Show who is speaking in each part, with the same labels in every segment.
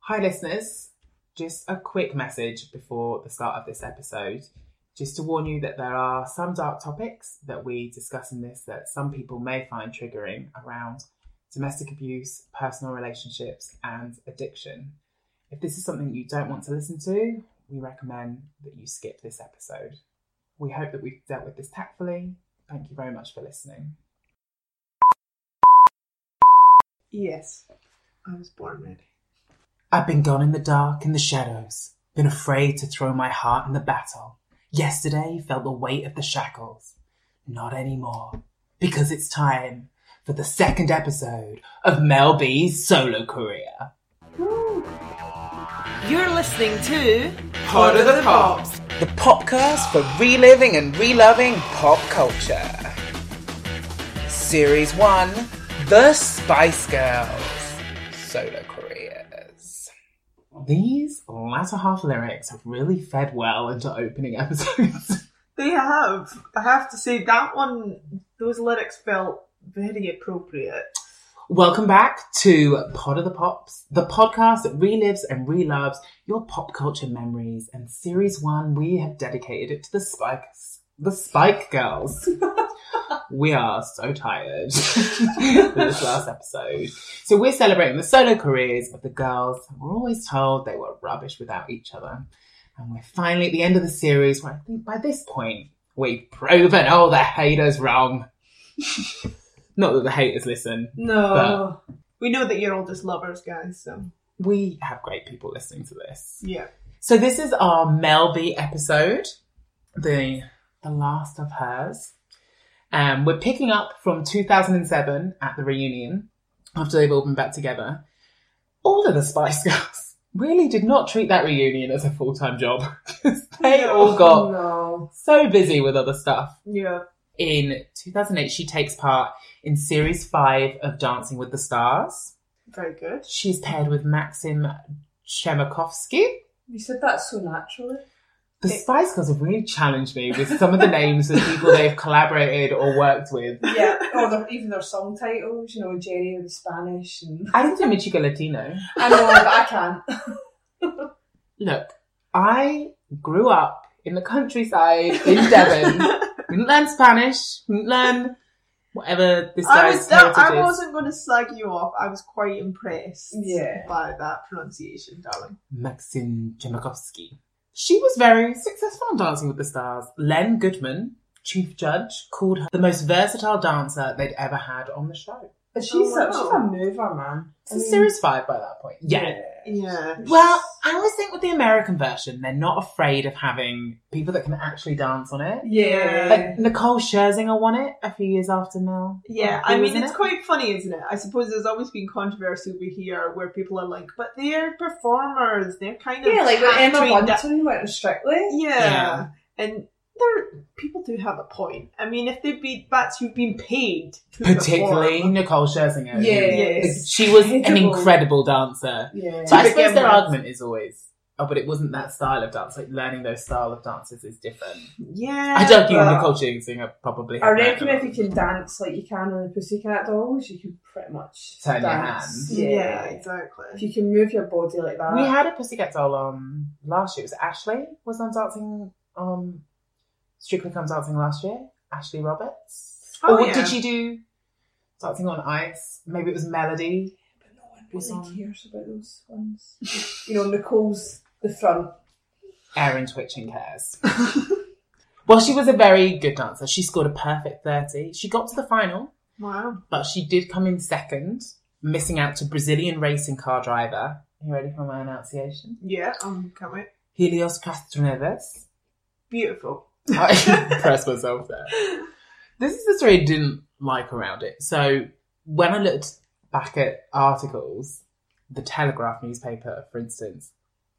Speaker 1: Hi, listeners. Just a quick message before the start of this episode, just to warn you that there are some dark topics that we discuss in this that some people may find triggering around domestic abuse, personal relationships, and addiction. If this is something you don't want to listen to, we recommend that you skip this episode. We hope that we've dealt with this tactfully. Thank you very much for listening.
Speaker 2: Yes, I was born ready.
Speaker 1: I've been gone in the dark and the shadows, been afraid to throw my heart in the battle. Yesterday felt the weight of the shackles. Not anymore, because it's time for the second episode of Mel B's solo career.
Speaker 3: You're listening to
Speaker 1: Pod of the Pops, the podcast for reliving and reloving pop culture. Series 1 The Spice Girls Solo Careers. These latter half lyrics have really fed well into opening episodes.
Speaker 2: They have. I have to say that one. Those lyrics felt very appropriate.
Speaker 1: Welcome back to Pod of the Pops, the podcast that relives and reloves your pop culture memories. And series one, we have dedicated it to the Spikes, the Spike Girls. we are so tired for this last episode. So we're celebrating the solo careers of the girls. We're always told they were rubbish without each other. And we're finally at the end of the series where I think by this point, we've proven all the haters wrong. Not that the haters listen.
Speaker 2: No, we know that you're all just lovers, guys. So
Speaker 1: we have great people listening to this.
Speaker 2: yeah,
Speaker 1: So this is our Melby episode, the the last of hers. Um, we're picking up from 2007 at the reunion after they've all been back together. All of the Spice Girls really did not treat that reunion as a full time job. 'Cause they all got
Speaker 2: no.
Speaker 1: so busy with other stuff.
Speaker 2: Yeah,
Speaker 1: In 2008, she takes part in series five of Dancing with the Stars.
Speaker 2: very good.
Speaker 1: She's paired with Maxim Chemakovsky.
Speaker 2: You said that so naturally.
Speaker 1: The Spice Girls have really challenged me with some of the names of people they've collaborated or worked with.
Speaker 4: yeah, or their, even their song titles, you know, Jerry in Spanish. And
Speaker 1: I didn't do Michiko Latino.
Speaker 4: I know, but I can't.
Speaker 1: Look, I grew up in the countryside in Devon. didn't learn Spanish, didn't learn whatever this
Speaker 2: I
Speaker 1: guy's
Speaker 2: was. That, I
Speaker 1: heritage is.
Speaker 2: wasn't going to slag you off. I was quite impressed.
Speaker 4: Yeah.
Speaker 2: by that pronunciation, darling.
Speaker 1: Maxine Chemakovsky. She was very successful on Dancing with the Stars. Len Goodman, chief judge, called her the most versatile dancer they'd ever had on the show.
Speaker 4: But she's,
Speaker 2: Oh,
Speaker 4: a,
Speaker 2: wow.
Speaker 4: she's a mover, man.
Speaker 1: It's a series five by that point. yeah.
Speaker 2: Yeah.
Speaker 1: Well, I always think with the American version, they're not afraid of having people that can actually dance on it.
Speaker 4: Yeah.
Speaker 1: Like Nicole Scherzinger won it a few years after Mel.
Speaker 2: Yeah,
Speaker 1: Who
Speaker 2: I
Speaker 1: was
Speaker 2: mean,
Speaker 1: in
Speaker 2: it's
Speaker 1: it?
Speaker 2: quite funny, isn't it? I suppose there's always been controversy over here where people are like, but they're performers. They're kind of.
Speaker 4: Yeah, like when Emma
Speaker 2: capturing that-
Speaker 4: Bunton went on Strictly.
Speaker 2: Yeah. And there, people do have a point. I mean, if they be that's you've been paid to
Speaker 1: Particularly
Speaker 2: perform.
Speaker 1: Nicole Scherzinger. who-
Speaker 2: Yes.
Speaker 1: She was an
Speaker 4: Incredible.
Speaker 1: incredible dancer.
Speaker 4: Yeah.
Speaker 1: So I
Speaker 2: begin
Speaker 1: suppose their
Speaker 2: with.
Speaker 1: argument is always, oh, but it wasn't that style of dance. Like learning those style of dances is different.
Speaker 2: Yeah.
Speaker 1: I don't think
Speaker 2: but-
Speaker 1: Nicole Scherzinger probably had
Speaker 4: I
Speaker 1: that
Speaker 4: reckon if
Speaker 1: development.
Speaker 4: you can dance like you can on the Pussycat Dolls, you can pretty much
Speaker 1: Turn your
Speaker 4: dance.
Speaker 1: hands.
Speaker 2: Yeah,
Speaker 4: Yeah. If
Speaker 1: Oh,
Speaker 2: exactly.
Speaker 4: you can move your body like that.
Speaker 2: Uh,
Speaker 1: We had a Pussycat Doll on um, last year. It was Ashley was on dancing um Strictly Come Dancing last year. Ashley Roberts.
Speaker 2: Oh,
Speaker 1: or
Speaker 2: yeah.
Speaker 1: did she do Dancing on Ice? Maybe it was Melody.
Speaker 4: but no one
Speaker 1: Was on.
Speaker 4: really cares about those ones. you know, Nicole's the front.
Speaker 1: Erin Twitching cares. well, she was a very good dancer. She scored a perfect 30. She got to the final,
Speaker 2: Wow.
Speaker 1: but she did come in second, missing out to Brazilian racing car driver. You ready for my enunciation?
Speaker 2: Yeah. Um, can't wait.
Speaker 1: Helios Castroneves.
Speaker 2: Beautiful.
Speaker 1: I press myself there. This is the story I didn't like around it. So when I looked back at articles, the Telegraph newspaper, for instance,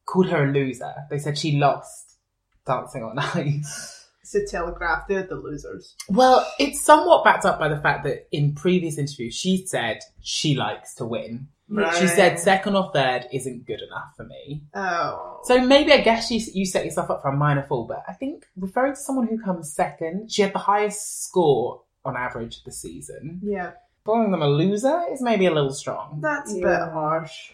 Speaker 1: called her a loser. They said she lost dancing on ice.
Speaker 2: It's a telegraph. They're the losers.
Speaker 1: Well, it's somewhat backed up by the fact that in previous interviews she said she likes to win. She said second or third isn't good enough for me.
Speaker 2: "Oh,
Speaker 1: So maybe I guess you, you set yourself up for a minor fall, but I think referring to someone who comes second, she had the highest score on average this season.
Speaker 2: yeah,
Speaker 1: Calling them a loser is maybe a little strong.
Speaker 2: that's a
Speaker 4: Yeah.
Speaker 2: bit harsh."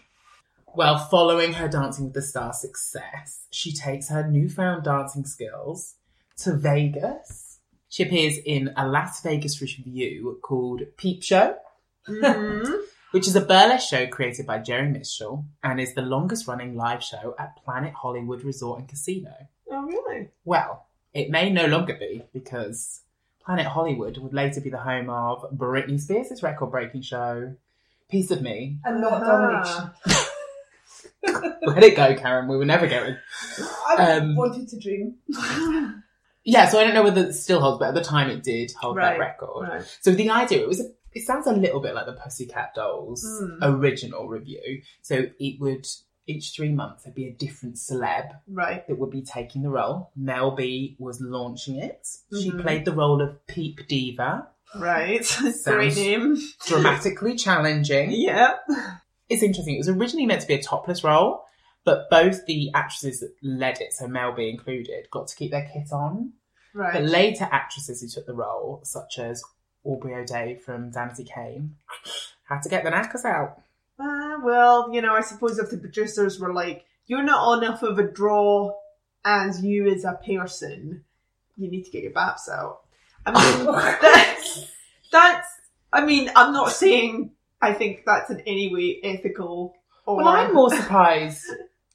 Speaker 1: Well, following her Dancing with the Stars success, she takes her newfound dancing skills to Vegas. She appears in a Las Vegas review called Peep Show,
Speaker 2: Mhm.
Speaker 1: which is a burlesque show created by Jerry Mitchell and is the longest running live show at Planet Hollywood Resort and Casino.
Speaker 2: oh, really?
Speaker 1: Well, it may no longer be because Planet Hollywood would later be the home of Britney Spears' record breaking show, Piece of Me.
Speaker 4: and not domination.
Speaker 2: Ah.
Speaker 1: Let it go, Karen, we were never going.
Speaker 4: I
Speaker 1: Um,
Speaker 4: wanted to dream.
Speaker 1: Yeah, so I don't know whether it still holds, but at the time it did hold that
Speaker 2: Right,
Speaker 1: record.
Speaker 2: Right.
Speaker 1: So the idea, it was a, it sounds a little bit like the Pussycat Dolls
Speaker 2: Mm.
Speaker 1: original review. So it would each three months there'd be a different celeb
Speaker 2: Right.
Speaker 1: that would be taking the role. Mel B was launching it. She
Speaker 2: Mhm.
Speaker 1: played the role of Peep Diva,
Speaker 2: Right. Great name.
Speaker 1: dramatically challenging.
Speaker 2: Yeah.
Speaker 1: It's interesting. It was originally meant to be a topless role, but both the actresses that led it, so Mel B included, got to keep their kit on. But
Speaker 2: Right.
Speaker 1: later actresses who took the role, such as Aubrey O'Day from Danity Kane, had to get the knackers out.
Speaker 2: Uh, well, you know, I suppose if the producers were like, you're not enough of a draw as you as a person, you need to get your baps out. I mean, that's, that's, I mean, I'm not saying I think that's in any way ethical or
Speaker 1: Well, I'm more surprised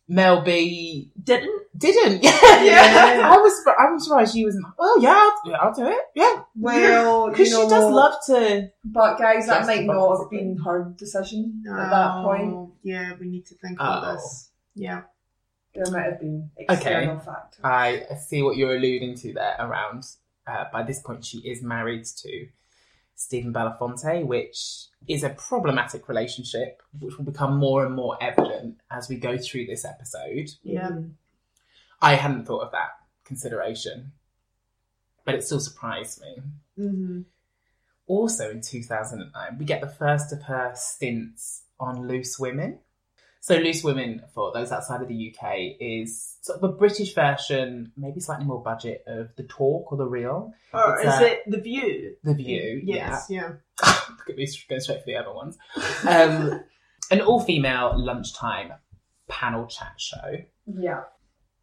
Speaker 1: Mel B
Speaker 2: didn't.
Speaker 1: didn't. Yeah,
Speaker 2: Yeah.
Speaker 1: I was. I was surprised she was. not, Oh yeah, I'll, yeah, I'll do it. Yeah,
Speaker 4: Well,
Speaker 1: because
Speaker 4: you know,
Speaker 1: she does love to.
Speaker 4: But guys, that
Speaker 1: Just
Speaker 4: might
Speaker 1: about
Speaker 4: not have
Speaker 1: probably.
Speaker 4: been her decision at that point.
Speaker 2: No, Yeah, we need to think
Speaker 1: Oh.
Speaker 2: of this. Yeah.
Speaker 4: There might have been external factors.
Speaker 1: I see what you're alluding to there. Around uh, by this point, she is married to Stephen Belafonte, which is a problematic relationship, which will become more and more evident as we go through this episode.
Speaker 2: Yeah.
Speaker 4: Mm.
Speaker 1: I hadn't thought of that consideration, but it still surprised me.
Speaker 2: Mm-hmm.
Speaker 1: Also in 2009, we get the first of her stints on Loose Women. So, Loose Women, for those outside of the UK, is sort of a British version, maybe slightly more budget, of The Talk or The Real.
Speaker 2: Or
Speaker 1: It's
Speaker 2: is
Speaker 1: a-
Speaker 2: it The View?
Speaker 1: The View, yeah.
Speaker 2: Yes, Mm, yeah.
Speaker 1: Look at me going straight for the other ones. Um, an all female lunchtime panel chat show.
Speaker 4: Yeah.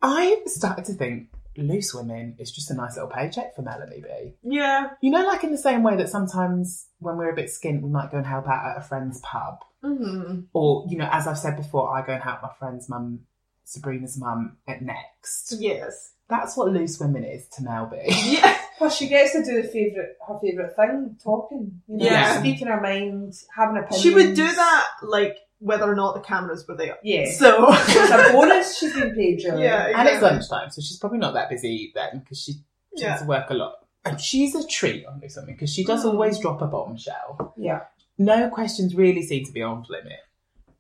Speaker 1: I started to think Loose Women is just a nice little paycheck for Melanie B.
Speaker 2: Yeah.
Speaker 1: You know, like in the same way that sometimes when we're a bit skint, we might go and help out at a friend's pub.
Speaker 2: Mm-hmm.
Speaker 1: Or, you know, as I've said before, I go and help my friend's mum, Sabrina's mum, at Next.
Speaker 2: Yes.
Speaker 1: That's what Loose Women is to Mel B.
Speaker 2: Yeah.
Speaker 4: Plus, she gets to do the favorite her favorite thing, talking. You know,
Speaker 2: Yeah.
Speaker 4: speaking her mind, having opinions.
Speaker 2: She would do that, like, whether or not the cameras were there.
Speaker 4: Yeah.
Speaker 2: So,
Speaker 4: it's a bonus she's been paid, really.
Speaker 2: yeah.
Speaker 1: And it's
Speaker 2: exactly.
Speaker 1: lunchtime, so she's probably not that busy then because she tends
Speaker 2: Yeah.
Speaker 1: to work a lot. And she's a treat on Loose Women because she does
Speaker 2: Mm.
Speaker 1: always drop a bombshell.
Speaker 4: Yeah.
Speaker 1: no questions really seem to be on limit.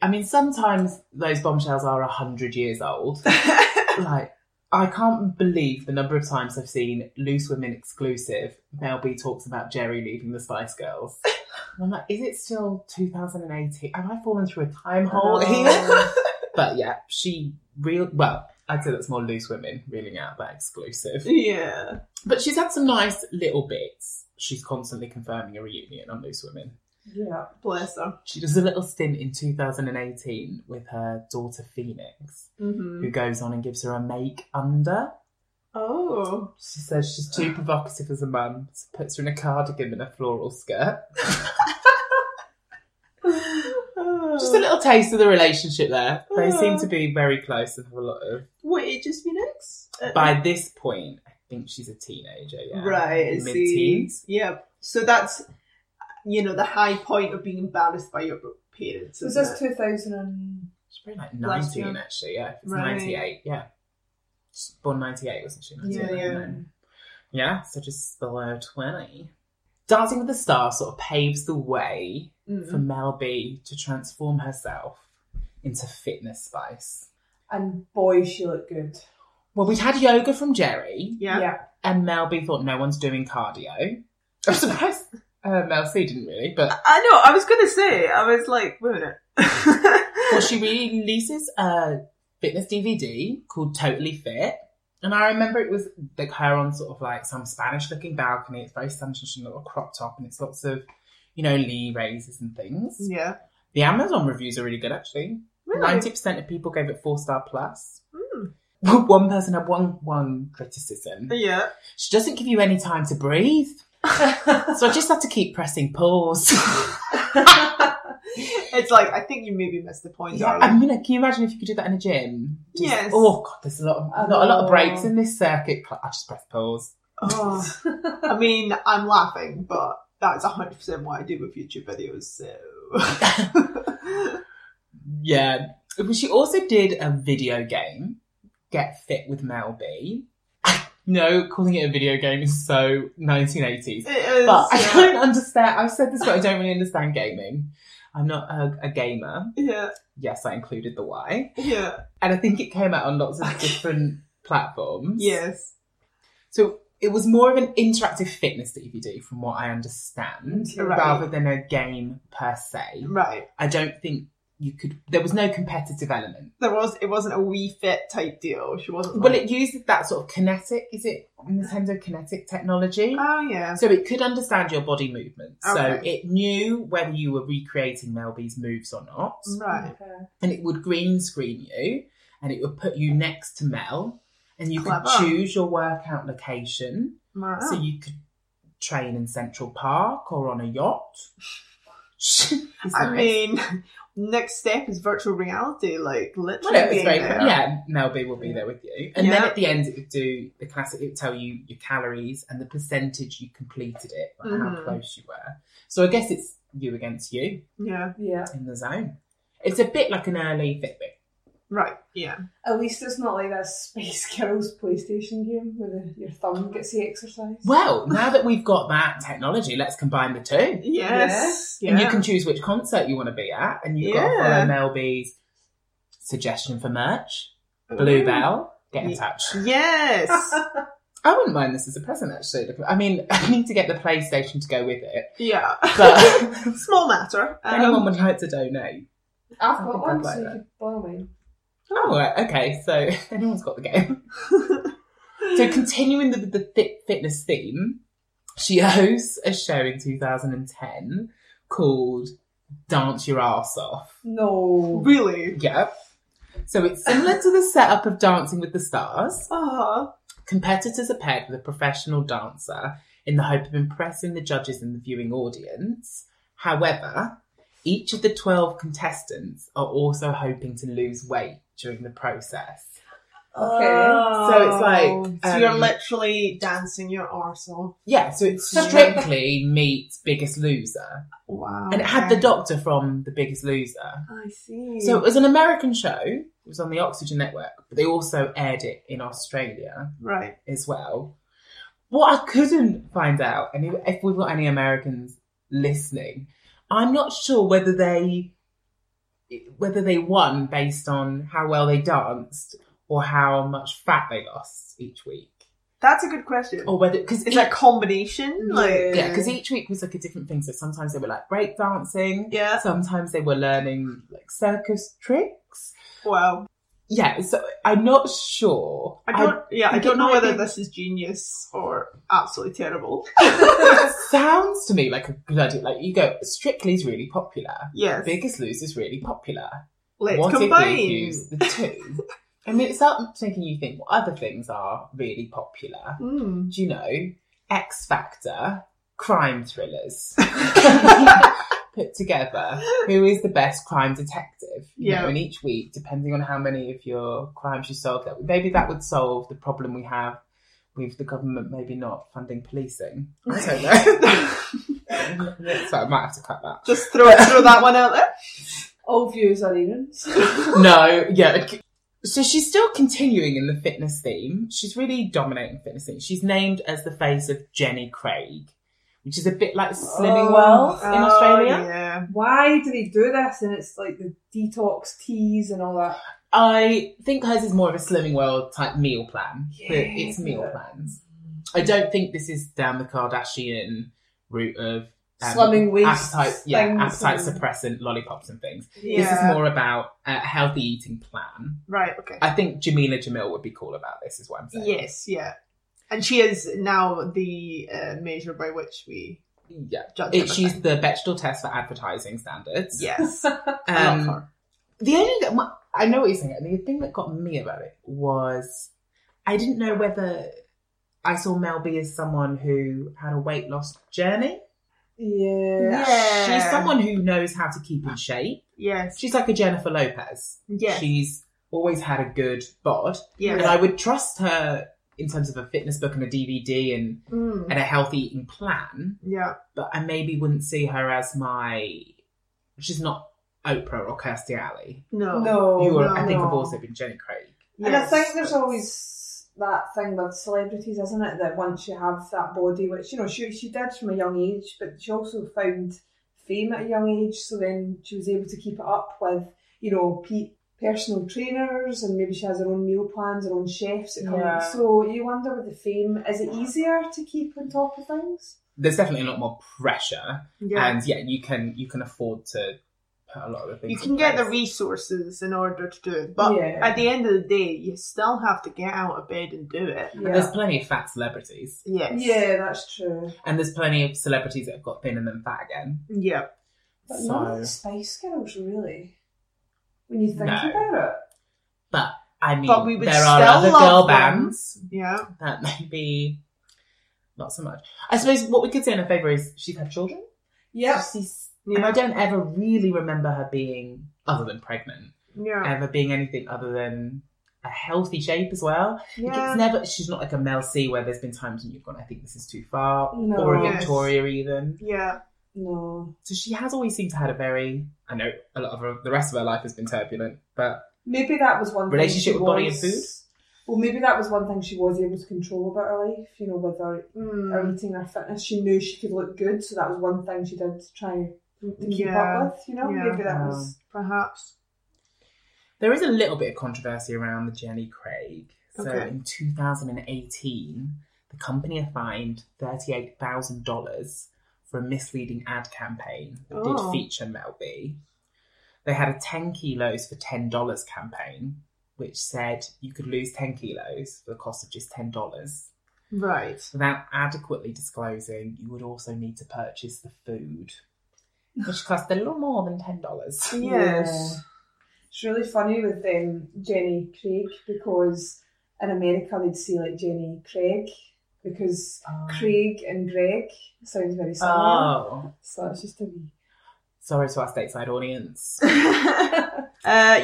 Speaker 1: I mean, sometimes those bombshells are a hundred years old. like, I can't believe the number of times I've seen Loose Women exclusive. Mel B talks about Jerry leaving the Spice Girls. And I'm like, is it still 2018? Have I fallen through a time hole
Speaker 4: Um,
Speaker 1: here?
Speaker 2: Oh.
Speaker 1: But yeah, she real well. I'd say that's more loose women reeling out that exclusive.
Speaker 2: yeah.
Speaker 1: But she's had some nice little bits. She's constantly confirming a reunion on Loose Women.
Speaker 4: Yeah.
Speaker 2: Bless her.
Speaker 1: She does a little stint in 2018 with her daughter Phoenix,
Speaker 2: Mm-hmm.
Speaker 1: who goes on and gives her a make under.
Speaker 2: Oh.
Speaker 1: She says she's too provocative as a mum, so puts her in a cardigan and a floral skirt. Just a little taste of the relationship there. They seem to be very close and have a lot of.
Speaker 2: What age is Phoenix? Uh,
Speaker 1: By this point, I think she's a teenager, yeah.
Speaker 2: Right, I
Speaker 1: Mid
Speaker 2: see.
Speaker 1: teens.
Speaker 2: Yeah. So that's, you know, the high point of being embarrassed by your parents.
Speaker 4: Was
Speaker 2: isn't
Speaker 4: this
Speaker 2: it?
Speaker 4: 2000 and...
Speaker 1: She's probably like
Speaker 2: Last
Speaker 1: 19,
Speaker 2: year.
Speaker 1: actually, yeah. It's
Speaker 2: Right.
Speaker 1: 98, yeah. She's born 98, wasn't she? 98,
Speaker 2: Yeah, yeah.
Speaker 1: Yeah, so just below 20. Dancing with the Stars sort of paves the way for
Speaker 2: Mm.
Speaker 1: Mel B to transform herself into fitness spice.
Speaker 4: And boy, she looked good.
Speaker 1: Well, we'd had yoga from Jerry,
Speaker 2: Yeah.
Speaker 1: and Mel B thought no one's doing cardio. I'm surprised uh, Mel C didn't really, but
Speaker 2: I know. I was going to say, I was like, wait a minute.
Speaker 1: well, she releases a fitness DVD called Totally Fit. And I remember it was like her on sort of like some Spanish looking balcony. It's very sunshine, little crop top, and it's lots of, you know, lee raises and things.
Speaker 2: yeah.
Speaker 1: The Amazon reviews are really good, actually.
Speaker 2: Mm. Really?
Speaker 1: Ninety percent of people gave it four star plus.
Speaker 2: Hmm.
Speaker 1: One person had one one criticism.
Speaker 2: Yeah.
Speaker 1: She doesn't give you any time to breathe, so I just had to keep pressing pause.
Speaker 2: it's like I think you maybe missed the point,
Speaker 1: yeah,
Speaker 2: darling.
Speaker 1: I mean, like, can you imagine if you could do that in a gym? Just-
Speaker 2: Yes.
Speaker 1: Oh god, there's a lot, of,
Speaker 4: I
Speaker 1: not a lot of
Speaker 4: know.
Speaker 1: breaks in this circuit. I just press pause.
Speaker 2: Oh, I mean, I'm laughing, but that's 100% what I do with YouTube videos, so.
Speaker 1: Yeah. But she also did a video game, Get Fit with Mel B. no, calling it a video game is so 1980s.
Speaker 2: it is.
Speaker 1: But I
Speaker 2: yeah.
Speaker 1: don't understand. I've said this, but I don't really understand gaming. I'm not a, a gamer.
Speaker 2: yeah,
Speaker 1: Yes, I included the Y.
Speaker 2: yeah,
Speaker 1: And I think it came out on lots of different platforms.
Speaker 2: yes.
Speaker 1: So it was more of an interactive fitness DVD, from what I understand,
Speaker 4: Okay.
Speaker 2: Right.
Speaker 1: rather than a game per se.
Speaker 2: Right.
Speaker 1: I don't think you could. There was no competitive element.
Speaker 2: There was, it wasn't a wee fit type deal. She wasn't.
Speaker 1: Well,
Speaker 2: like-
Speaker 1: it used that sort of kinetic. Is it Nintendo kinetic technology?
Speaker 2: Oh, yeah.
Speaker 1: So it could understand your body movement. So
Speaker 2: Okay.
Speaker 1: it knew whether you were recreating Melby's moves or not,
Speaker 2: Right.
Speaker 1: and it would green screen you, and it would put you next to Mel, and you could
Speaker 2: Clever.
Speaker 1: choose your workout location.
Speaker 2: Wow.
Speaker 1: So you could train in Central Park or on a yacht. It's
Speaker 2: I
Speaker 1: nice.
Speaker 2: mean, next step is virtual reality, like
Speaker 1: Well,
Speaker 2: literally.
Speaker 1: it was
Speaker 2: being
Speaker 1: very
Speaker 2: there.
Speaker 1: yeah. Melby will be there with you, and then
Speaker 2: Yeah.
Speaker 1: at the end it would do the classic. It would tell you your calories and the percentage you completed it, like how
Speaker 2: Mhm.
Speaker 1: close you were. So I guess it's you against you
Speaker 2: Yeah.
Speaker 4: Yeah.
Speaker 1: in the zone. It's a bit like an early Fitbit.
Speaker 2: Right. Yeah.
Speaker 4: At least it's not like that Space Girls PlayStation game where the, your thumb gets the exercise.
Speaker 1: Well, now that we've got that technology, let's combine the two,
Speaker 2: Yes. Yeah.
Speaker 1: and you can choose which concert you want to be at, and you've got to follow
Speaker 2: Yeah.
Speaker 1: Melby's suggestion for merch. Bluebell, get in
Speaker 2: Yeah.
Speaker 1: touch.
Speaker 2: Yes.
Speaker 1: I wouldn't mind this as a present, actually. Look, I mean, I need to get the PlayStation to go with it.
Speaker 2: yeah.
Speaker 1: But if
Speaker 2: Small matter. Um,
Speaker 1: anyone would like to donate.
Speaker 4: I've
Speaker 1: I
Speaker 4: got
Speaker 1: think I'd
Speaker 4: one,
Speaker 1: like
Speaker 4: so you
Speaker 1: that.
Speaker 4: could borrow mine.
Speaker 1: Oh, right, okay. So anyone's got the game. So continuing the, the fit, fitness theme, she hosts a show in 2010 called Dance Your Ass Off.
Speaker 4: No.
Speaker 2: really?
Speaker 1: Yep. So it's similar to the setup of Dancing with the Stars.
Speaker 2: Oh,
Speaker 1: Competitors are paired with a professional dancer in the hope of impressing the judges and the viewing audience. However, each of the 12 contestants are also hoping to lose weight during the process. So it's like,
Speaker 2: Ah. so you're
Speaker 1: um,
Speaker 2: literally dancing your arse off.
Speaker 1: Yeah, so it's strictly meet Biggest Loser.
Speaker 2: Wow.
Speaker 1: And it had the doctor from The Biggest Loser.
Speaker 2: I see.
Speaker 1: So it was an American show. It was on the Oxygen Network, but they also aired it in Australia.
Speaker 2: right.
Speaker 1: as well. What I couldn't find out, and if- if we've got any Americans listening, I'm not sure whether they whether they won based on how well they danced or how much fat they lost each week,
Speaker 2: That's a good question.
Speaker 1: or whether because
Speaker 2: Is that combination? Like
Speaker 1: Oh. yeah, because each week was like a different thing. So sometimes they were like break dancing,
Speaker 2: Yeah.
Speaker 1: sometimes they were learning like circus tricks.
Speaker 2: Wow.
Speaker 1: Yeah, so I'm not sure.
Speaker 2: I don't. yeah, I
Speaker 1: think it
Speaker 2: don't know
Speaker 1: might
Speaker 2: whether
Speaker 1: be-
Speaker 2: this is genius or absolutely terrible.
Speaker 1: it sounds to me like a good idea. Like you go, Strictly's really popular.
Speaker 2: yes.
Speaker 1: Biggest Loser's really popular.
Speaker 2: Let's
Speaker 1: what if
Speaker 2: combine.
Speaker 1: we use the two? I mean, it's not making you think what other things are really popular.
Speaker 2: Mm.
Speaker 1: Do you know X Factor, crime thrillers put together? Who is the best crime detective? You
Speaker 2: Yeah.
Speaker 1: know, and each week, depending on how many of your crimes you solve, that maybe that would solve the problem we have with the government maybe not funding policing. I don't know. so I might have to cut that.
Speaker 2: Just throw throw that one out there.
Speaker 4: All views are errands.
Speaker 1: No, yeah. okay. So she's still continuing in the fitness theme. She's really dominating fitness theme. She's named as the face of Jenny Craig, which is a bit like Slimming
Speaker 4: Oh,
Speaker 1: World in
Speaker 2: Oh,
Speaker 1: Australia.
Speaker 2: Yeah.
Speaker 4: Why do they do this? And it's like the detox teas and all that.
Speaker 1: I think hers is more of a Slimming World type meal plan. but
Speaker 4: Yeah.
Speaker 1: it's meal plans. I don't think this is down the Kardashian route of um,
Speaker 4: Slumming waist
Speaker 1: appetite, yeah,
Speaker 4: things
Speaker 1: appetite
Speaker 4: and-
Speaker 1: suppressant lollipops and things. This is
Speaker 2: Yeah.
Speaker 1: more about a healthy eating plan.
Speaker 2: Right. Okay.
Speaker 1: I think Jamila Jamil would be cool about this, is what I'm saying.
Speaker 2: Yes, yeah. And she is now the uh, measure by which we
Speaker 1: Yeah.
Speaker 2: judge
Speaker 1: It,
Speaker 2: everything.
Speaker 1: she's the Bechdel test for advertising standards.
Speaker 2: yes. I love
Speaker 1: Um,
Speaker 2: her.
Speaker 1: The only that well, I know what you're saying. The thing that got me about it was I didn't know whether I saw Mel B as someone who had a weight loss journey.
Speaker 4: Yeah.
Speaker 2: Yeah.
Speaker 1: She's someone who knows how to keep in shape.
Speaker 2: Yes.
Speaker 1: She's like a Jennifer Lopez.
Speaker 2: Yes.
Speaker 1: She's always had a good bod, and
Speaker 2: yes.
Speaker 1: I would trust her in terms of a fitness book and a DVD and,
Speaker 4: Mm.
Speaker 1: and a healthy eating plan.
Speaker 2: Yeah.
Speaker 1: But I maybe wouldn't see her as my. She's not Oprah or Kirstie Alley.
Speaker 2: No.
Speaker 4: No.
Speaker 1: who are,
Speaker 2: Oh, no,
Speaker 1: I think
Speaker 4: no.
Speaker 1: have also been Jenny Craig.
Speaker 4: And I
Speaker 2: Yes.
Speaker 4: think there's always that thing with celebrities, isn't it? That once you have that body, which you know she she did from a young age, but she also found fame at a young age. So then she was able to keep it up with you know pe- personal trainers, and maybe she has her own meal plans, her own chefs. That come
Speaker 2: Yeah.
Speaker 4: in. So you wonder with the fame, is it easier to keep on top of things?
Speaker 1: There's definitely a lot more pressure,
Speaker 2: Yeah.
Speaker 1: and yeah, you can you can afford to put a lot of the things.
Speaker 2: you
Speaker 1: in
Speaker 2: can get the
Speaker 1: place.
Speaker 2: resources in order to do it, but
Speaker 4: Yeah.
Speaker 2: at the end of the day, you still have to get out of bed and do it.
Speaker 1: There's
Speaker 4: Yeah,
Speaker 1: plenty of fat celebrities,
Speaker 2: Yes.
Speaker 4: yeah, that's true.
Speaker 1: and there's plenty of celebrities that have got thin and then fat again.
Speaker 2: Yeah.
Speaker 4: But
Speaker 1: So-
Speaker 4: none of the Spice Girls really. When you think
Speaker 1: No.
Speaker 4: about it.
Speaker 1: But I mean,
Speaker 2: But we would
Speaker 1: there are
Speaker 2: still
Speaker 1: other
Speaker 2: love
Speaker 1: girl
Speaker 2: them.
Speaker 1: bands
Speaker 2: Yeah.
Speaker 1: that maybe not so much. I suppose what we could say in her favour is she's had children.
Speaker 4: Yep.
Speaker 1: She's, and I
Speaker 2: Yeah.
Speaker 1: don't ever really remember her being other than pregnant,
Speaker 2: Yeah.
Speaker 1: ever being anything other than a healthy shape as well. Like,
Speaker 2: Yeah.
Speaker 1: It's never. She's not like a Mel C where there's been times when you've gone, I think this is too far,
Speaker 4: No.
Speaker 1: or a
Speaker 2: Yes.
Speaker 1: Victoria even.
Speaker 2: Yeah.
Speaker 4: No.
Speaker 1: So she has always seemed to had a very. I know a lot of her, the rest of her life has been turbulent, but
Speaker 4: Maybe that was one
Speaker 1: Relationship
Speaker 4: thing she
Speaker 1: with body and
Speaker 4: was-
Speaker 1: food?
Speaker 4: Well, maybe that was one thing she was able to control about her life. You know, with her, her
Speaker 2: Mm.
Speaker 4: eating, her fitness, she knew she could look good, so that was one thing she did to try to keep
Speaker 2: Yeah.
Speaker 4: up with. You know,
Speaker 2: Yeah.
Speaker 4: maybe that was
Speaker 2: Perhaps.
Speaker 1: there is a little bit of controversy around the Jenny Craig. So
Speaker 2: Okay.
Speaker 1: in 2018, the company are fined thirty-eight thousand dollars for a misleading ad campaign that did
Speaker 2: Oh.
Speaker 1: feature Mel B. They had a ten kilos for ten dollars campaign, which said you could lose ten kilos for the cost of just ten dollars.
Speaker 2: Right.
Speaker 1: Without adequately disclosing, you would also need to purchase the food, which cost a little more than ten dollars.
Speaker 2: Yes.
Speaker 4: Yeah. It's really funny with um, Jenny Craig because in America they'd say like Jenny Craig because Craig and Greg sounds very similar.
Speaker 1: Oh,
Speaker 4: So it's just a wee.
Speaker 1: sorry to our stateside audience.
Speaker 2: uh,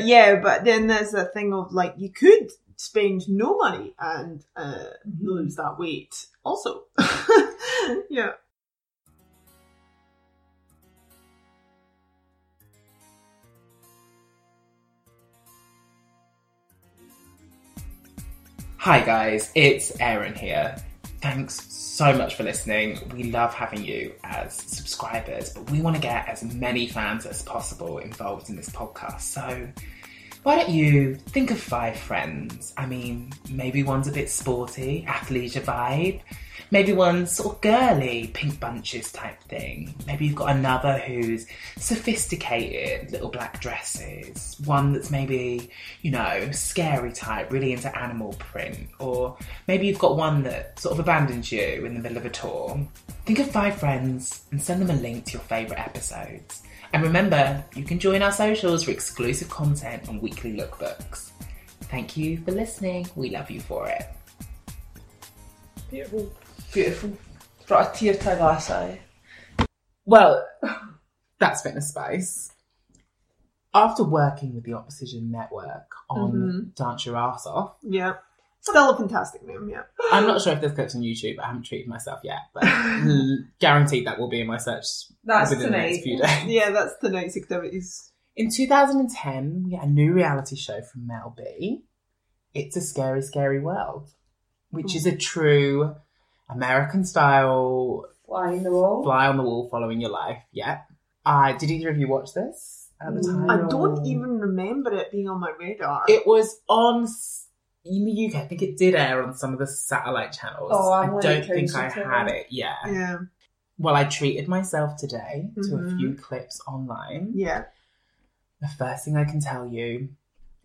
Speaker 2: yeah, but then there's the thing of like you could spend no money and uh, lose that weight also. yeah.
Speaker 1: Hi guys, it's Erin here. Thanks so much for listening. We love having you as subscribers, but we want to get as many fans as possible involved in this podcast. So, why don't you think of five friends? I mean, maybe one's a bit sporty, athleisure vibe. Maybe one's sort of girly, pink bunches type thing. Maybe you've got another who's sophisticated, little black dresses. One that's maybe, you know, scary type, really into animal print. Or maybe you've got one that sort of abandons you in the middle of a tour. Think of five friends and send them a link to your favourite episodes. And remember, you can join our socials for exclusive content and weekly lookbooks. Thank you for listening. We love you for it.
Speaker 4: Beautiful. Beautiful. Brought a tear to my glass eye.
Speaker 1: Well, that's Fitness Spice. After working with the Opposition Network on
Speaker 2: Mm-hmm.
Speaker 1: Dance Your Ass Off,
Speaker 2: Yeah. Still a fantastic name, yeah.
Speaker 1: I'm not sure if there's clips on YouTube. I haven't treated myself yet, but mm, guaranteed that will be in my search
Speaker 4: That's
Speaker 1: within the next
Speaker 4: tonight.
Speaker 1: few days.
Speaker 2: Yeah, that's tonight's activities.
Speaker 1: In 2010, we had a new reality show from Mel B. It's a scary, scary world, which is a true American style
Speaker 4: Fly in the wall.
Speaker 1: fly on the wall following your life. Yeah. I did either of you watch this at the time?
Speaker 2: I
Speaker 4: No.
Speaker 2: don't even remember it being on my radar.
Speaker 1: It was on s- in the UK. I think it did air on some of the satellite channels.
Speaker 4: Oh, I'm
Speaker 1: I
Speaker 4: like
Speaker 1: don't think
Speaker 4: crazy
Speaker 1: I
Speaker 4: too.
Speaker 1: had it. Yeah.
Speaker 2: yeah,
Speaker 1: Well, I treated myself today to a
Speaker 2: Mhm.
Speaker 1: few clips online.
Speaker 2: yeah.
Speaker 1: The first thing I can tell you,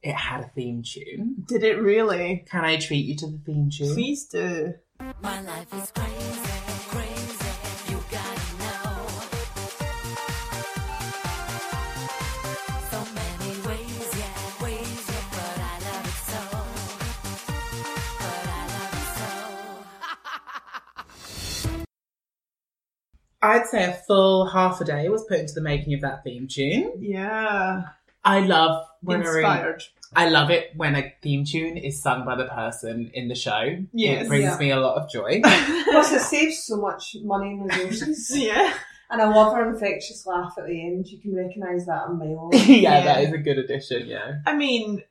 Speaker 1: it had a theme tune.
Speaker 2: Did it really?
Speaker 1: Can I treat you to the theme tune?
Speaker 2: Please do.
Speaker 3: My life is crazy, crazy. You gotta know. So many ways
Speaker 1: I'd say a full half a day was put into the making of that theme tune.
Speaker 2: Yeah.
Speaker 1: I love when a re-
Speaker 2: Inspired.
Speaker 1: I love it when a theme tune is sung by the person in the show.
Speaker 2: Yes.
Speaker 1: it brings
Speaker 4: Yeah.
Speaker 1: me a lot of joy.
Speaker 4: Plus, it saves so much money and resources.
Speaker 2: yeah.
Speaker 4: And I love her infectious laugh at the end. You can recognise that a mile.
Speaker 1: yeah,
Speaker 4: away.
Speaker 1: that is a good addition. Yeah,
Speaker 2: I mean,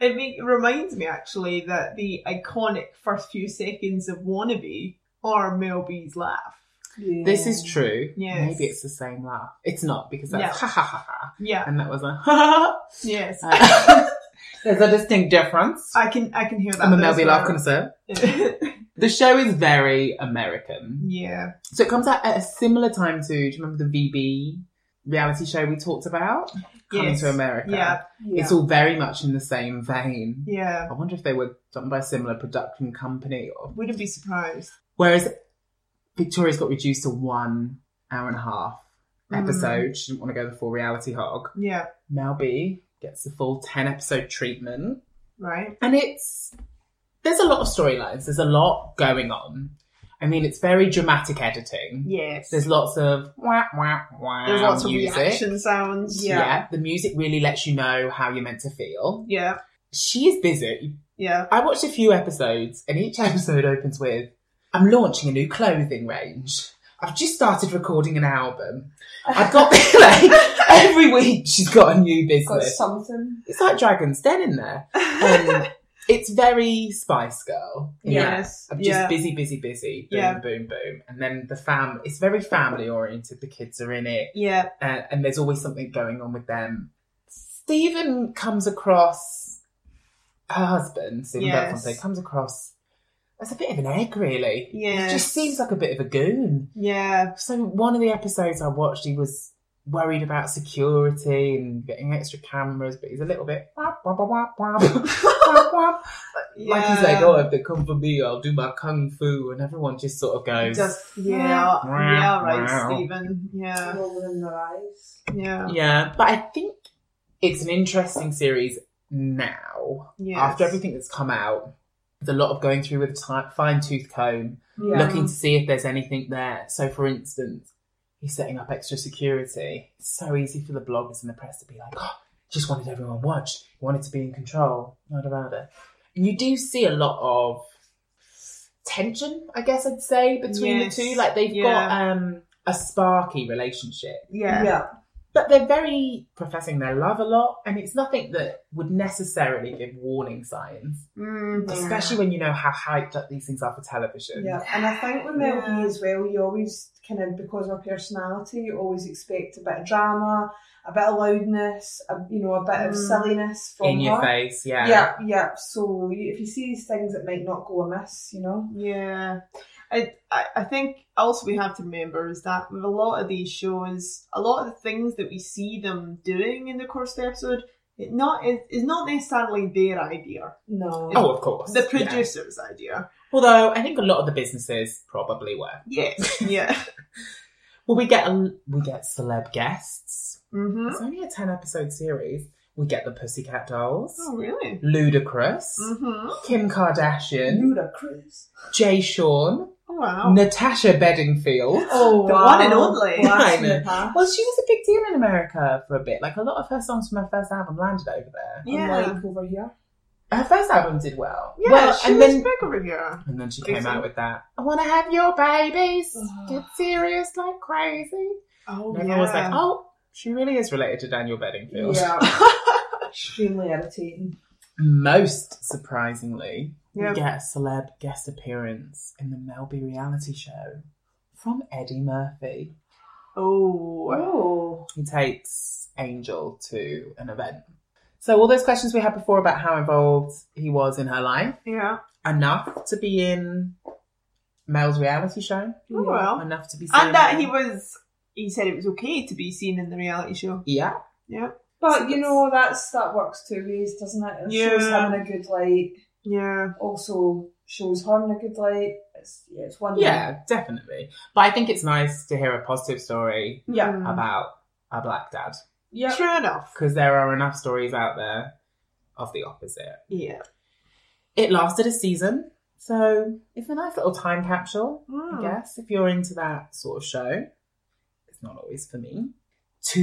Speaker 2: it make, reminds me actually that the iconic first few seconds of Wannabe are Mel B's laugh.
Speaker 4: Yeah.
Speaker 1: this is true.
Speaker 2: Yes.
Speaker 1: maybe it's the same laugh. It's not because that's ha ha ha ha,
Speaker 2: Yeah.
Speaker 1: and that was a ha ha.
Speaker 2: Yes.
Speaker 1: ha. Uh, There's a distinct difference.
Speaker 2: I can I can hear that.
Speaker 1: I'm a
Speaker 2: there as
Speaker 1: Melby laugh
Speaker 2: well.
Speaker 1: connoisseur. The show is very American.
Speaker 2: yeah.
Speaker 1: So it comes out at a similar time to, do you remember the VB reality show we talked about? Coming
Speaker 2: Yes.
Speaker 1: to America.
Speaker 2: Yeah.
Speaker 4: Yeah.
Speaker 1: It's all very much in the same vein.
Speaker 2: Yeah.
Speaker 1: I wonder if they were done by a similar production company. Or...
Speaker 2: Wouldn't be surprised.
Speaker 1: Whereas Victoria's got reduced to one hour and a half
Speaker 2: Mm.
Speaker 1: episode. She didn't want to go the full reality hog.
Speaker 2: Yeah.
Speaker 1: Mel B gets the full 10 episode treatment.
Speaker 2: Right.
Speaker 1: And it's there's a lot of storylines. There's a lot going on. I mean, it's very dramatic editing.
Speaker 2: Yes.
Speaker 1: There's lots of wah wah wah.
Speaker 2: There's lots of
Speaker 1: music.
Speaker 2: reaction sounds.
Speaker 1: Yeah.
Speaker 2: Yeah.
Speaker 1: the music really lets you know how you're meant to feel.
Speaker 2: Yeah.
Speaker 1: She is busy.
Speaker 2: Yeah.
Speaker 1: I watched a few episodes, and each episode opens with, "I'm launching a new clothing range. I've just started recording an album. I've got like every week she's got a new
Speaker 4: got
Speaker 1: business.
Speaker 4: something.
Speaker 1: It's like Dragon's Den in there. Um, it's very Spice Girl. in that
Speaker 2: yes.
Speaker 1: I'm just
Speaker 2: Yeah.
Speaker 1: busy, busy, busy. Boom,
Speaker 2: Yeah.
Speaker 1: boom, boom. And then the fam, it's very family oriented. The kids are in it,
Speaker 2: yeah.
Speaker 1: uh, and there's always something going on with them. Stephen comes across her husband, Stephen
Speaker 2: Yes.
Speaker 1: Belfonte, comes across as a bit of an egg, really.
Speaker 2: Yes.
Speaker 1: He just seems like a bit of a goon.
Speaker 2: Yeah.
Speaker 1: So, one of the episodes I watched, he was worried about security and getting extra cameras, but he's a little bit. wah, wah, wah, wah, wah, wah, wah. Like he's like,
Speaker 2: Yeah.
Speaker 1: oh, if they come for me, I'll do my kung fu, and everyone just sort of goes,
Speaker 2: Just yeah, yeah, right,
Speaker 1: Wow.
Speaker 2: Stephen. Yeah,
Speaker 4: Rolling in their eyes.
Speaker 2: yeah,
Speaker 1: yeah. But I think it's an interesting series now.
Speaker 2: yeah.
Speaker 1: After everything that's come out, there's a lot of going through with a fine tooth comb,
Speaker 4: Yeah.
Speaker 1: looking to see if there's anything there. So, for instance, he's setting up extra security. It's so easy for the bloggers and the press to be like, oh, just wanted everyone watched, wanted to be in control, yada yada. And you do see a lot of tension, I guess I'd say, between
Speaker 2: Yes.
Speaker 1: the two. Like they've got
Speaker 2: Yeah.
Speaker 1: um, a sparky relationship,
Speaker 2: yeah,
Speaker 4: Yeah.
Speaker 2: yeah,
Speaker 1: but they're very professing their love a lot, and it's nothing that would necessarily give warning signs,
Speaker 2: mm,
Speaker 1: especially when you know how hyped up these things are for television.
Speaker 4: Yeah, and I think with Mel
Speaker 2: Yeah.
Speaker 4: B as well, you always kind of because of her personality, you always expect a bit of drama, a bit of loudness, a, you know, a bit of
Speaker 2: Mm.
Speaker 4: silliness from
Speaker 1: In your
Speaker 4: her.
Speaker 1: face, yeah.
Speaker 4: Yeah, yeah. So you- if you see these things, it might not go amiss, you know.
Speaker 2: yeah. I, I, I think also we have to remember is that with a lot of these shows, a lot of the things that we see them doing in the course of the episode, it not is is not necessarily their idea,
Speaker 4: No.
Speaker 1: Oh, of course.
Speaker 2: the
Speaker 1: yeah.
Speaker 2: producer's idea.
Speaker 1: Although I think a lot of the businesses probably were.
Speaker 2: Yes, yeah,
Speaker 1: Well, we get a, we get celeb guests.
Speaker 2: mm-hmm.
Speaker 1: It's only a ten episode series. We get the Pussycat Dolls,
Speaker 2: Oh, really?
Speaker 1: Ludacris,
Speaker 2: Mm-hmm.
Speaker 1: Kim Kardashian,
Speaker 4: Ludicrous.
Speaker 1: Jay Sean,
Speaker 2: Oh, wow.
Speaker 1: Natasha Bedingfield.
Speaker 4: Oh,
Speaker 2: The
Speaker 4: wow.
Speaker 2: one and only.
Speaker 4: Blast from
Speaker 1: I
Speaker 4: the past.
Speaker 1: Well, she was a big deal in America for a bit. Like a lot of her songs from her first album landed over there.
Speaker 2: Yeah,
Speaker 4: Unlike over here.
Speaker 1: Her first album did well.
Speaker 2: yeah.
Speaker 1: well,
Speaker 2: she
Speaker 1: and
Speaker 2: was
Speaker 1: then
Speaker 2: big over here.
Speaker 1: and then she
Speaker 2: Big
Speaker 1: came
Speaker 2: song.
Speaker 1: out with that. I want to have your babies.
Speaker 4: Ugh.
Speaker 1: Get serious like crazy.
Speaker 2: Oh,
Speaker 1: And everyone was like, oh, she really is related to Daniel Bedingfield.
Speaker 4: Yeah. Extremely irritating.
Speaker 1: Most surprisingly,
Speaker 2: Yeah.
Speaker 1: we get a celeb guest appearance in the Melby reality show from Eddie Murphy.
Speaker 2: oh,
Speaker 4: Oh.
Speaker 1: He takes Angel to an event. So, all those questions we had before about how involved he was in her life,
Speaker 2: Oh, yeah.
Speaker 1: enough to be in Mel's reality show,
Speaker 2: Oh,
Speaker 4: Yeah.
Speaker 2: well.
Speaker 1: enough to be seen.
Speaker 2: and that he
Speaker 1: in-
Speaker 2: was he said it was okay to be seen in the reality show
Speaker 1: Yeah.
Speaker 2: yeah
Speaker 4: But you know, that's that works two ways, doesn't it? It shows
Speaker 2: Yeah.
Speaker 4: him in a good light.
Speaker 2: yeah
Speaker 4: also shows her in a good light. It's, yeah, it's one.
Speaker 1: Yeah, definitely. But I think it's nice to hear a positive story
Speaker 4: Yeah.
Speaker 2: Mm.
Speaker 1: about a black dad.
Speaker 4: Yeah.
Speaker 2: true enough
Speaker 1: because there are enough stories out there of the opposite.
Speaker 2: yeah
Speaker 1: It lasted a season,
Speaker 2: Hmm.
Speaker 1: Hmm. so it's a nice little time capsule, I guess, if you're into that sort of show. not always for me.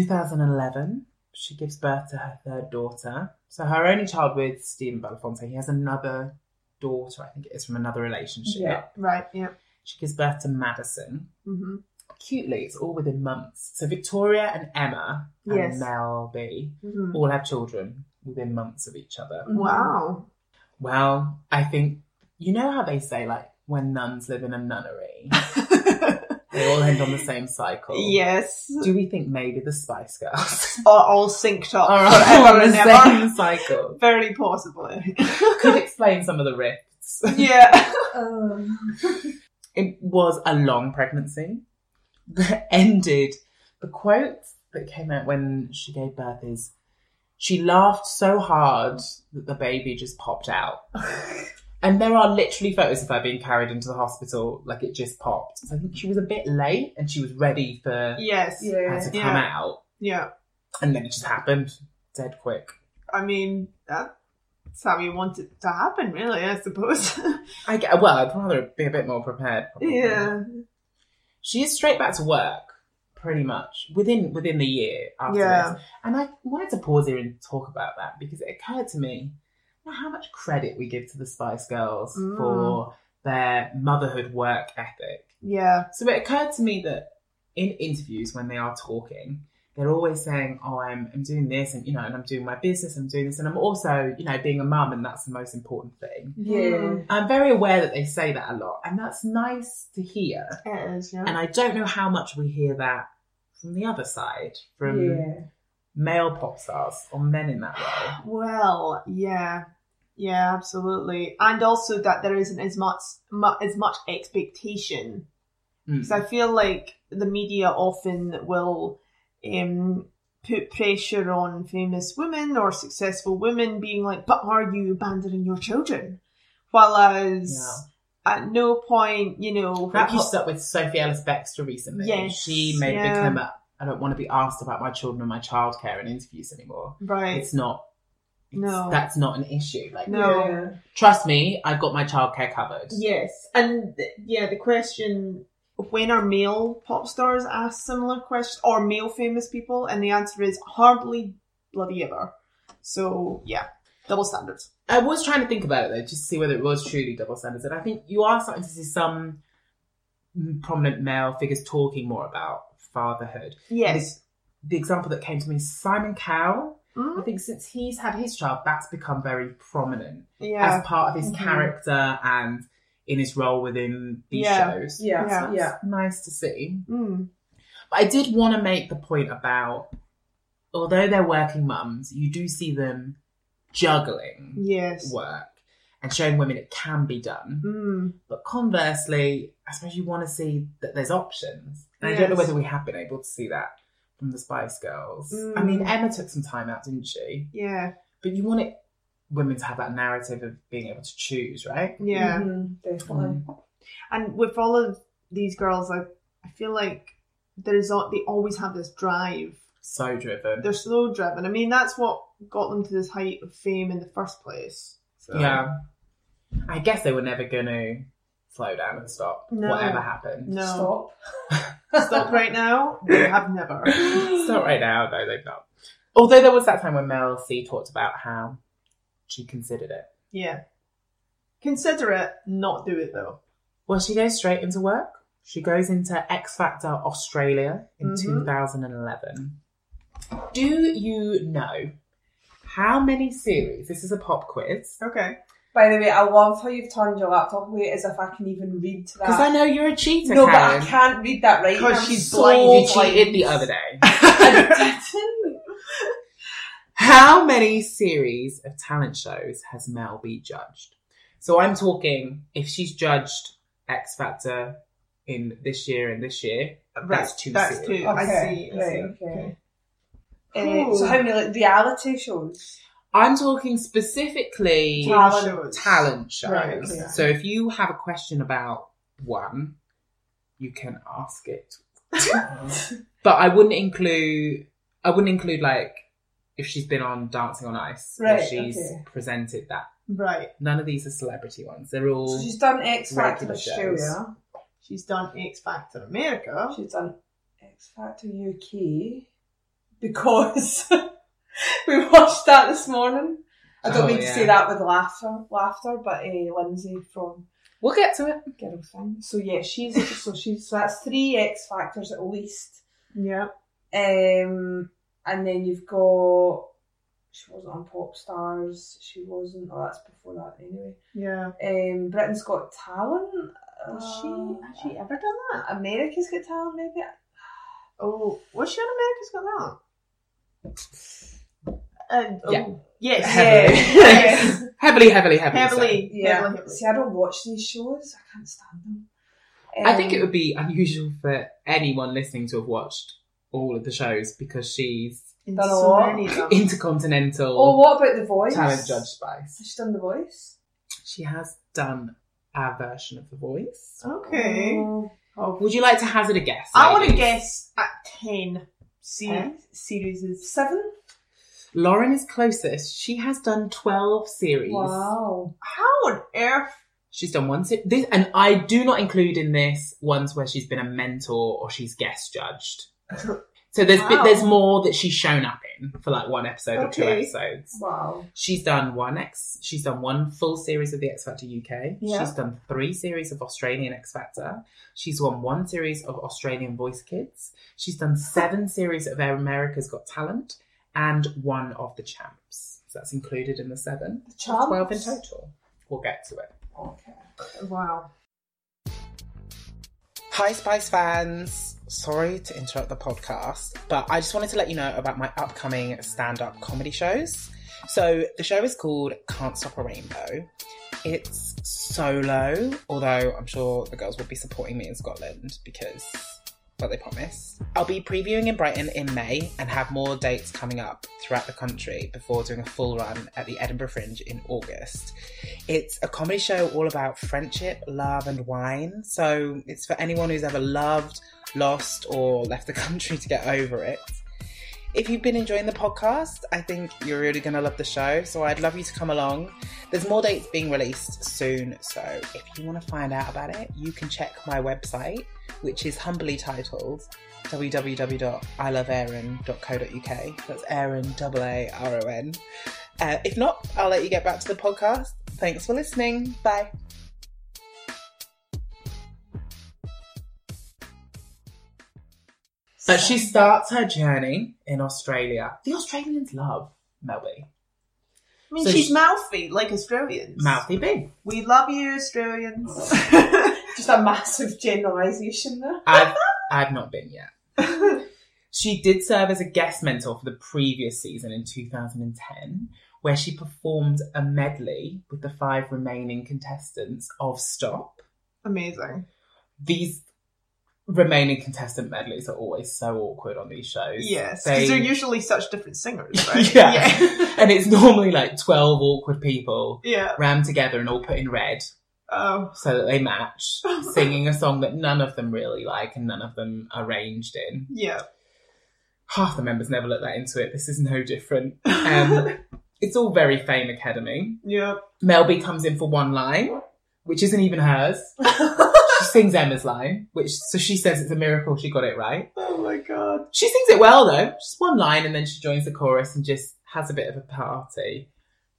Speaker 1: 2011, she gives birth to her third daughter. So her only child with Stephen Belafonte, he has another daughter, I think it is from another relationship.
Speaker 4: Yeah.
Speaker 2: Right, yeah.
Speaker 1: She gives birth to Madison.
Speaker 2: hmm
Speaker 1: Cutely, it's all within months. So Victoria and Emma and
Speaker 2: Yes.
Speaker 1: Mel B
Speaker 2: hmm
Speaker 1: all have children within months of each other.
Speaker 4: Mm-hmm.
Speaker 2: Wow.
Speaker 1: Well, I think you know how they say like when nuns live in a nunnery, they all end on the same cycle.
Speaker 2: yes.
Speaker 1: Do we think maybe the Spice Girls
Speaker 2: Are all synced up
Speaker 1: are
Speaker 2: forever
Speaker 1: on
Speaker 2: and
Speaker 1: the
Speaker 2: ever.
Speaker 1: same cycle?
Speaker 2: Very possibly.
Speaker 1: Could explain some of the rifts.
Speaker 2: yeah.
Speaker 4: Um,
Speaker 1: It was a long pregnancy that ended. The quote that came out when she gave birth is, "She laughed so hard that the baby just popped out." And there are literally photos of her being carried into the hospital, like it just popped. So I think she was a bit late and she was ready for
Speaker 2: Yes. Yeah.
Speaker 1: her
Speaker 4: yeah.
Speaker 1: to come
Speaker 2: Yeah.
Speaker 1: out. And then it just happened dead quick.
Speaker 2: I mean, that- that's how you want it to happen, really, I suppose.
Speaker 1: I get, well, I'd rather be a bit more prepared. probably.
Speaker 2: yeah.
Speaker 1: She is straight back to work, pretty much, within within the year after
Speaker 2: Yeah.
Speaker 1: this. And I wanted to pause here and talk about that because it occurred to me you know, how much credit we give to the Spice Girls
Speaker 2: Mm.
Speaker 1: for their motherhood work ethic.
Speaker 2: Yeah.
Speaker 1: So it occurred to me that in interviews when they are talking, they're always saying, "Oh, I'm I'm doing this, and you know, and I'm doing my business, I'm doing this, and I'm also, you know, being a mum, and that's the most important thing."
Speaker 4: yeah.
Speaker 1: I'm very aware that they say that a lot, and that's nice to hear.
Speaker 2: It is, yeah.
Speaker 1: And I don't know how much we hear that from the other side, from
Speaker 4: yeah.
Speaker 1: male pop stars or men in that role.
Speaker 2: Well, yeah, yeah, absolutely, and also that there isn't as much mu- as much expectation
Speaker 1: Mm.
Speaker 2: because I feel like the media often will um, put pressure on famous women or successful women, being like, "But are you abandoning your children?" While as at no point, you know,
Speaker 1: That
Speaker 2: if you
Speaker 1: popped up with Sophie Ellis Bextor recently.
Speaker 2: Yes,
Speaker 1: she made a big
Speaker 2: yeah.
Speaker 1: claim about I don't want to be asked about my children and my childcare in interviews anymore.
Speaker 2: right,
Speaker 1: It's not. It's,
Speaker 2: No.
Speaker 1: that's not an issue. Like,
Speaker 2: No.
Speaker 1: trust me, I've got my childcare covered.
Speaker 2: Yes, and th- yeah, the question when are male pop stars asked similar questions or male famous people, and the answer is hardly bloody ever. So yeah, double standards.
Speaker 1: I was trying to think about it though, just to see whether it was truly double standards. And I think you are starting to see some prominent male figures talking more about fatherhood.
Speaker 2: Yes.
Speaker 1: The example that came to me is Simon Cowell. I
Speaker 2: Mm,
Speaker 1: think since he's had his child, that's become very prominent
Speaker 2: Yeah.
Speaker 1: as part of his
Speaker 2: Mhm.
Speaker 1: character and in his role within these
Speaker 2: Yeah.
Speaker 1: shows.
Speaker 4: Yeah.
Speaker 2: Yeah.
Speaker 4: Yeah. Yeah.
Speaker 1: Nice to see.
Speaker 2: Mm,
Speaker 1: But I did want to make the point about although they're working mums, you do see them juggling
Speaker 2: yes.
Speaker 1: work and showing women it can be done.
Speaker 2: Mm,
Speaker 1: But conversely, I suppose you want to see that there's options. And I don't know
Speaker 2: Yes.
Speaker 1: whether we have been able to see that from the Spice Girls. I
Speaker 2: Mm.
Speaker 1: mean, Emma took some time out, didn't she?
Speaker 2: yeah.
Speaker 1: But you want it, women to have that narrative of being able to choose, right?
Speaker 2: Yeah.
Speaker 4: Mhm, Definitely.
Speaker 1: Mm.
Speaker 2: And with all of these girls, I I feel like there's al- they always have this drive.
Speaker 1: So driven.
Speaker 2: They're so driven. I mean, that's what got them to this height of fame in the first place. So.
Speaker 1: Yeah. I guess they were never going to slow down and stop,
Speaker 2: No.
Speaker 1: whatever happened.
Speaker 2: No.
Speaker 4: Stop.
Speaker 2: Stop right now. We have never.
Speaker 1: It's not right now, no, they've not. Although there was that time when Mel C talked about how she considered it.
Speaker 2: Yeah. Consider it, not do it though.
Speaker 1: Well, she goes straight into work. She goes into X Factor Australia in
Speaker 2: Mhm.
Speaker 4: Mm-hmm.
Speaker 1: 2011. Do you know how many series? This is a pop quiz.
Speaker 2: Okay.
Speaker 4: By the way, I love how you've turned your laptop away as if I can even read that.
Speaker 1: Because I know you're a cheater,
Speaker 4: Uh, no,
Speaker 1: Karen.
Speaker 4: but I can't read that right.
Speaker 2: 'Cause
Speaker 4: I'm
Speaker 2: she's
Speaker 4: so
Speaker 2: blind.
Speaker 1: You
Speaker 4: blind.
Speaker 1: cheated the other day.
Speaker 4: I didn't.
Speaker 1: How many series of talent shows has Mel B judged? So I'm talking if she's judged X Factor in this year and this year. That's too
Speaker 2: That's
Speaker 1: soon.
Speaker 2: too. I
Speaker 4: Okay,
Speaker 2: see. I see.
Speaker 4: right, okay. Uh,
Speaker 2: Cool.
Speaker 4: so how many like reality shows?
Speaker 1: I'm talking specifically
Speaker 4: Talent
Speaker 2: shows.
Speaker 1: talent shows.
Speaker 2: Right,
Speaker 4: yeah.
Speaker 1: So if you have a question about one, you can ask it. but I wouldn't include I wouldn't include like if she's been on Dancing on Ice,
Speaker 4: Right,
Speaker 1: if she's
Speaker 4: okay.
Speaker 1: presented that.
Speaker 2: Right.
Speaker 1: None of these are celebrity ones. They're all
Speaker 4: So she's done X Factor
Speaker 1: Regular shows.
Speaker 4: Australia.
Speaker 2: She's done X Factor America.
Speaker 4: She's done X Factor UK because we watched that this morning. I don't
Speaker 1: Oh,
Speaker 4: mean to
Speaker 1: yeah.
Speaker 4: say that with laughter, laughter, but uh, Lindsay from
Speaker 1: We'll get to it.
Speaker 4: Girl Thing. So yeah, she's so she's so that's three X Factors at least.
Speaker 2: Yeah.
Speaker 4: Um, and then you've got she wasn't on Pop Stars. She wasn't. Oh, that's before that anyway.
Speaker 2: Yeah.
Speaker 4: Um, Britain's Got Talent.
Speaker 2: Has
Speaker 4: Uh,
Speaker 2: she has she ever done that?
Speaker 4: America's Got Talent, maybe.
Speaker 2: Oh, was she on America's Got Talent? And
Speaker 1: Yeah.
Speaker 2: oh, yes,
Speaker 1: Heavily.
Speaker 2: yes, yes.
Speaker 1: Heavily, heavily, heavily.
Speaker 2: heavily,
Speaker 4: Yeah.
Speaker 2: heavily, heavily.
Speaker 4: See, I don't watch these shows. I can't stand them.
Speaker 1: so. I think it would be unusual for anyone listening to have watched all of the shows because she's
Speaker 2: In
Speaker 4: Done a
Speaker 2: so
Speaker 4: lot.
Speaker 2: many of them.
Speaker 4: Oh,
Speaker 1: intercontinental
Speaker 4: what about the voice?
Speaker 1: talent judge spice.
Speaker 4: Has she done the voice?
Speaker 1: She has done our version of The Voice.
Speaker 2: Okay.
Speaker 4: Oh,
Speaker 1: Would you like to hazard a guess?
Speaker 2: I want to
Speaker 1: ladies?
Speaker 2: guess at 10 se-
Speaker 4: Ten?
Speaker 2: series. is-
Speaker 4: seven.
Speaker 1: Lauren is closest. She has done 12 series.
Speaker 4: Wow.
Speaker 2: How on earth?
Speaker 1: She's done one se- this, and I do not include in this ones where she's been a mentor or she's guest judged. So there's bit
Speaker 2: Wow.
Speaker 1: there's more that she's shown up in for like one episode or two
Speaker 2: Okay.
Speaker 1: episodes.
Speaker 4: Wow.
Speaker 1: She's done one X. She's done one full series of the X Factor UK.
Speaker 2: Yeah.
Speaker 1: She's done three series of Australian X Factor. She's won one series of Australian Voice Kids. She's done seven series of America's Got Talent and one of the Champs. So that's included in the seven.
Speaker 4: The charm.
Speaker 1: Twelve in total. We'll get to it.
Speaker 4: Okay.
Speaker 2: Wow.
Speaker 1: Hi, Spice fans. Sorry to interrupt the podcast, but I just wanted to let you know about my upcoming stand up comedy shows. So, the show is called Can't Stop a Rainbow. It's solo, although I'm sure the girls will be supporting me in Scotland because, well, they promised. I'll be previewing in Brighton in May and have more dates coming up throughout the country before doing a full run at the Edinburgh Fringe in August. It's a comedy show all about friendship, love, and wine. So it's for anyone who's ever loved, lost, or left the country to get over it. If you've been enjoying the podcast, I think you're really going to love the show. So I'd love you to come along. There's more dates being released soon. So if you want to find out about it, you can check my website, which is humbly titled www.iloveaaron.co.uk. That's Aaron, double A R O N. Uh, if not, I'll let you get back to the podcast. Thanks for listening. Bye. But she starts her journey in Australia. The Australians love Melby.
Speaker 2: I mean,
Speaker 1: So
Speaker 2: she's
Speaker 1: she-
Speaker 2: mouthy, like Australians.
Speaker 1: Mouthy B.
Speaker 2: We love you, Australians.
Speaker 4: Just a massive generalisation there.
Speaker 1: I've, I've not been yet. She did serve as a guest mentor for the previous season in 2010, where she performed a medley with the five remaining contestants of Stop.
Speaker 2: Amazing.
Speaker 1: These remaining contestant medleys are always so awkward on these shows.
Speaker 2: Yes.
Speaker 1: They-
Speaker 2: Because they... are usually such different singers, right?
Speaker 1: Yeah.
Speaker 2: Yeah.
Speaker 1: and it's normally like 12 awkward people
Speaker 2: Yeah.
Speaker 1: rammed together and all put in red
Speaker 2: Oh.
Speaker 1: so that they match, singing a song that none of them really like and none of them are ranged in.
Speaker 2: Yeah.
Speaker 1: half the members never look that into it. This is no different. Um, it's all very Fame Academy.
Speaker 2: Yeah.
Speaker 1: Mel B comes in for one line, which isn't even hers. she sings Emma's line, which so she says it's a miracle she got it right.
Speaker 2: Oh my god.
Speaker 1: She sings it well though, just one line, and then she joins the chorus and just has a bit of a party.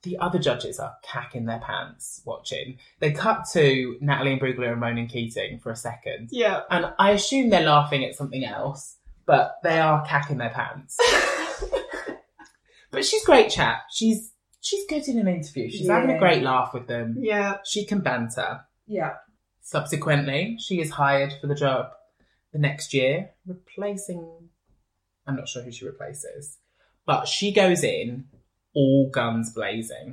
Speaker 1: The other judges are cacking their pants watching. They cut to Natalie and Brugler and Ronan Keating for a second,
Speaker 2: Yeah.
Speaker 1: and I assume they're laughing at something else, but they are cacking their pants. but she's great chat. She's she's good in an interview. She's having a
Speaker 4: Yeah.
Speaker 1: great laugh with them.
Speaker 2: Yeah.
Speaker 1: She can banter.
Speaker 4: Yeah.
Speaker 1: Subsequently, she is hired for the job the next year, replacing I'm not sure who she replaces. But she goes in all guns blazing.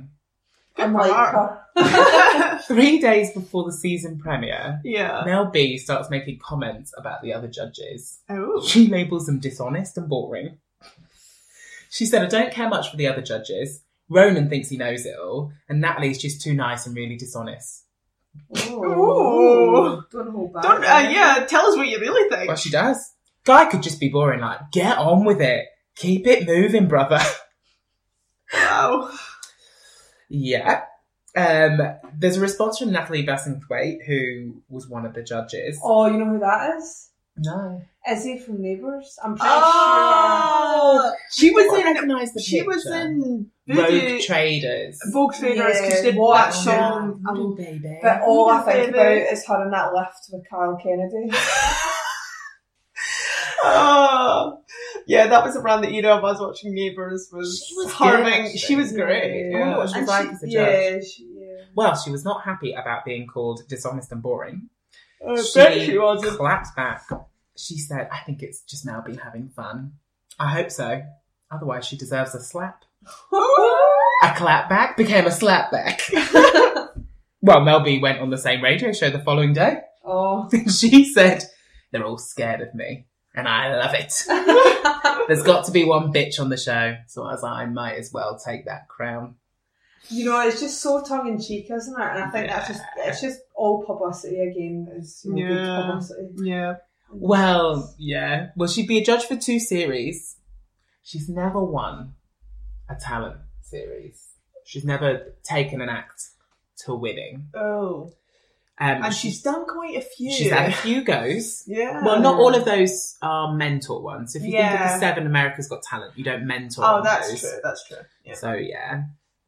Speaker 2: Good
Speaker 4: I'm
Speaker 2: for
Speaker 4: like
Speaker 2: her.
Speaker 4: her.
Speaker 1: Three days before the season premiere,
Speaker 2: yeah.
Speaker 1: Mel B starts making comments about the other judges.
Speaker 2: Oh.
Speaker 1: She labels them dishonest and boring. She said, I don't care much for the other judges. Ronan thinks he knows it all, and Natalie's just too nice and really dishonest.
Speaker 4: Ooh. Don't hold back.
Speaker 2: Don't, uh, yeah, tell us what you really think.
Speaker 1: Well, she does. Guy could just be boring, like, get on with it. Keep it moving, brother.
Speaker 2: Wow.
Speaker 1: yeah. Um, there's a response from Natalie Bassingthwaite, who was one of the judges.
Speaker 4: Oh, you know who that is?
Speaker 1: Oh, No.
Speaker 4: Izzy from Neighbours. I'm pretty
Speaker 2: Oh,
Speaker 1: She was
Speaker 2: Well,
Speaker 1: in. Recognize the
Speaker 2: she was
Speaker 1: picture.
Speaker 2: in Voodoo.
Speaker 1: Rogue Traders.
Speaker 2: Vogue Traders because she
Speaker 4: Yeah,
Speaker 2: did
Speaker 4: what
Speaker 2: that
Speaker 4: a
Speaker 2: song.
Speaker 4: man.
Speaker 2: Um,
Speaker 1: Oh, baby.
Speaker 4: sure. But all I
Speaker 2: Baby.
Speaker 4: think about is her in that lift with Carol Kennedy.
Speaker 2: oh. Yeah, that was around the era of us watching Neighbours. Was
Speaker 1: She was
Speaker 2: her
Speaker 1: good,
Speaker 2: being-
Speaker 1: actually.
Speaker 2: She was great.
Speaker 1: I
Speaker 4: Oh,
Speaker 1: wonder
Speaker 2: Yeah. Oh
Speaker 1: what she
Speaker 2: And
Speaker 1: was like
Speaker 2: she-
Speaker 1: as a judge.
Speaker 4: yeah, she, yeah.
Speaker 1: Well, she was not happy about being called dishonest and boring.
Speaker 2: I bet she wasn't.
Speaker 1: clapped back. She said, I think it's just now been having fun. I hope so. Otherwise, she deserves a slap.
Speaker 4: Oh.
Speaker 1: A clap back became a slap back. well, Mel B went on the same radio show the following day.
Speaker 4: Oh.
Speaker 1: she said, They're all scared of me. And I love it. There's got to be one bitch on the show. So I was like, I might as well take that crown.
Speaker 4: you know, it's just so tongue in cheek, isn't it? And I think that's just it's just all publicity again is you know, good
Speaker 2: Yeah.
Speaker 4: publicity.
Speaker 2: Yeah.
Speaker 1: Well, yeah. Well, she'd be a judge for two series. She's never won a talent series. She's never taken an act to winning.
Speaker 2: Oh.
Speaker 1: Um,
Speaker 2: And she's done quite a few.
Speaker 1: she's had a few goes.
Speaker 2: yeah.
Speaker 1: Well, not all of those are mentor ones. If you think of
Speaker 2: Um, Yeah.
Speaker 1: the seven America's Got Talent, you don't mentor.
Speaker 2: Oh,
Speaker 1: on
Speaker 2: that's
Speaker 1: those.
Speaker 2: true. That's true. Yeah.
Speaker 1: So yeah,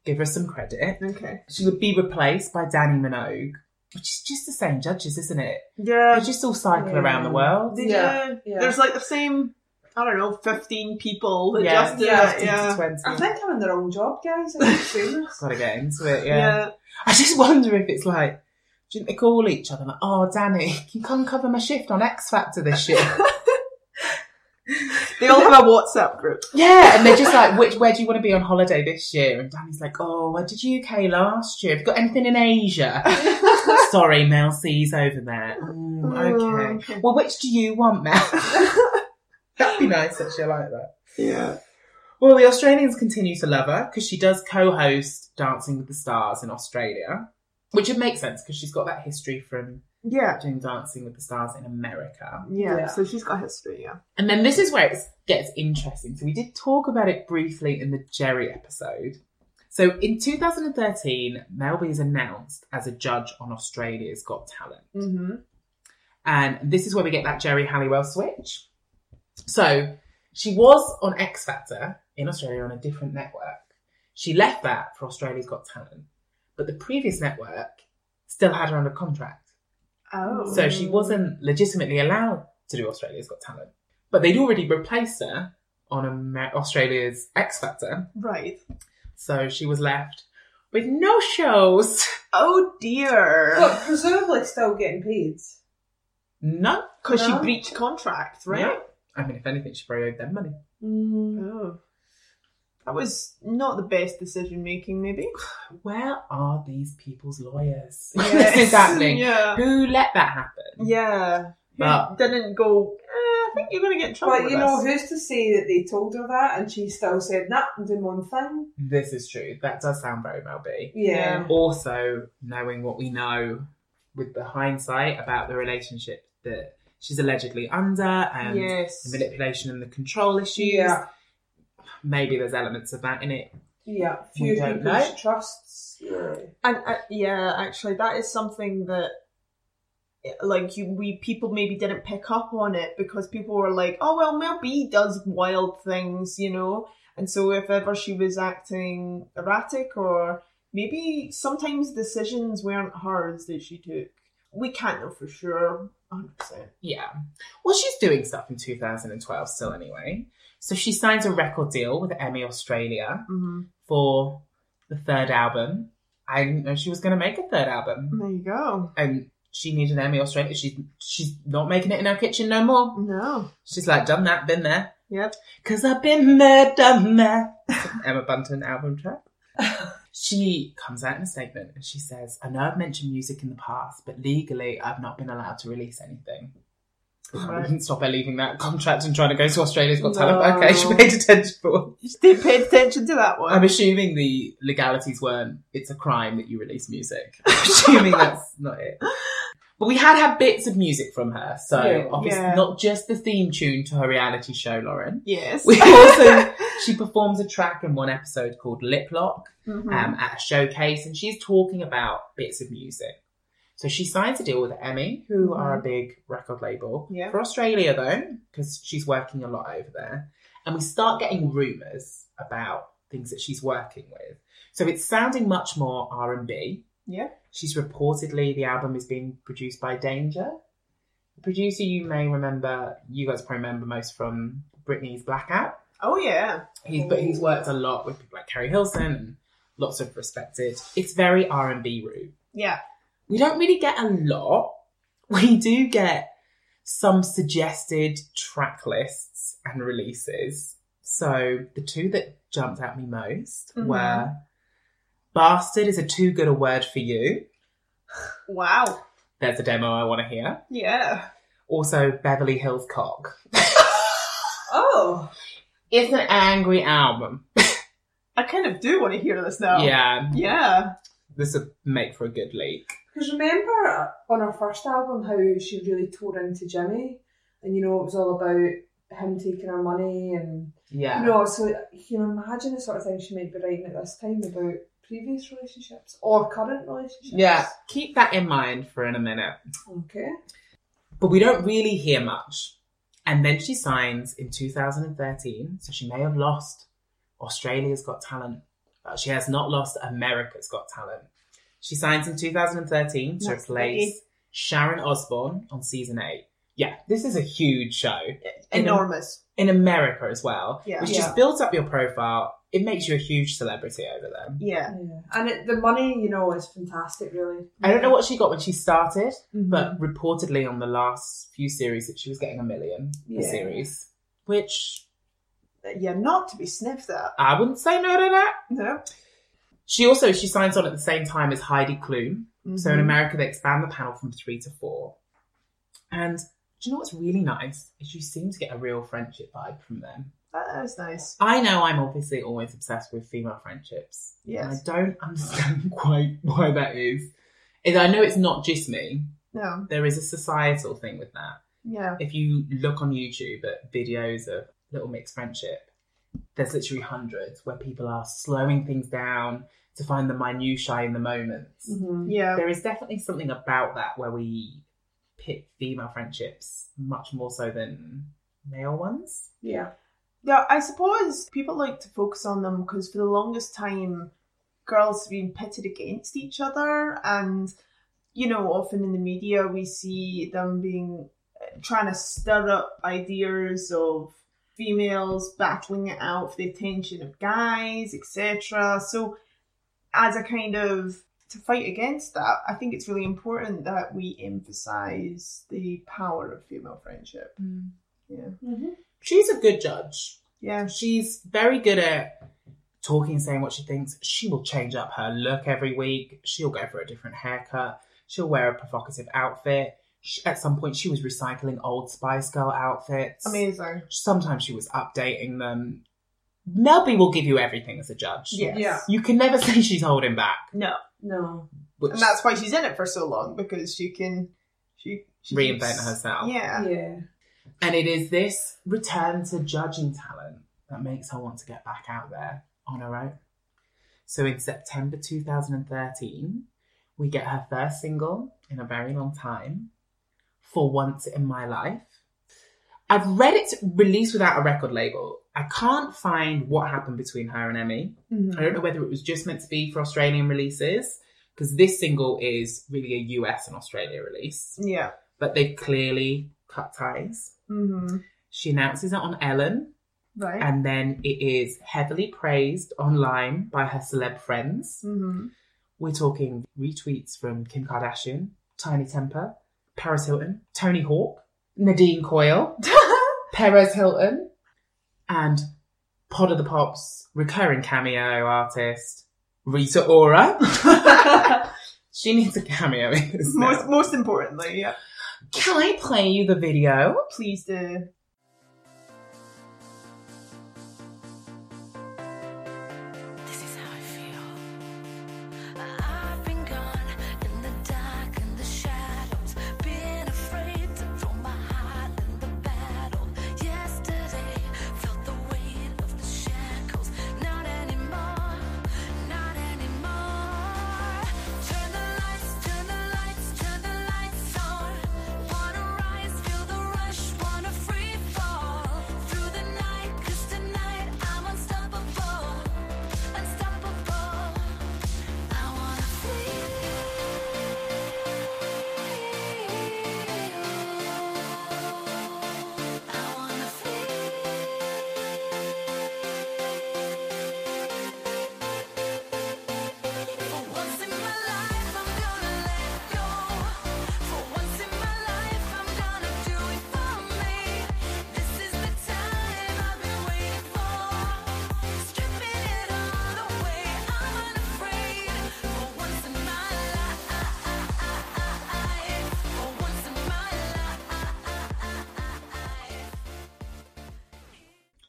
Speaker 1: give her some credit.
Speaker 2: Okay.
Speaker 1: She would be replaced by Danny Minogue, which is just the same judges, isn't it? They
Speaker 2: Yeah.
Speaker 1: just all cycle
Speaker 4: Yeah.
Speaker 1: around the world.
Speaker 2: Yeah.
Speaker 4: Yeah, yeah.
Speaker 2: There's like the same, I don't know, 15 people that
Speaker 1: Yeah,
Speaker 2: just did
Speaker 4: yeah,
Speaker 2: it.
Speaker 1: 15 to
Speaker 2: Yeah.
Speaker 1: 20.
Speaker 4: I think I'm in the wrong job, guys. I'm just saying this.
Speaker 1: Gotta get into it, yeah.
Speaker 2: Yeah.
Speaker 1: I just wonder if it's like, didn't they call each other like, oh, Danny, can you come cover my shift on X Factor this year?
Speaker 2: They all have a WhatsApp group.
Speaker 1: yeah, and they're just like, which, where do you want to be on holiday this year? And Danny's like, oh, I did UK last year. Have you got anything in Asia? Sorry, Mel C's over there. Mm, okay. Well, which do you want, Mel? That'd be nice, actually. I like that.
Speaker 2: Yeah.
Speaker 1: Well, the Australians continue to love her because she does co-host Dancing with the Stars in Australia, which would make sense because she's got that history from
Speaker 2: Yeah.
Speaker 1: doing Dancing with the Stars in America.
Speaker 2: Yeah.
Speaker 4: Yeah.
Speaker 2: So she's got history, yeah.
Speaker 1: And then this is where it gets interesting. So we did talk about it briefly in the Jerry episode. So in 2013, Mel B is announced as a judge on Australia's Got Talent.
Speaker 2: Mm-hmm.
Speaker 1: And this is where we get that Jerry Halliwell switch. So she was on X Factor in Australia on a different network. She left that for Australia's Got Talent, but the previous network still had her under contract.
Speaker 2: Oh.
Speaker 1: So she wasn't legitimately allowed to do Australia's Got Talent. But they'd already replaced her on Amer- Australia's X Factor.
Speaker 2: Right.
Speaker 1: So she was left with no shows.
Speaker 2: Oh dear.
Speaker 4: But presumably still getting paid.
Speaker 1: No.
Speaker 2: Because she
Speaker 4: No.
Speaker 2: breached contract, right?
Speaker 1: Yeah. I mean, if anything, she probably owed them money.
Speaker 2: Oh. That was not the best decision making, maybe.
Speaker 1: Where are these people's lawyers?
Speaker 2: Yes.
Speaker 1: this is happening.
Speaker 2: Yeah.
Speaker 1: Who let that happen?
Speaker 2: Yeah. Who
Speaker 1: But-
Speaker 2: didn't go, eh, I think you're going to get in trouble.
Speaker 4: But
Speaker 2: with
Speaker 4: you know,
Speaker 2: us."
Speaker 4: who's to say that they told her that and she still said, nah, I'm doing one thing?
Speaker 1: This is true. That does sound very Mel B.
Speaker 4: Yeah.
Speaker 1: Also, knowing what we know with the hindsight about the relationship that she's allegedly under and
Speaker 2: yes.
Speaker 1: the manipulation and the control issues,
Speaker 4: Yeah.
Speaker 1: maybe there's elements of that in it.
Speaker 4: Yeah.
Speaker 1: We
Speaker 4: Few
Speaker 1: don't
Speaker 4: people's
Speaker 1: know.
Speaker 4: trusts. Yeah.
Speaker 2: And uh, yeah, actually, that is something that, like, you we people maybe didn't pick up on it because people were like, "Oh well, Mel B does wild things," you know. And so, if ever she was acting erratic or maybe sometimes decisions weren't hers that she took, we can't know for sure, hundred percent.
Speaker 1: Yeah. Well, she's doing stuff in 2012 still, anyway. So she signs a record deal with Emmy Australia for the third album. I didn't know she was going to make a third
Speaker 4: Mm-hmm.
Speaker 1: album,
Speaker 2: There you go.
Speaker 1: and she needed Emmy Australia. She's she's not making it in her kitchen no more.
Speaker 2: No.
Speaker 1: She's like done that, been there,
Speaker 2: Yep.
Speaker 1: cause I've been there, done that. Emma Bunton album track. She comes out in a statement and she says, "I know I've mentioned music in the past, but legally I've not been allowed to release anything." I
Speaker 2: Right.
Speaker 1: wouldn't stop her leaving that contract and trying to go to Australia's Got
Speaker 2: No.
Speaker 1: Talent. Okay, she paid attention for
Speaker 2: They paid attention to that one.
Speaker 1: I'm assuming the legalities weren't it's a crime that you release music. I'm assuming that's not it. But we had had bits of music from her, so
Speaker 4: Yeah.
Speaker 1: obviously
Speaker 2: Yeah.
Speaker 1: not just the theme tune to her reality show, Lauren.
Speaker 2: yes.
Speaker 1: We also she performs a track in one episode called Lip Lock
Speaker 2: Mhm.
Speaker 1: um, at a showcase, and she's talking about bits of music. So she signs a deal with Emmy, who are a big record label.
Speaker 2: Hmm. Yeah.
Speaker 1: For Australia, though, because she's working a lot over there. And we start getting rumours about things that she's working with. So it's sounding much more R&B.
Speaker 2: Yeah.
Speaker 1: She's reportedly, the album is being produced by Danger. The producer you may remember, you guys probably remember most from Britney's Blackout.
Speaker 2: Oh yeah.
Speaker 1: He's, but he's worked a lot with people like Carrie Hilson and lots of respected. It's very R&B root
Speaker 2: Yeah.
Speaker 1: we don't really get a lot. We do get some suggested track lists and releases. So the two that jumped at me most
Speaker 2: Mhm.
Speaker 1: were Bastard is a too good a word for you.
Speaker 2: Wow.
Speaker 1: There's a demo I want to hear.
Speaker 2: Yeah.
Speaker 1: Also, Beverly Hills Cock.
Speaker 4: Oh,
Speaker 1: It's an angry album.
Speaker 2: I kind of do want to hear this now.
Speaker 1: Yeah,
Speaker 2: Yeah.
Speaker 1: this would make for a good leak.
Speaker 4: because remember on her first album how she really tore into Jimmy, and you know it was all about him taking her money and
Speaker 1: Yeah.
Speaker 4: you know. So you can imagine the sort of thing she might be writing at this time about previous relationships or current relationships.
Speaker 1: Yeah, keep that in mind for in a minute.
Speaker 4: Okay.
Speaker 1: but we don't really hear much. And then she signs in 2013, so she may have lost Australia's Got Talent, but she has not lost America's Got Talent. She signs in 2013 to
Speaker 2: That's
Speaker 1: replace Sharon Osbourne on season eight. Yeah, this is a huge show In a-
Speaker 2: Enormous.
Speaker 1: in America as well,
Speaker 2: Yeah.
Speaker 1: which
Speaker 4: Yeah.
Speaker 1: just builds up your profile. It makes you a huge celebrity over there.
Speaker 2: Yeah.
Speaker 4: Yeah. And it, the money, you know, is fantastic, really.
Speaker 1: I don't know what she got when she started,
Speaker 4: Mhm.
Speaker 1: but reportedly on the last few series that she was getting a million per
Speaker 4: Yeah.
Speaker 1: series, which
Speaker 2: Yeah. Not to be sniffed at.
Speaker 1: I wouldn't say no to that.
Speaker 2: No.
Speaker 1: She also she signs on at the same time as Heidi Klum. So in
Speaker 2: Mhm.
Speaker 1: America they expand the panel from three to four. And do you know what's really nice is you seem to get a real friendship vibe from them.
Speaker 2: that is nice.
Speaker 1: I know I'm obviously always obsessed with female friendships. And I
Speaker 2: Yes.
Speaker 1: don't understand quite why that is. And I know it's not just me.
Speaker 2: No.
Speaker 1: There is a societal thing with that.
Speaker 2: Yeah.
Speaker 1: If you look on YouTube at videos of Little Mixed Friendship, there's literally hundreds where people are slowing things down to find the minutiae in the moments.
Speaker 4: Mhm.
Speaker 2: Yeah.
Speaker 1: There is definitely something about that where we pick female friendships much more so than male ones.
Speaker 4: Yeah.
Speaker 2: Yeah, I suppose people like to focus on them because for the longest time, girls have been pitted against each other, and you know, often in the media we see them being uh, trying to stir up ideas of females battling it out for the attention of guys, etc. So, as a kind of to fight against that, I think it's really important that we emphasize the power of female friendship. Yeah,
Speaker 4: Mhm.
Speaker 1: She's a good judge.
Speaker 2: yeah,
Speaker 1: She's very good at talking, saying what she thinks. She will change up her look every week. She'll go for a different haircut. She'll wear a provocative outfit. She, at some point, she was recycling old Spice Girl outfits.
Speaker 2: amazing.
Speaker 1: sometimes she was updating them. Melby will give you everything as a judge.
Speaker 2: Yes.
Speaker 4: Yeah.
Speaker 1: You can never say she's holding back.
Speaker 2: No.
Speaker 4: No.
Speaker 1: Which
Speaker 2: And that's why she's in it for so long because she can she, she
Speaker 1: reinvent
Speaker 2: keeps-
Speaker 1: herself.
Speaker 2: Yeah.
Speaker 4: Yeah.
Speaker 1: And it is this return to judging talent that makes her want to get back out there on her own. So in September 2013, we get her first single in a very long time, For Once in My Life. I've read it's released without a record label. I can't find what happened between her and Emmy.
Speaker 2: Mm-hmm.
Speaker 1: I don't know whether it was just meant to be for Australian releases because this single is really a US and Australia release,
Speaker 2: Yeah.
Speaker 1: but they clearly cut ties.
Speaker 2: hmm
Speaker 1: She announces it on Ellen,
Speaker 2: Right.
Speaker 1: and then it is heavily praised online by her celeb friends.
Speaker 2: hmm
Speaker 1: We're talking retweets from Kim Kardashian, Tiny Temper, Paris Hilton, Tony Hawk, Nadine Coyle, Perez Hilton, and Pod of the Pops recurring cameo artist Rita Ora. She needs a cameo in this. now.
Speaker 2: most most importantly, yeah.
Speaker 1: Can I play you the video?
Speaker 2: Please do.
Speaker 3: This is how I feel. I've been gone in the dark and the shadows. Been afraid to throw my heart in the battle. Yesterday felt the weight of the shackles. Not anymore, not anymore. Turn the lights, turn the lights, turn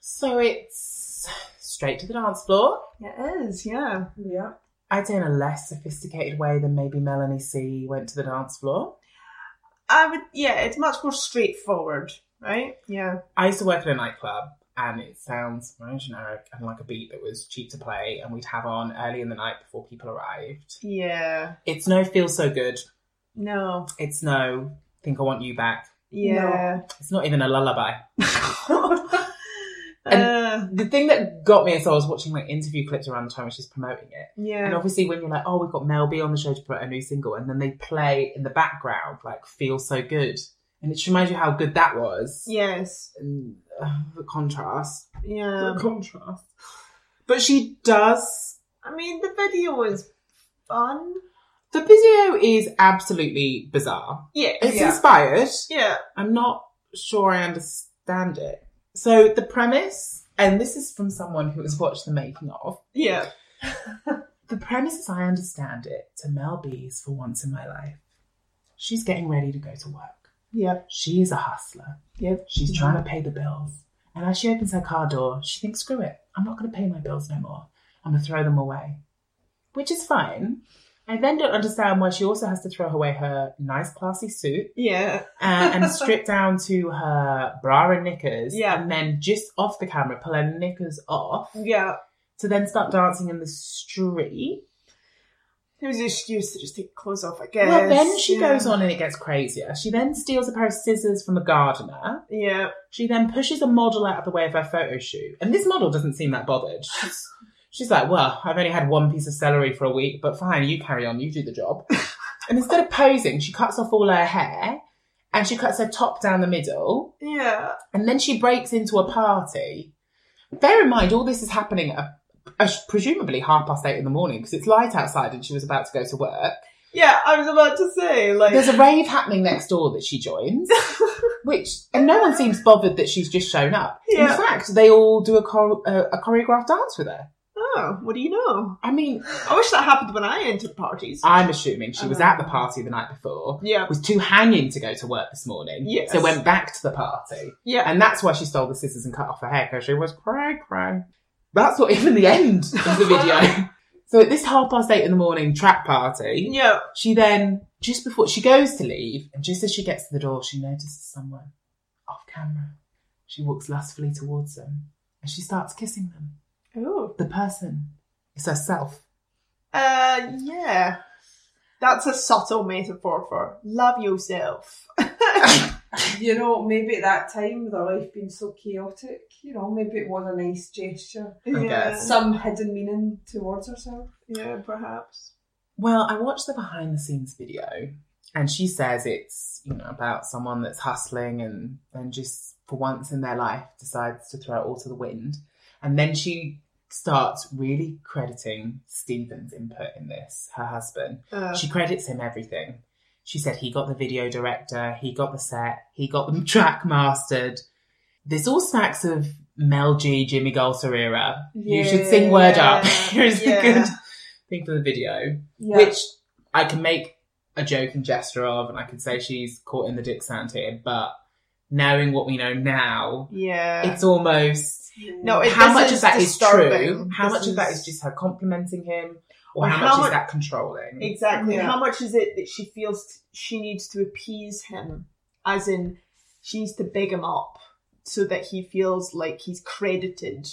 Speaker 1: So it's straight to the dance floor.
Speaker 2: It is, yeah.
Speaker 4: Yeah.
Speaker 1: I'd say in a less sophisticated way than maybe Melanie C went to the dance floor.
Speaker 2: I would, yeah, it's much more straightforward, right? Yeah.
Speaker 1: I used to work in a nightclub and it sounds very generic and like a beat that was cheap to play and we'd have on early in the night before people arrived.
Speaker 2: Yeah.
Speaker 1: It's no feel so good.
Speaker 2: No.
Speaker 1: It's no think I want you back.
Speaker 2: Yeah.
Speaker 1: It's not even a lullaby.
Speaker 2: uh,
Speaker 1: The thing that got me is I was watching like interview clips around the time when she's promoting it. And
Speaker 2: yeah.
Speaker 1: obviously, when you're like, oh, we've got Mel B on the show to put a new single, and then they play in the background, like, feel so good. And it just reminds you how good that was.
Speaker 2: Yes.
Speaker 1: And, uh, the contrast.
Speaker 2: Yeah.
Speaker 1: the contrast. But she does.
Speaker 2: I mean, the video was fun.
Speaker 1: The video is absolutely bizarre.
Speaker 2: Yeah.
Speaker 1: It's
Speaker 4: Yeah.
Speaker 1: inspired.
Speaker 2: Yeah.
Speaker 1: I'm not sure I understand it. So, the premise, and this is from someone who has watched the making of.
Speaker 2: Yeah.
Speaker 1: The premise, as I understand it, to Mel B is for once in my life. She's getting ready to go to work.
Speaker 2: Yep.
Speaker 1: She is a hustler.
Speaker 2: Yep.
Speaker 1: She's trying to pay the bills. And as she opens her car door, she thinks, screw it, I'm not going to pay my bills no more. I'm going to throw them away. Which is fine. I then don't understand why she also has to throw away her nice, classy suit
Speaker 2: Yeah.
Speaker 1: uh, and strip down to her bra and knickers.
Speaker 2: Yeah.
Speaker 1: And then just off the camera, pull her knickers off
Speaker 2: Yeah.
Speaker 1: to then start dancing in the street.
Speaker 2: It was an excuse to just take clothes off, I guess.
Speaker 1: Well, then she
Speaker 2: Yeah.
Speaker 1: goes on and it gets crazier. She then steals a pair of scissors from a gardener.
Speaker 2: Yeah.
Speaker 1: She then pushes a model out of the way of her photo shoot. And this model doesn't seem that bothered. She's, she's like, well, I've only had one piece of celery for a week, but fine, you carry on, you do the job. and instead of posing, she cuts off all her hair and she cuts her top down the middle.
Speaker 2: Yeah.
Speaker 1: And then she breaks into a party. Bear in mind, all this is happening at, at presumably half past eight in the morning because it's light outside and she was about to go to work.
Speaker 2: Yeah, I was about to say, like,
Speaker 1: There's a rave happening next door that she joins, which and no one seems bothered that she's just shown up.
Speaker 2: Yeah.
Speaker 1: In fact, they all do a, chor- uh, a choreographed dance with her.
Speaker 2: oh, what do you know?
Speaker 1: I mean,
Speaker 2: I wish that happened when I entered parties.
Speaker 1: I'm assuming she
Speaker 2: Uh-huh.
Speaker 1: was at the party the night before,
Speaker 2: yeah,
Speaker 1: was too hanging to go to work this morning,
Speaker 2: Yes.
Speaker 1: so went back to the party,
Speaker 2: yeah,
Speaker 1: and that's why she stole the scissors and cut off her hair because she was cray cray. That's not even the end of the video. so at this half past eight in the morning trap party,
Speaker 2: yeah.
Speaker 1: She then, just before she goes to leave, and just as she gets to the door, she notices someone off camera. She walks lustfully towards them and she starts kissing them.
Speaker 2: Oh,
Speaker 1: The person is herself.
Speaker 2: uh, yeah. That's a subtle metaphor for love yourself.
Speaker 4: You know, maybe at that time, with her life being so chaotic, you know, maybe it was a nice gesture.
Speaker 2: yeah,
Speaker 1: guess.
Speaker 4: Some hidden meaning towards herself.
Speaker 2: yeah, perhaps.
Speaker 1: Well, I watched the behind the scenes video and she says it's, you know, about someone that's hustling and, and just for once in their life decides to throw it all to the wind. And then she starts really crediting Stephen's input in this, her husband.
Speaker 2: Uh,
Speaker 1: She credits him everything. She said he got the video director, he got the set, he got the track mastered. This all smacks of Mel G, Jimmy Golser era. You should sing word up.
Speaker 2: Yeah,
Speaker 1: Here's
Speaker 2: yeah.
Speaker 1: the good thing for the video,
Speaker 4: Yeah.
Speaker 1: which I can make a joke and gesture of, and I could say she's caught in the dick sand here, but knowing what we know now,
Speaker 2: yeah.
Speaker 1: it's almost
Speaker 2: no, it-
Speaker 1: how
Speaker 2: this
Speaker 1: much
Speaker 2: is
Speaker 1: of that is
Speaker 2: disturbing.
Speaker 1: true? How
Speaker 2: This
Speaker 1: much of that
Speaker 2: is-
Speaker 1: is just her complimenting him, or
Speaker 2: Or
Speaker 1: how,
Speaker 2: how
Speaker 1: much
Speaker 2: mu-
Speaker 1: is that controlling?
Speaker 2: Exactly.
Speaker 4: Yeah.
Speaker 2: How much is it that she feels t- she needs to appease him? As in, she needs to big him up so that he feels like he's credited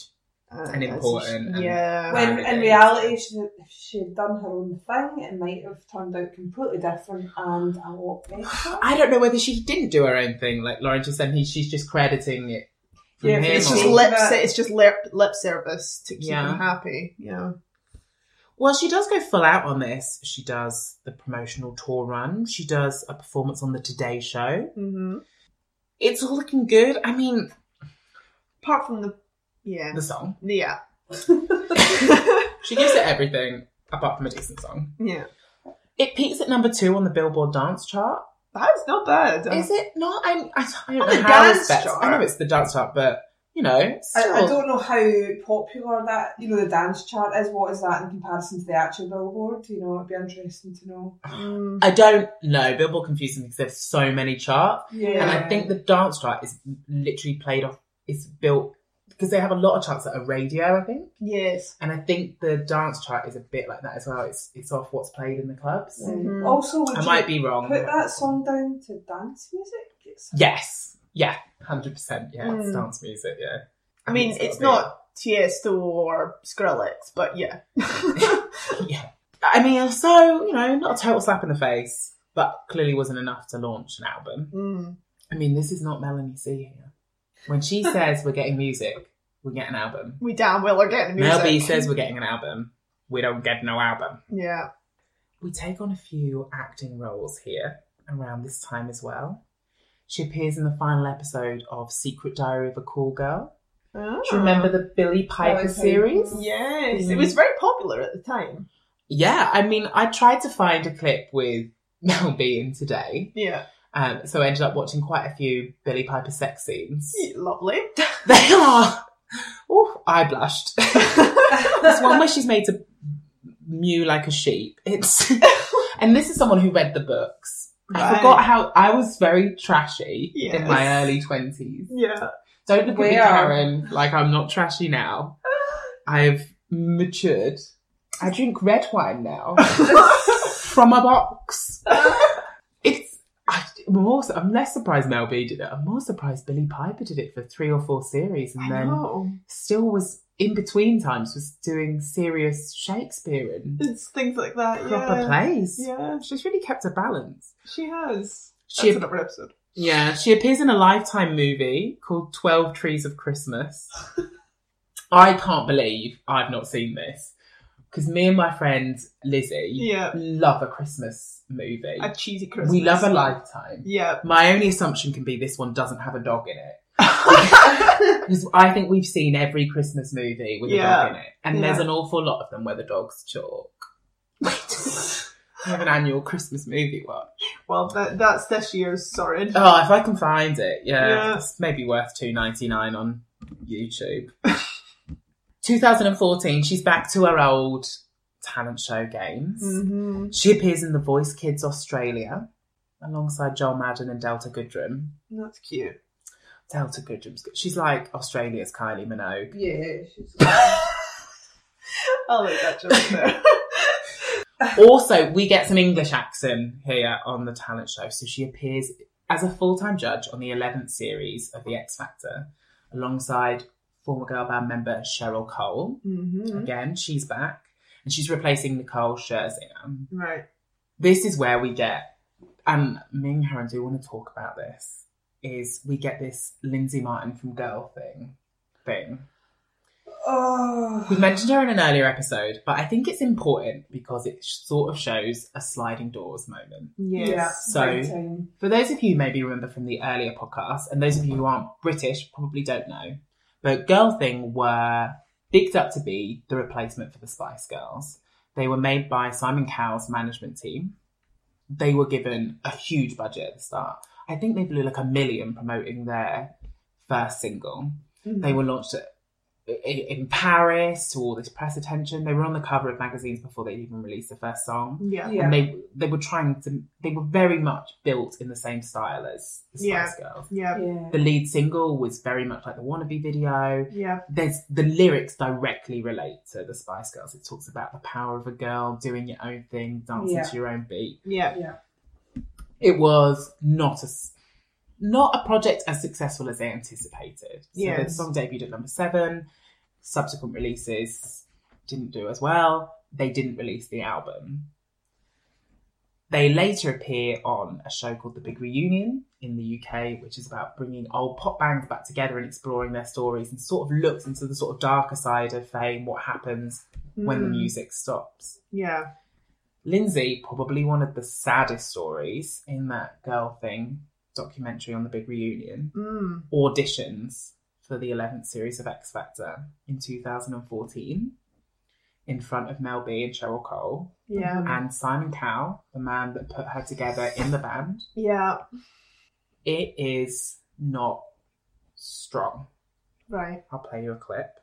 Speaker 2: uh,
Speaker 1: And
Speaker 2: as a-
Speaker 1: important and-
Speaker 2: yeah.
Speaker 4: When in
Speaker 1: Right.
Speaker 4: reality, she, if she had done her own thing, it might have turned out completely different and a lot better.
Speaker 1: I don't know whether she didn't do her own thing, like Lauren just said. He, she's just crediting it. From
Speaker 4: Yeah,
Speaker 1: him
Speaker 2: it's
Speaker 1: or-
Speaker 2: just
Speaker 4: Him or-
Speaker 2: lip. se- It's just lip, lip service to keep
Speaker 1: Yeah.
Speaker 2: him happy. Yeah.
Speaker 1: well, she does go full out on this. She does the promotional tour run. She does a performance on the Today Show.
Speaker 2: hmm
Speaker 1: It's all looking good. I mean,
Speaker 2: Apart from the yeah
Speaker 1: the song.
Speaker 2: yeah
Speaker 1: She gives it everything apart from a decent song.
Speaker 2: yeah
Speaker 1: It peaks at number two on the Billboard dance chart.
Speaker 2: that's not bad.
Speaker 1: Is it not? I'm, I don't know
Speaker 2: On the
Speaker 1: how
Speaker 2: dance
Speaker 1: it's best. I
Speaker 2: chart.
Speaker 1: know it's the dance chart, but you know, it's
Speaker 4: I,
Speaker 1: still,
Speaker 4: I don't know how popular that, you know, the dance chart is. What is that in comparison to the actual Billboard? You know, it'd be interesting to know.
Speaker 2: Mm,
Speaker 1: I don't know. Billboard confuses me because there's so many charts.
Speaker 4: Yeah.
Speaker 1: And I think the dance chart is literally played off, it's built because they have a lot of charts that are radio, I think.
Speaker 2: Yes.
Speaker 1: And I think the dance chart is a bit like that as well. It's it's off what's played in the clubs.
Speaker 2: Mhm.
Speaker 4: Also, would
Speaker 1: Mm-hmm. I
Speaker 4: you
Speaker 1: might be wrong.
Speaker 4: put that song down to dance music? It's-
Speaker 1: Yes. Yeah. Hundred percent. Yeah. It's
Speaker 4: Hmm.
Speaker 2: Mm.
Speaker 1: dance music. Yeah.
Speaker 2: I
Speaker 1: And
Speaker 2: mean,
Speaker 1: got a
Speaker 2: it's
Speaker 1: bit-
Speaker 2: not Tiesto or Skrillex, but yeah.
Speaker 1: Yeah. I mean, so you know, not a total slap in the face, but clearly wasn't enough to launch an album.
Speaker 2: Mm.
Speaker 1: I mean, this is not Melanie C here. When she says we're getting music, we get an album.
Speaker 2: We damn well are getting music.
Speaker 1: Mel B says we're getting an album. We don't get no album.
Speaker 2: Yeah.
Speaker 1: We take on a few acting roles here around this time as well. She appears in the final episode of Secret Diary of a Cool Girl. Do you remember the Billy Piper
Speaker 4: Piper.
Speaker 1: series?
Speaker 2: Ah. Oh, Yes. It
Speaker 1: Mm.
Speaker 2: was very popular at the time.
Speaker 1: Yeah, I mean, I tried to find a clip with Mel B in today,
Speaker 2: Yeah.
Speaker 1: um, so I ended up watching quite a few Billy Piper sex scenes.
Speaker 2: Lovely.
Speaker 1: They are. Oh, I blushed. There's one where she's made to mew like a sheep. It's and this is someone who read the books. I
Speaker 2: Right.
Speaker 1: forgot how I was very trashy in
Speaker 2: Yes.
Speaker 1: my early twenties.
Speaker 2: Yeah.
Speaker 1: Don't look at me,
Speaker 4: We are.
Speaker 1: Karen. Like I'm not trashy now. I've matured. I drink red wine now from a box. It's. I, am more, I'm less surprised Mel B did it. I'm more surprised Billy Piper did it for three or four series, and
Speaker 2: I
Speaker 1: then
Speaker 2: know.
Speaker 1: still was in between times was doing serious Shakespeare and
Speaker 2: It's things like that.
Speaker 1: proper
Speaker 2: yeah.
Speaker 1: plays.
Speaker 2: Yeah,
Speaker 1: She's really kept a balance.
Speaker 2: she has.
Speaker 1: She-
Speaker 2: That's another episode.
Speaker 1: Yeah, she appears in a Lifetime movie called Twelve Trees of Christmas. I can't believe I've not seen this because me and my friend Lizzie
Speaker 2: Yeah.
Speaker 1: love a Christmas movie.
Speaker 2: A cheesy Christmas.
Speaker 1: We love a Lifetime.
Speaker 2: Yeah.
Speaker 1: My only assumption can be this one doesn't have a dog in it. Because I think we've seen every Christmas movie with a
Speaker 2: Yeah.
Speaker 1: dog in it. And there's an awful lot of them where the dog's chalk. we have an annual Christmas movie watch.
Speaker 2: Well, that, that's this year's. Sorry.
Speaker 1: Oh, if I can find it, yeah.
Speaker 2: Yeah.
Speaker 1: It's maybe worth two ninety nine on YouTube. 2014, she's back to her old talent show games.
Speaker 2: Mm-hmm.
Speaker 1: She appears in The Voice Kids Australia alongside Joel Madden and Delta Goodrum.
Speaker 2: That's cute.
Speaker 1: Delta Goodrum's good. She's like Australia's Kylie Minogue.
Speaker 4: Yeah, she's
Speaker 2: I'll leave that joke there.
Speaker 1: Also, we get some English accent here on the talent show. So she appears as a full time judge on the 11th series of The X Factor alongside former girl band member Cheryl Cole.
Speaker 2: mm-hmm.
Speaker 1: Again, she's back and she's replacing Nicole Scherzinger.
Speaker 2: Right.
Speaker 1: This is where we get, and me and Karen do want to talk about this, is we get this Lindsay Martin from Girl thing thing. We
Speaker 4: oh,
Speaker 1: mentioned her in an earlier episode, but I think it's important because it sh- sort of shows a sliding doors moment.
Speaker 4: yeah.
Speaker 2: Yes.
Speaker 1: So-
Speaker 4: big time.
Speaker 1: For those of you who maybe remember from the earlier podcast, and those of you who aren't British probably don't know, but Girl Thing were bigged up to be the replacement for the Spice Girls. They were made by Simon Cowell's management team. They were given a huge budget at the start. I think they blew like a million promoting their first single. They were launched at, i- in Paris to all this press attention. They were on the cover of magazines before they even released the first song
Speaker 2: Yeah.
Speaker 4: Yeah.
Speaker 1: and they they were trying to they were very much built in the same style as the Spice
Speaker 2: Yeah.
Speaker 1: Girls.
Speaker 2: Yeah.
Speaker 4: yeah.
Speaker 1: The lead single was very much like the wannabe video.
Speaker 2: Yeah.
Speaker 1: There's the lyrics directly relate to the Spice Girls. It talks about the power of a girl, doing your own thing, dancing
Speaker 4: Yeah.
Speaker 1: to your own beat.
Speaker 2: Yeah.
Speaker 4: Yeah.
Speaker 1: It was not a s- not a project as successful as they anticipated. So the
Speaker 2: Yes.
Speaker 1: song debuted at number seven. Subsequent releases didn't do as well. They didn't release the album. They later appear on a show called The Big Reunion in the UK, which is about bringing old pop bands back together and exploring their stories and sort of looks into the sort of darker side of fame, what happens when the
Speaker 2: Mm.
Speaker 1: music stops.
Speaker 2: Yeah.
Speaker 1: Lindsay, probably one of the saddest stories in that girl thing documentary on The Big Reunion,
Speaker 2: Mm.
Speaker 1: auditions for the 11th series of X Factor in 2014 in front of Mel B and Cheryl Cole
Speaker 2: Yeah.
Speaker 1: and Simon Cowell, the man that put her together in the band,
Speaker 2: Yeah.
Speaker 1: it is not strong.
Speaker 2: Right.
Speaker 1: I'll play you a clip.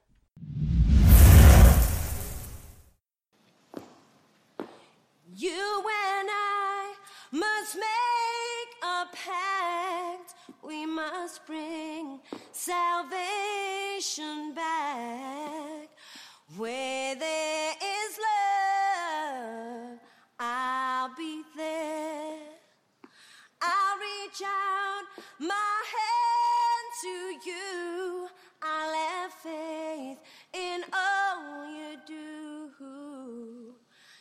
Speaker 3: You and I must make a pact. We must bring salvation station back where there is love. I'll be there. I'll reach out my hand to you. I'll have faith in all you do.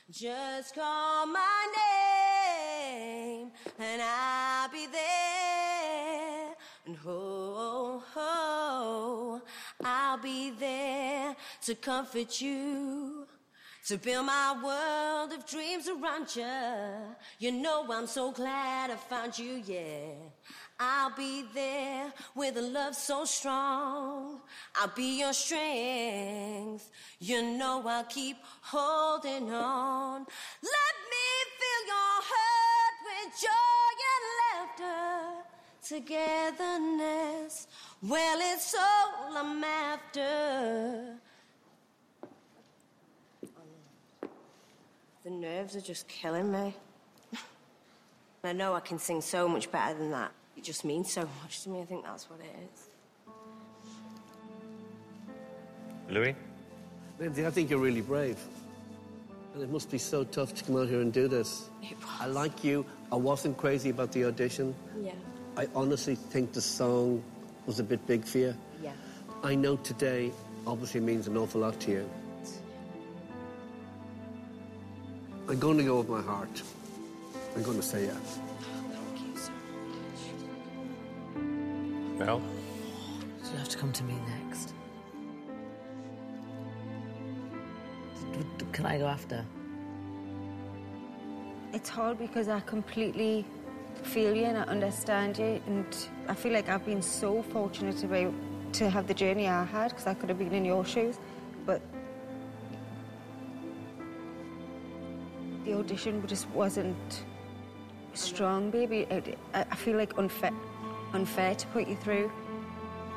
Speaker 3: Just call my name and I'll be there. And ho, ho, I'll be there to comfort you. To build my world of dreams around you. You know I'm so glad I found you, yeah. I'll be there with a love so strong. I'll be your strength. You know I'll keep holding on. Let me feel your hurt with joy and laughter. Togetherness, well, it's all I'm after. The nerves are just killing me. I know I can sing so much better than that. It just means so much to me. I think that's what it is.
Speaker 5: Louis?
Speaker 6: Lindsay, I think you're really brave. And it must be so tough to come out here and do this.
Speaker 3: It was.
Speaker 6: I like you. I wasn't crazy about the audition.
Speaker 3: Yeah.
Speaker 6: I honestly think the song was a bit big for you.
Speaker 3: Yeah.
Speaker 6: I know today obviously means an awful lot to you. I'm going to go with my heart. I'm going to say yes.
Speaker 3: Thank you so much.
Speaker 5: Mel?
Speaker 7: You'll have to come to me next. D- d- Can I go after?
Speaker 8: It's hard because I completely feel you and I understand you, and I feel like I've been so fortunate to be to have the journey I had because I could have been in your shoes, but the audition just wasn't strong, baby. It, I I feel like unfair, unfair to put you through.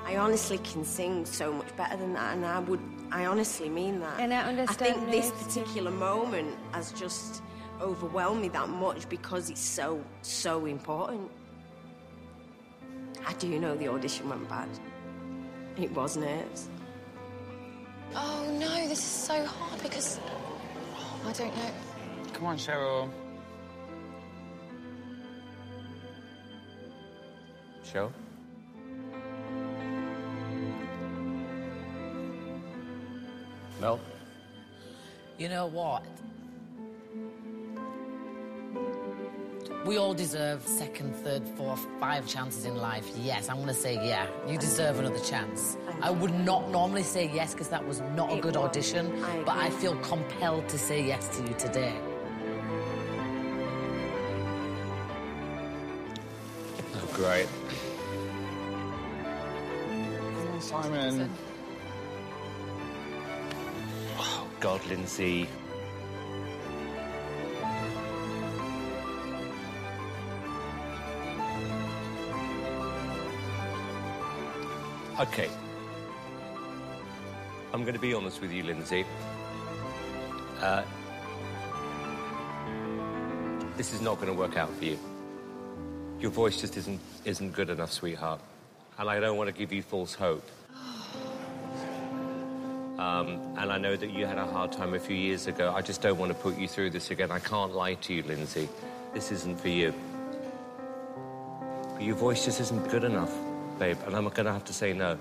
Speaker 3: I honestly can sing so much better than that, and I would, I honestly mean that.
Speaker 8: And I understand
Speaker 3: I think this
Speaker 8: this.
Speaker 3: particular moment has just overwhelmed me that much because it's so, so important. I do know the audition went bad. It was nerves.
Speaker 9: Oh no, this is so hard because oh, I don't know.
Speaker 10: Come on, Cheryl.
Speaker 5: Cheryl? Mel?
Speaker 7: You know what? We all deserve second, third, fourth, five chances in life. Yes, I'm going to say yeah. You deserve another chance. I would not normally say yes because that was not a
Speaker 3: It
Speaker 7: good
Speaker 3: was.
Speaker 7: audition,
Speaker 3: I
Speaker 7: but I
Speaker 3: agree.
Speaker 7: feel compelled to say yes to you today.
Speaker 5: Oh, great.
Speaker 10: Come on, Simon.
Speaker 5: Oh, God, Lindsay. Okay. I'm going to be honest with you, Lindsay. Uh, this is not going to work out for you. Your voice just isn't isn't good enough, sweetheart. And I don't want to give you false hope. Um, and I know that you had a hard time a few years ago. I just don't want to put you through this again. I can't lie to you, Lindsay. This isn't for you. Your voice just isn't good enough, babe. And I'm going to have to say no.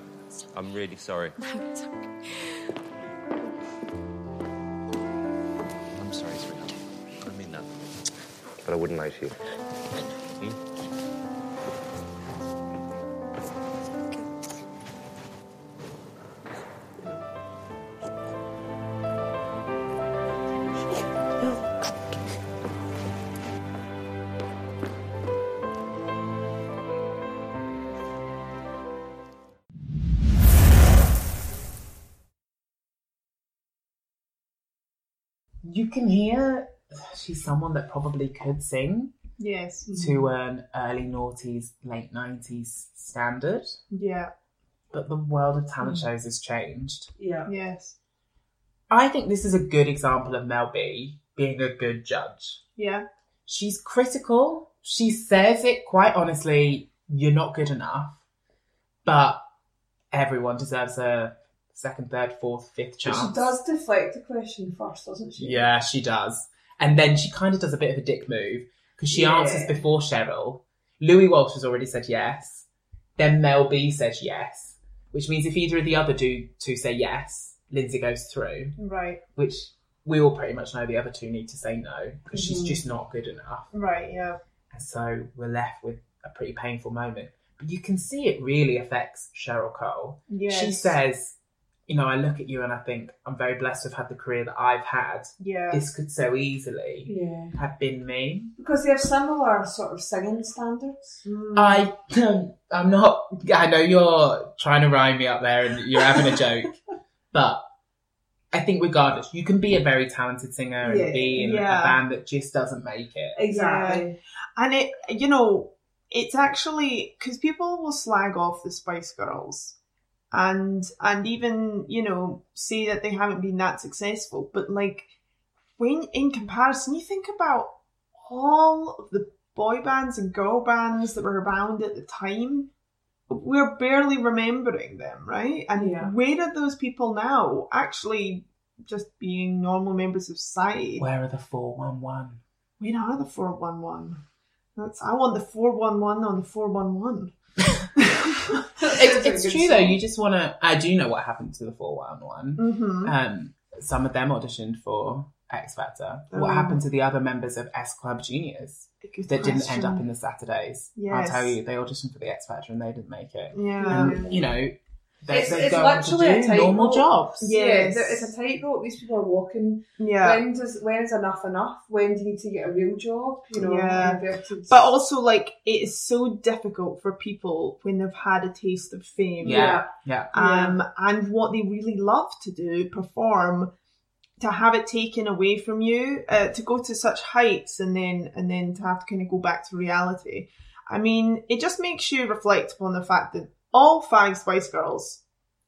Speaker 5: I'm really sorry. I'm sorry, sweetheart. I mean that. But I wouldn't lie to you. Hmm?
Speaker 1: You can hear she's someone that probably could sing
Speaker 2: Yes. Mm-hmm.
Speaker 1: to an early noughties, late 90s standard,
Speaker 2: Yeah.
Speaker 1: but the world of talent
Speaker 4: Mm.
Speaker 1: shows has changed.
Speaker 4: Yeah.
Speaker 2: Yes.
Speaker 1: I think this is a good example of Mel B being a good judge.
Speaker 2: Yeah.
Speaker 1: She's critical. She says it quite honestly, you're not good enough. But everyone deserves a second, third, fourth, fifth
Speaker 4: But
Speaker 1: chance.
Speaker 4: She does deflect the question first, doesn't she?
Speaker 1: Yeah, she does. And then she kind of does a bit of a dick move because she
Speaker 4: Yeah.
Speaker 1: answers before Cheryl. Louis Walsh has already said yes. Then Mel B says yes, which means if either of the other do two say yes, Lindsay goes through,
Speaker 2: Right.
Speaker 1: which we all pretty much know the other two need to say no because she's
Speaker 2: Mhm.
Speaker 1: just not good enough.
Speaker 2: Right. Yeah.
Speaker 1: And so we're left with a pretty painful moment. But you can see it really affects Cheryl Cole. She
Speaker 2: Yes.
Speaker 1: says, You know, I look at you and I think I'm very blessed to have had the career that I've had.
Speaker 2: Yeah.
Speaker 1: This could so easily
Speaker 4: Yeah.
Speaker 1: have been me.
Speaker 4: Because they have similar sort of singing standards.
Speaker 2: Mm.
Speaker 1: I, um, I'm not, I know you're trying to rhyme me up there and you're having a joke, but I think regardless, you can be a very talented singer and
Speaker 4: Yeah,
Speaker 1: be in
Speaker 2: yeah.
Speaker 1: a band that just doesn't make it.
Speaker 4: Exactly.
Speaker 2: And it, you know, it's actually because people will slag off the Spice Girls, and and even you know say that they haven't been that successful. But like when in comparison, you think about all of the boy bands and girl bands that were around at the time. We're barely remembering them, right? And
Speaker 4: Yeah.
Speaker 2: where are those people now? Actually, just being normal members of society.
Speaker 1: Where are the 411?
Speaker 2: We are the four one one. That's I want the four one one on the four one one.
Speaker 1: It's, it's true though, you just want to, I do know what happened to the 411.
Speaker 2: Mm-hmm.
Speaker 1: Um, some of them auditioned for X Factor.
Speaker 2: Oh.
Speaker 1: What happened to the other members of S Club Juniors that didn't end up in the Saturdays? I'll
Speaker 2: Yes.
Speaker 1: tell you, they auditioned for the X Factor and they didn't make it.
Speaker 2: Yeah.
Speaker 1: And, you know, they,
Speaker 4: It's-
Speaker 1: they
Speaker 4: it's
Speaker 1: go on to
Speaker 4: literally a
Speaker 1: do
Speaker 4: tightrope.
Speaker 1: normal jobs.
Speaker 2: Yes.
Speaker 4: Yeah, there- it's a tightrope. These people are walking.
Speaker 2: Yeah.
Speaker 4: When does when is enough enough? When do you need to get a real job? You know,
Speaker 2: Yeah.
Speaker 4: inverted-
Speaker 2: But also, like, it is so difficult for people when they've had a taste of fame.
Speaker 1: Yeah, yeah.
Speaker 2: Um, and what they really love to do, perform, to have it taken away from you, uh, to go to such heights, and then and then to have to kind of go back to reality. I mean, it just makes you reflect upon the fact that all five Spice Girls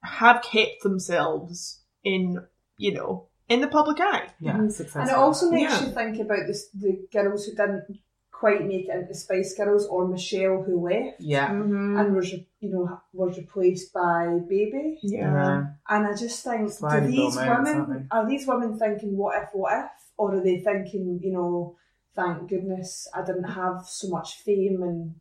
Speaker 2: have kept themselves in, you know, in the public eye.
Speaker 1: Yeah,
Speaker 4: Mhm.
Speaker 1: successful.
Speaker 4: and it also makes
Speaker 2: Yeah.
Speaker 4: you think about this, the girls who didn't quite make it into Spice Girls or Michelle who left
Speaker 1: yeah.
Speaker 2: Mm.
Speaker 4: and was re- you know was replaced by Baby.
Speaker 2: Yeah.
Speaker 4: And I just think, do
Speaker 1: Sliding door
Speaker 4: these
Speaker 1: moments,
Speaker 4: women
Speaker 1: aren't
Speaker 4: are these women thinking what if, what if, or are they thinking, you know, thank goodness I didn't have so much fame and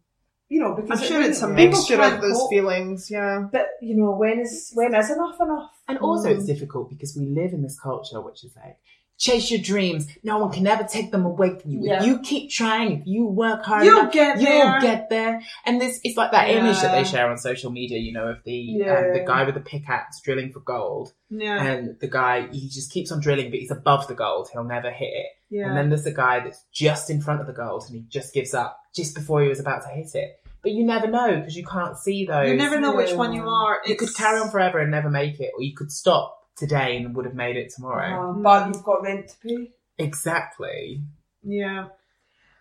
Speaker 4: you know because
Speaker 2: I'm
Speaker 4: it
Speaker 2: sure it's a
Speaker 4: wouldn't- people
Speaker 2: mixture of
Speaker 4: can't
Speaker 2: those
Speaker 4: cope.
Speaker 2: feelings. Yeah.
Speaker 4: But you know, when is when is enough enough?
Speaker 1: And also,
Speaker 4: Mm-hmm.
Speaker 1: it's difficult because we live in this culture which is like, chase your dreams. No one can ever take them away from you.
Speaker 4: Yeah.
Speaker 1: If you keep trying, if you work hard,
Speaker 2: You'll
Speaker 1: enough,
Speaker 2: get
Speaker 1: you'll
Speaker 2: there.
Speaker 1: get there. And this, it's like that
Speaker 2: Yeah.
Speaker 1: image that they share on social media, you know, of the um, the
Speaker 4: Yeah.
Speaker 1: guy with the pickaxe drilling for gold,
Speaker 2: Yeah.
Speaker 1: and the guy he just keeps on drilling, but he's above the gold. He'll never hit it.
Speaker 2: yeah.
Speaker 1: And then there's a guy that's just in front of the gold and he just gives up just before he was about to hit it. But you never know because you can't see those.
Speaker 2: you never know which one you
Speaker 4: Yeah.
Speaker 2: are.
Speaker 1: You could
Speaker 2: It's-
Speaker 1: carry on forever and never make it, or you could stop today and would have made it
Speaker 2: Uh-huh.
Speaker 1: tomorrow.
Speaker 4: Um, but you've got rent to pay.
Speaker 1: Exactly.
Speaker 2: Yeah.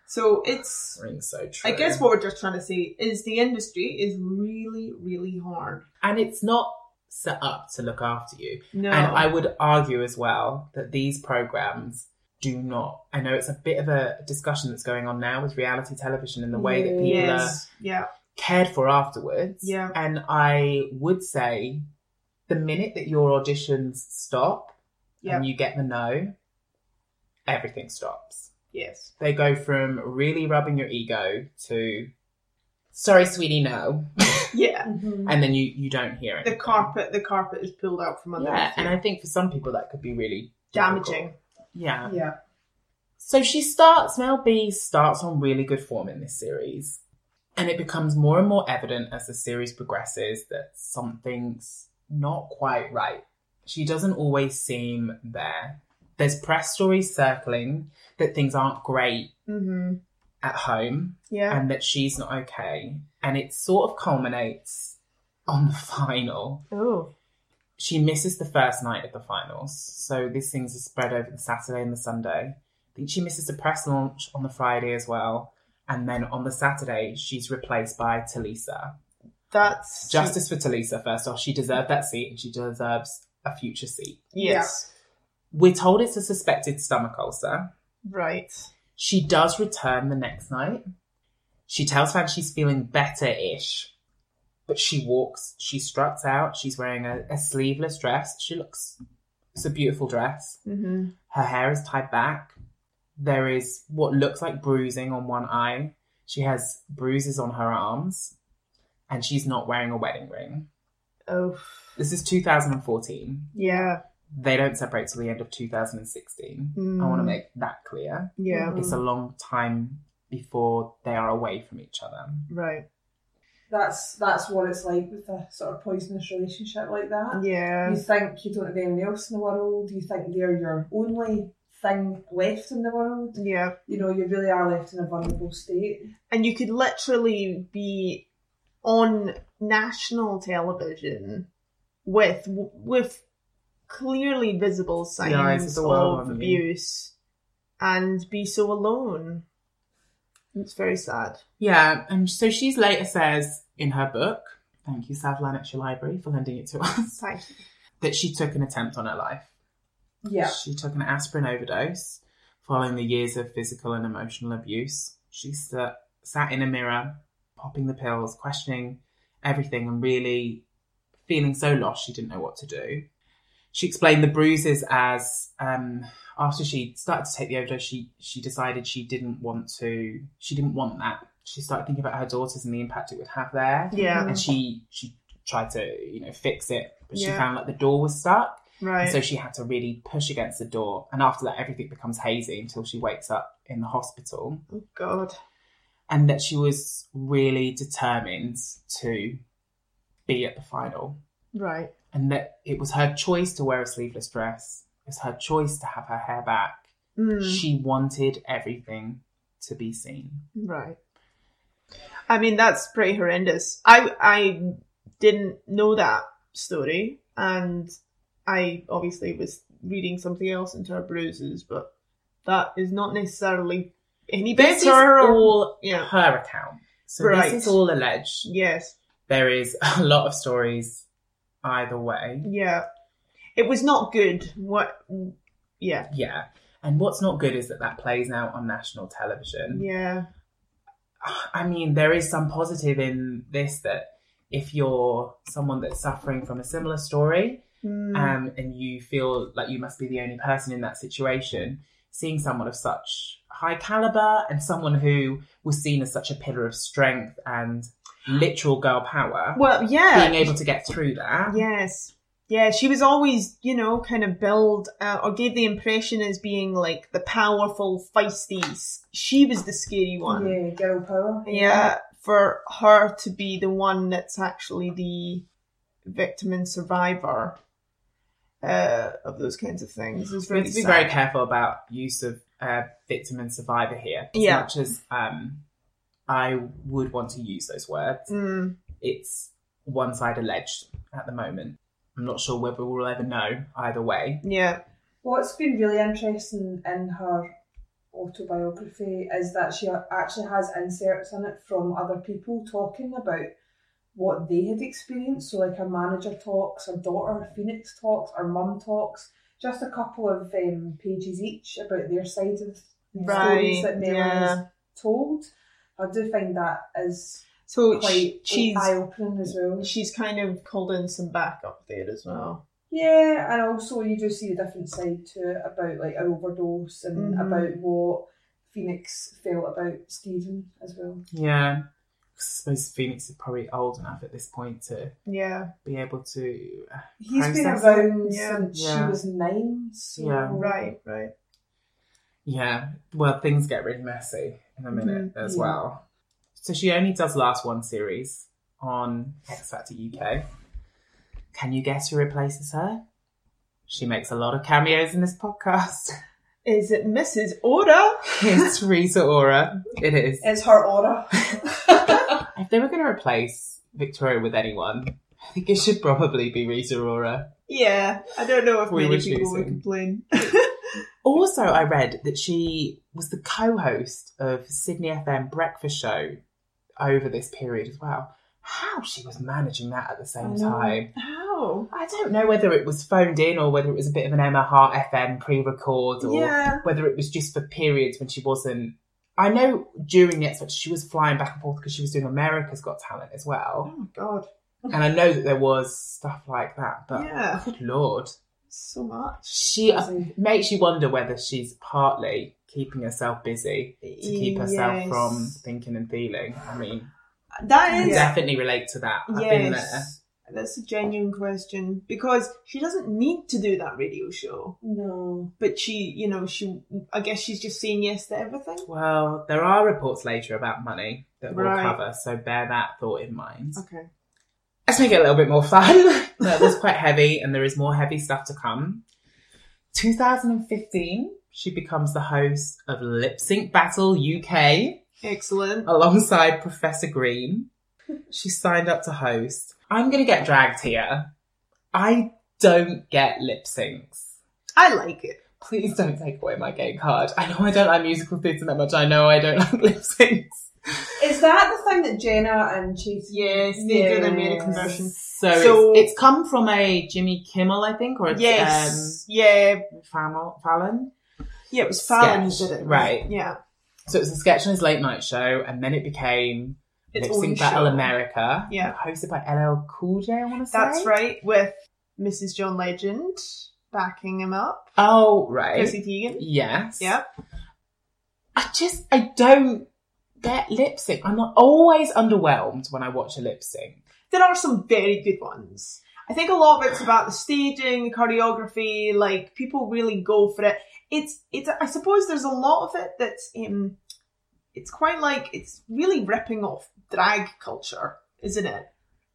Speaker 2: So it's.
Speaker 1: Rings so true.
Speaker 2: I guess what we're just trying to say is the industry is really, really hard.
Speaker 1: And it's not set up to look after you.
Speaker 2: No.
Speaker 1: And I would argue as well that these programs do not. I know it's a bit of a discussion that's going on now with reality television and the way that people are
Speaker 2: yes. Yeah.
Speaker 1: cared for afterwards.
Speaker 2: Yeah.
Speaker 1: And I would say the minute that your auditions stop
Speaker 2: Yeah.
Speaker 1: and you get the no, everything stops.
Speaker 2: Yes.
Speaker 1: They go from really rubbing your ego to sorry, sweetie, no.
Speaker 2: Yeah.
Speaker 4: Mm-hmm.
Speaker 1: and then you, you don't hear it.
Speaker 2: Mm-hmm. The carpet. The carpet is pulled out from under.
Speaker 1: Yeah.
Speaker 2: your
Speaker 1: And
Speaker 2: feet.
Speaker 1: I think for some people that could be really difficult.
Speaker 2: damaging.
Speaker 1: Yeah.
Speaker 4: Yeah.
Speaker 1: So she starts, Mel B starts on really good form in this series. And it becomes more and more evident as the series progresses that something's not quite right. She doesn't always seem there. There's press stories circling that things aren't great
Speaker 2: Mm-hmm.
Speaker 1: at home
Speaker 2: Yeah.
Speaker 1: and that she's not okay. And it sort of culminates on the final.
Speaker 2: oh.
Speaker 1: She misses the first night of the finals. So these things are spread over the Saturday and the Sunday. I think she misses the press launch on the Friday as well. And then on the Saturday, she's replaced by Talisa.
Speaker 2: That's
Speaker 1: Justice for Talisa, first off. She deserved that seat and she deserves a future seat.
Speaker 2: Yes.
Speaker 1: We're told it's a suspected stomach ulcer.
Speaker 2: Right.
Speaker 1: She does return the next night. She tells fans she's feeling better ish, But she walks, she struts out, she's wearing a, a sleeveless dress. She looks, it's a beautiful dress.
Speaker 2: Mm-hmm.
Speaker 1: Her hair is tied back. There is what looks like bruising on one eye. She has bruises on her arms. And she's not wearing a wedding ring.
Speaker 2: Oh,
Speaker 1: This is 2014.
Speaker 2: yeah.
Speaker 1: They don't separate till the end of 2016. I
Speaker 2: Mm.
Speaker 1: want to make that clear.
Speaker 2: Yeah.
Speaker 1: It's a long time before they are away from each other.
Speaker 2: Right.
Speaker 4: That's that's what it's like with a sort of poisonous relationship like that.
Speaker 2: Yeah.
Speaker 4: You think you don't have anyone else in the world. You think they're your only thing left in the world.
Speaker 2: Yeah.
Speaker 4: You know, you really are left in a vulnerable state.
Speaker 2: And you could literally be on national television with with clearly visible
Speaker 1: The eyes of
Speaker 2: signs
Speaker 1: the world on
Speaker 2: of
Speaker 1: you.
Speaker 2: abuse and be so alone. It's very sad.
Speaker 1: Yeah, and so she's later says in her book, thank you, South Lanarkshire Library, for lending it to us,
Speaker 2: Thank you.
Speaker 1: that she took an attempt on her life.
Speaker 4: Yeah.
Speaker 1: She took an aspirin overdose following the years of physical and emotional abuse. She sat, sat in a mirror, popping the pills, questioning everything, and really feeling so lost she didn't know what to do. She explained the bruises as um, after she started to take the overdose, she, she decided she didn't want to, she didn't want that. She started thinking about her daughters and the impact it would have there.
Speaker 2: Yeah.
Speaker 1: And she, she tried to, you know, fix it, but she
Speaker 2: Yeah.
Speaker 1: found like the door was stuck.
Speaker 2: Right.
Speaker 1: And so she had to really push against the door. And after that, everything becomes hazy until she wakes up in the hospital.
Speaker 2: oh God.
Speaker 1: And that she was really determined to be at the final.
Speaker 2: Right.
Speaker 1: And that it was her choice to wear a sleeveless dress, it was her choice to have her hair back.
Speaker 2: Mm.
Speaker 1: She wanted everything to be seen.
Speaker 2: Right. I mean, that's pretty horrendous. I I didn't know that story, and I obviously was reading something else into her bruises, but that is not necessarily any
Speaker 1: This is
Speaker 2: better. or-
Speaker 1: all
Speaker 2: yeah.
Speaker 1: her account. So
Speaker 2: Right.
Speaker 1: this is all alleged.
Speaker 2: Yes.
Speaker 1: There is a lot of stories either way.
Speaker 2: Yeah. It was not good. What? Yeah.
Speaker 1: Yeah. And what's not good is that that plays out on national television.
Speaker 2: Yeah.
Speaker 1: I mean, there is some positive in this that if you're someone that's suffering from a similar story
Speaker 2: Mm.
Speaker 1: um, and you feel like you must be the only person in that situation, seeing someone of such high caliber and someone who was seen as such a pillar of strength and literal girl power,
Speaker 2: well, yeah.
Speaker 1: being able to get through
Speaker 2: Um,
Speaker 1: that.
Speaker 2: Yes. Yeah, she was always, you know, kind of billed uh, or gave the impression as being like the powerful, feisty. s- She was the scary one.
Speaker 4: Yeah, girl power.
Speaker 2: Yeah. For her to be the one that's actually the victim and survivor uh, of those kinds of things is
Speaker 1: We
Speaker 2: really
Speaker 1: have to be
Speaker 2: sad.
Speaker 1: very careful about use of uh, victim and survivor here. As
Speaker 2: Yeah.
Speaker 1: much as um, I would want to use those words,
Speaker 2: Mm,
Speaker 1: it's one side alleged at the moment. I'm not sure whether we'll ever know either way.
Speaker 2: yeah.
Speaker 4: What's been really interesting in her autobiography is that she actually has inserts in it from other people talking about what they had experienced. So, like her manager talks, her daughter Phoenix talks, her mum talks, just a couple of um, pages each about their side of
Speaker 2: Right,
Speaker 4: stories that Melanie's
Speaker 2: yeah.
Speaker 4: told. I do find that is
Speaker 2: So she,
Speaker 4: quite
Speaker 2: she's
Speaker 4: eye opening as well.
Speaker 2: she's kind of called in some backup there as well.
Speaker 4: Yeah, and also you do see the different side to it about like an overdose and
Speaker 2: Mhm.
Speaker 4: about what Phoenix felt about Stephen as well.
Speaker 1: Yeah. 'Cause I suppose Phoenix is probably old enough at this point to
Speaker 2: Yeah.
Speaker 1: be able to.
Speaker 4: He's been
Speaker 1: Process
Speaker 4: around
Speaker 2: yeah.
Speaker 4: since
Speaker 1: Yeah.
Speaker 4: she was nine, so
Speaker 1: Yeah.
Speaker 2: Right. Right.
Speaker 1: Yeah. Well, things get really messy in a minute as
Speaker 4: Yeah.
Speaker 1: well. So she only does last one series on X Factor UK. Can you guess who replaces her? She makes a lot of cameos in this podcast.
Speaker 2: Is it Mrs. Oda?
Speaker 1: it's Rita Ora. It is.
Speaker 4: It's her aura.
Speaker 1: If they were going to replace Victoria with anyone, I think it should probably be Rita Ora.
Speaker 2: Yeah, I don't know if
Speaker 1: We
Speaker 2: many
Speaker 1: were
Speaker 2: people would
Speaker 1: choosing.
Speaker 2: complain.
Speaker 1: Also, I read that she was the co-host of Sydney FM breakfast show over this period as well. How she was managing that at the same time.
Speaker 2: How?
Speaker 1: I don't know whether it was phoned in or whether it was a bit of an Emma Hart FM pre-record or
Speaker 2: Yeah.
Speaker 1: whether it was just for periods when she wasn't. I know during the X Factor she was flying back and forth because she was doing America's Got Talent as well.
Speaker 2: Oh my god.
Speaker 1: And I know that there was stuff like that, but
Speaker 2: Yeah.
Speaker 1: good lord.
Speaker 2: So much.
Speaker 1: She uh, makes you wonder whether she's partly keeping herself busy to keep herself
Speaker 2: Yes.
Speaker 1: from thinking and feeling. I mean, I
Speaker 2: That is.
Speaker 1: definitely relate to that. I've been there.
Speaker 2: Yes. That's a genuine question because she doesn't need to do that radio show,
Speaker 4: No.
Speaker 2: but she, you know, she. I guess she's just saying yes to everything.
Speaker 1: Well, there are reports later about money that we'll
Speaker 2: Right.
Speaker 1: cover, so bear that thought in mind.
Speaker 2: Okay.
Speaker 1: Let's make it a little bit more fun. that was quite heavy, and there is more heavy stuff to come. 2015, she becomes the host of Lip Sync Battle UK
Speaker 2: Excellent.
Speaker 1: alongside Professor Green. She signed up to host. I'm going to get dragged here. I don't get lip syncs.
Speaker 2: I like it.
Speaker 1: Please don't take away my gay card. I know I don't like musical theatre that much. I know I don't like lip syncs.
Speaker 4: Is that the thing that Jenna and Chase?
Speaker 2: Yes, they did an American version.
Speaker 1: So,
Speaker 2: So-
Speaker 1: it's, it's come from a Jimmy Kimmel, I think, or it's,
Speaker 2: Yes. yeah.
Speaker 1: um, Fallon- Fallon.
Speaker 2: Yeah. It was Fallon who
Speaker 1: sketch,
Speaker 2: did it.
Speaker 1: right.
Speaker 2: Yeah.
Speaker 1: So it was a sketch on his late night show, and then it became
Speaker 2: Its
Speaker 1: Lip Sync
Speaker 2: own
Speaker 1: Battle
Speaker 2: show.
Speaker 1: America,
Speaker 2: Yeah.
Speaker 1: hosted by LL Cool J. I want to say
Speaker 2: That's right. With Mrs. John Legend backing him up.
Speaker 1: Oh, right.
Speaker 2: Chrissy Teigen.
Speaker 1: Yes.
Speaker 2: Yeah.
Speaker 1: I just I don't get lip sync. I'm not always underwhelmed when I watch a lip sync.
Speaker 2: There are some very good ones. I think a lot of it's about the staging, the choreography. Like people really go for it. It's it's. I suppose there's a lot of it that's um. It's quite like it's really ripping off drag culture, isn't it?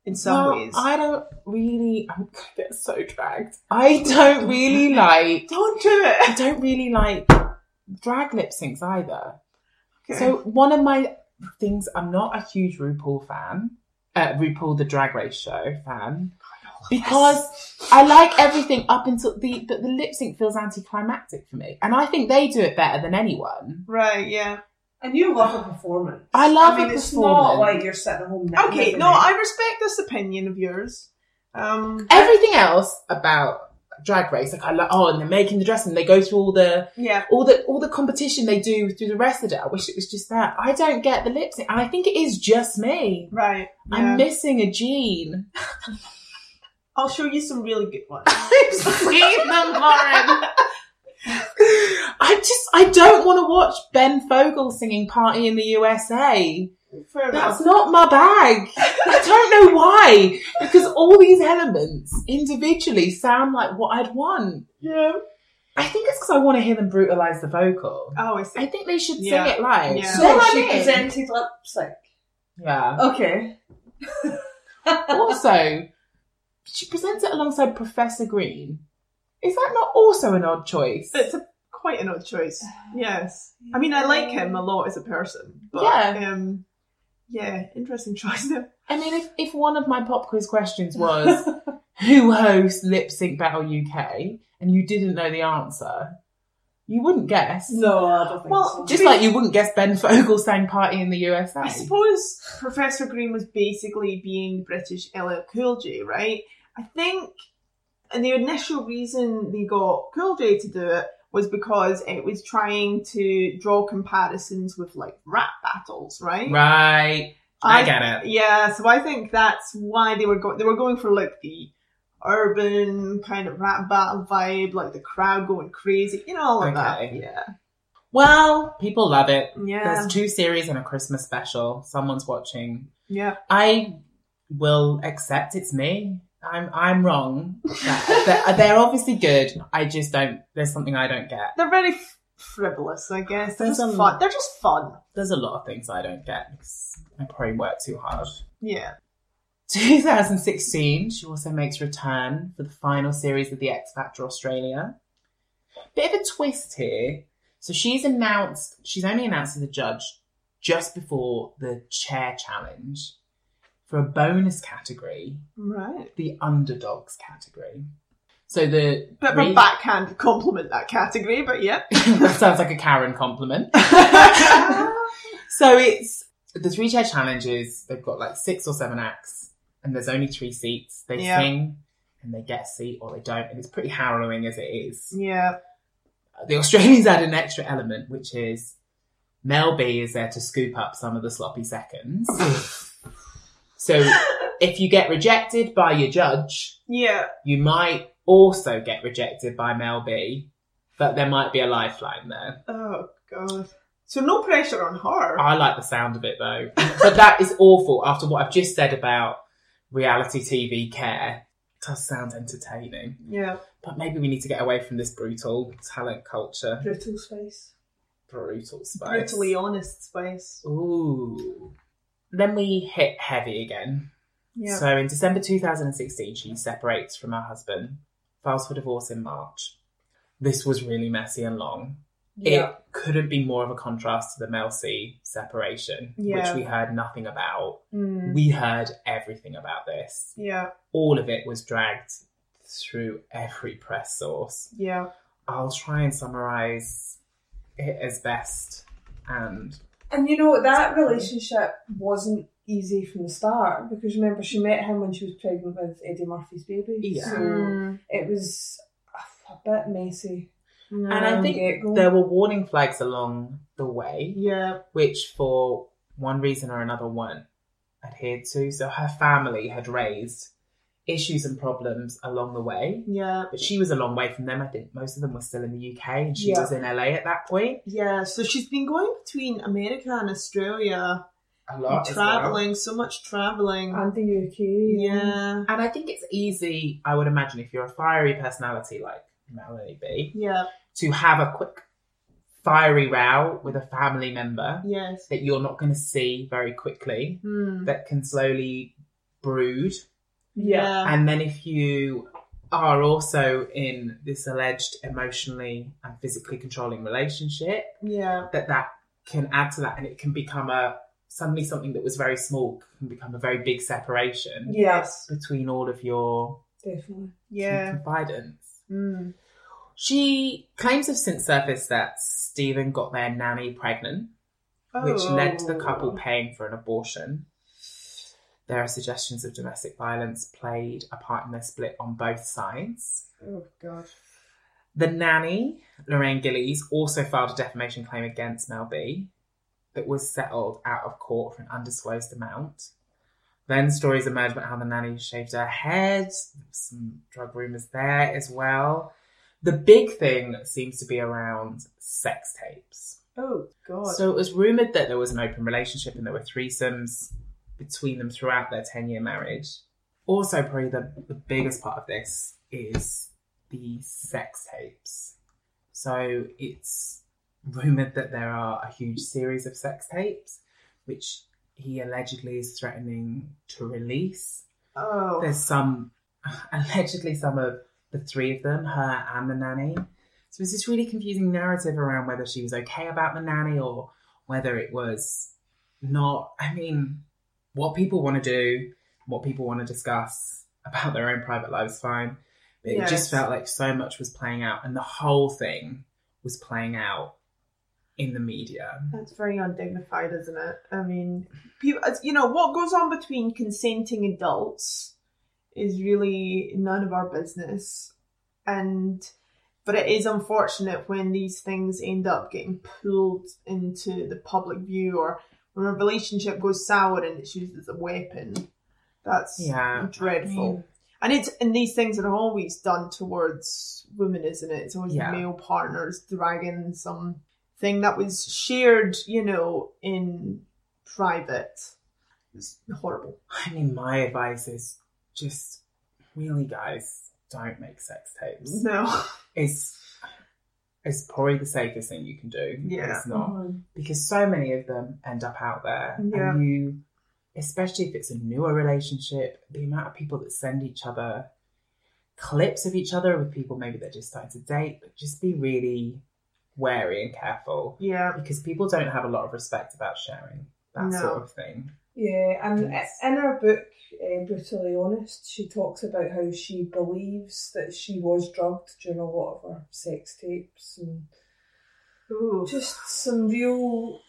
Speaker 2: In some
Speaker 1: Well,
Speaker 2: ways.
Speaker 1: I don't really. I'm gonna get so dragged. I don't really like.
Speaker 2: Don't do it.
Speaker 1: I don't really like drag lip syncs either.
Speaker 2: Okay.
Speaker 1: So one of my things, I'm not a huge RuPaul fan, uh, RuPaul the Drag Race show fan, because I like everything up until the but the lip sync feels anticlimactic for me, and I think they do it better than anyone.
Speaker 2: right, yeah.
Speaker 4: And you love a performance.
Speaker 1: I love
Speaker 4: I mean,
Speaker 1: a
Speaker 4: it's
Speaker 1: performance.
Speaker 4: not like you're sitting at home. knitting
Speaker 2: Okay,
Speaker 4: every
Speaker 2: no,
Speaker 4: night.
Speaker 2: I respect this opinion of yours. Um,
Speaker 1: Everything else about Drag Race, like I like, oh, and they're making the dress, and they go through all the
Speaker 2: yeah,
Speaker 1: all the all the competition they do through the rest of it. I wish it was just that. I don't get the lip sync, and I think it is just me.
Speaker 2: right.
Speaker 1: I'm
Speaker 2: yeah.
Speaker 1: missing a gene.
Speaker 2: I'll show you some really good ones.
Speaker 1: Leave them, Lauren. I just I don't want to watch Ben Fogel singing "Party in the USA."
Speaker 2: Fair enough.
Speaker 1: That's not my bag. I don't know why, because all these elements individually sound like what I'd want.
Speaker 2: Yeah.
Speaker 1: I think it's because I want to hear them brutalize the vocal.
Speaker 2: Oh, I see.
Speaker 1: I think they should sing
Speaker 2: Yeah.
Speaker 1: it live.
Speaker 2: Yeah.
Speaker 4: So
Speaker 1: Then I'm
Speaker 4: she
Speaker 1: in.
Speaker 4: presented lipstick.
Speaker 1: Yeah.
Speaker 4: Okay.
Speaker 1: also, she presents it alongside Professor Green. Is that not also an odd choice?
Speaker 2: It's a, quite an odd choice. Yes. I mean, I like him a lot as a person. But,
Speaker 1: Yeah.
Speaker 2: Um, yeah, interesting choice there.
Speaker 1: I mean, if, if one of my pop quiz questions was who hosts Lip Sync Battle UK, and you didn't know the answer, you wouldn't guess.
Speaker 4: No, I don't think
Speaker 2: Well,
Speaker 4: so.
Speaker 1: Just like you wouldn't guess Ben Fogel sang "Party in the USA."
Speaker 2: I suppose Professor Green was basically being British LL Cool J, right? I think, and the initial reason they got Cool J to do it was because it was trying to draw comparisons with like rap battles, right?
Speaker 1: Right. I, get it.
Speaker 2: Yeah, so I think that's why they were going. They were going for like the urban kind of rap battle vibe, like the crowd going crazy, you know, all of that.
Speaker 1: Okay.
Speaker 2: Yeah,
Speaker 1: Well, people love it.
Speaker 2: yeah,
Speaker 1: There's two series and a Christmas special. Someone's watching.
Speaker 2: yeah.
Speaker 1: I will accept it's me. I'm I'm wrong. That- that- they're obviously good. I just don't. There's something I don't get.
Speaker 2: They're very f- frivolous, I guess. They're
Speaker 1: There's
Speaker 2: just
Speaker 1: a-
Speaker 2: fun. They're just fun.
Speaker 1: There's a lot of things I don't get. because I probably work too hard.
Speaker 2: Yeah.
Speaker 1: 2016, she also makes a return for the final series of The X Factor Australia. Bit of a twist here. So she's announced, she's only announced as a judge just before the chair challenge for a bonus category,
Speaker 2: Right.
Speaker 1: the underdogs category. So the.
Speaker 2: Bit of a
Speaker 1: re-
Speaker 2: backhand compliment that category, but yeah.
Speaker 1: that sounds like a Karen compliment. so it's the three chair challenges. They've got like six or seven acts, and there's only three seats. They
Speaker 2: Yeah.
Speaker 1: sing and they get a seat or they don't, and it's pretty harrowing as it is.
Speaker 2: yeah.
Speaker 1: The Australians add an extra element, which is Mel B is there to scoop up some of the sloppy seconds. So if you get rejected by your judge,
Speaker 2: Yeah.
Speaker 1: you might also get rejected by Mel B, but there might be a lifeline there.
Speaker 2: Oh god. So no pressure on her.
Speaker 1: I like the sound of it though. But that is awful after what I've just said about reality TV care. It does sound entertaining.
Speaker 2: yeah.
Speaker 1: But maybe we need to get away from this brutal talent culture.
Speaker 4: Brutal space.
Speaker 1: Brutal space.
Speaker 2: Brutally honest space.
Speaker 1: Ooh. Then we hit heavy again.
Speaker 2: Yeah.
Speaker 1: So in December 2016, she separates from her husband, files for divorce in March. This was really messy and long.
Speaker 4: Yeah.
Speaker 1: It couldn't be more of a contrast to the Mel C separation,
Speaker 2: Yeah.
Speaker 1: which we heard nothing about.
Speaker 2: Mm.
Speaker 1: We heard everything about this.
Speaker 2: Yeah.
Speaker 1: All of it was dragged through every press source.
Speaker 2: Yeah.
Speaker 1: I'll try and summarize it as best and
Speaker 4: And you know, that relationship wasn't easy from the start because remember, she met him when she was pregnant with Eddie Murphy's baby.
Speaker 1: Yeah.
Speaker 4: So
Speaker 2: Mm.
Speaker 4: it was a a bit messy.
Speaker 1: And I
Speaker 4: Um,
Speaker 1: think
Speaker 4: get going.
Speaker 1: there were warning flags along the way,
Speaker 2: Yeah.
Speaker 1: which for one reason or another weren't adhered to. So her family had raised issues and problems along the way,
Speaker 2: Yeah.
Speaker 1: but she was a long way from them. I think most of them were still in the UK and she
Speaker 4: Yeah.
Speaker 1: was in LA at that point.
Speaker 2: Yeah. So she's been going between America and Australia,
Speaker 1: A lot. as well.
Speaker 2: traveling so much traveling.
Speaker 4: And the UK.
Speaker 2: Mm. yeah.
Speaker 1: And I think it's easy, I would imagine, if you're a fiery personality like Melanie B,
Speaker 2: Yeah.
Speaker 1: to have a quick fiery row with a family member
Speaker 2: Yes.
Speaker 1: that you're not going to see very quickly.
Speaker 2: Hmm.
Speaker 1: that can slowly brood.
Speaker 4: Yeah.
Speaker 2: Yeah.
Speaker 1: And then if you are also in this alleged emotionally and physically controlling relationship,
Speaker 2: Yeah.
Speaker 1: that that can add to that and it can become a suddenly something that was very small can become a very big separation
Speaker 4: Yes.
Speaker 1: between all of your
Speaker 4: Definitely.
Speaker 2: Yeah.
Speaker 1: confidence.
Speaker 2: Mm.
Speaker 1: She claims have since surfaced that Stephen got their nanny pregnant. which led
Speaker 2: Oh.
Speaker 1: to the couple paying for an abortion. There are suggestions of domestic violence played a part in their split on both sides.
Speaker 2: Oh god.
Speaker 1: The nanny, Lorraine Gillies, also filed a defamation claim against Mel B that was settled out of court for an undisclosed amount. Then stories emerged about how the nanny shaved her head. Some drug rumours there as well. The big thing seems to be around sex tapes.
Speaker 2: Oh god.
Speaker 1: So it was rumored that there was an open relationship and there were threesomes between them throughout their 10 year marriage. Also, probably the, the biggest part of this is the sex tapes. So it's rumored that there are a huge series of sex tapes, which he allegedly is threatening to release.
Speaker 2: oh.
Speaker 1: There's some, allegedly, some of the three of them, her and the nanny. So it's this really confusing narrative around whether she was okay about the nanny or whether it was not. I mean, what people want to do, what people want to discuss about their own private lives, is fine. But it
Speaker 2: Yes.
Speaker 1: just felt like so much was playing out, and the whole thing was playing out in the media.
Speaker 2: That's very undignified, isn't it? I mean, people, you know, what goes on between consenting adults is really none of our business. And, but it is unfortunate when these things end up getting pulled into the public view or when a relationship goes sour and it's used as a weapon. That's
Speaker 1: Yeah.
Speaker 2: dreadful. And it's and these things are always done towards women, isn't it? It's always
Speaker 1: Yeah.
Speaker 2: the male partners dragging some thing that was shared, you know, in private. It's horrible.
Speaker 1: I mean, my advice is just really, guys, don't make sex tapes.
Speaker 2: No.
Speaker 1: is is probably the safest thing you can do.
Speaker 2: Yeah.
Speaker 1: It's not
Speaker 4: Mhm.
Speaker 1: because so many of them end up out there.
Speaker 2: Yeah.
Speaker 1: And you especially if it's a newer relationship, the amount of people that send each other clips of each other with people maybe they're just starting to date, but just be really wary and careful.
Speaker 2: Yeah.
Speaker 1: Because people don't have a lot of respect about sharing that
Speaker 2: No.
Speaker 1: sort of thing.
Speaker 4: Yeah, and
Speaker 1: Yes.
Speaker 4: in her book, uh, Brutally Honest, she talks about how she believes that she was drugged during a lot of her sex tapes and
Speaker 2: Ooh.
Speaker 4: just some real,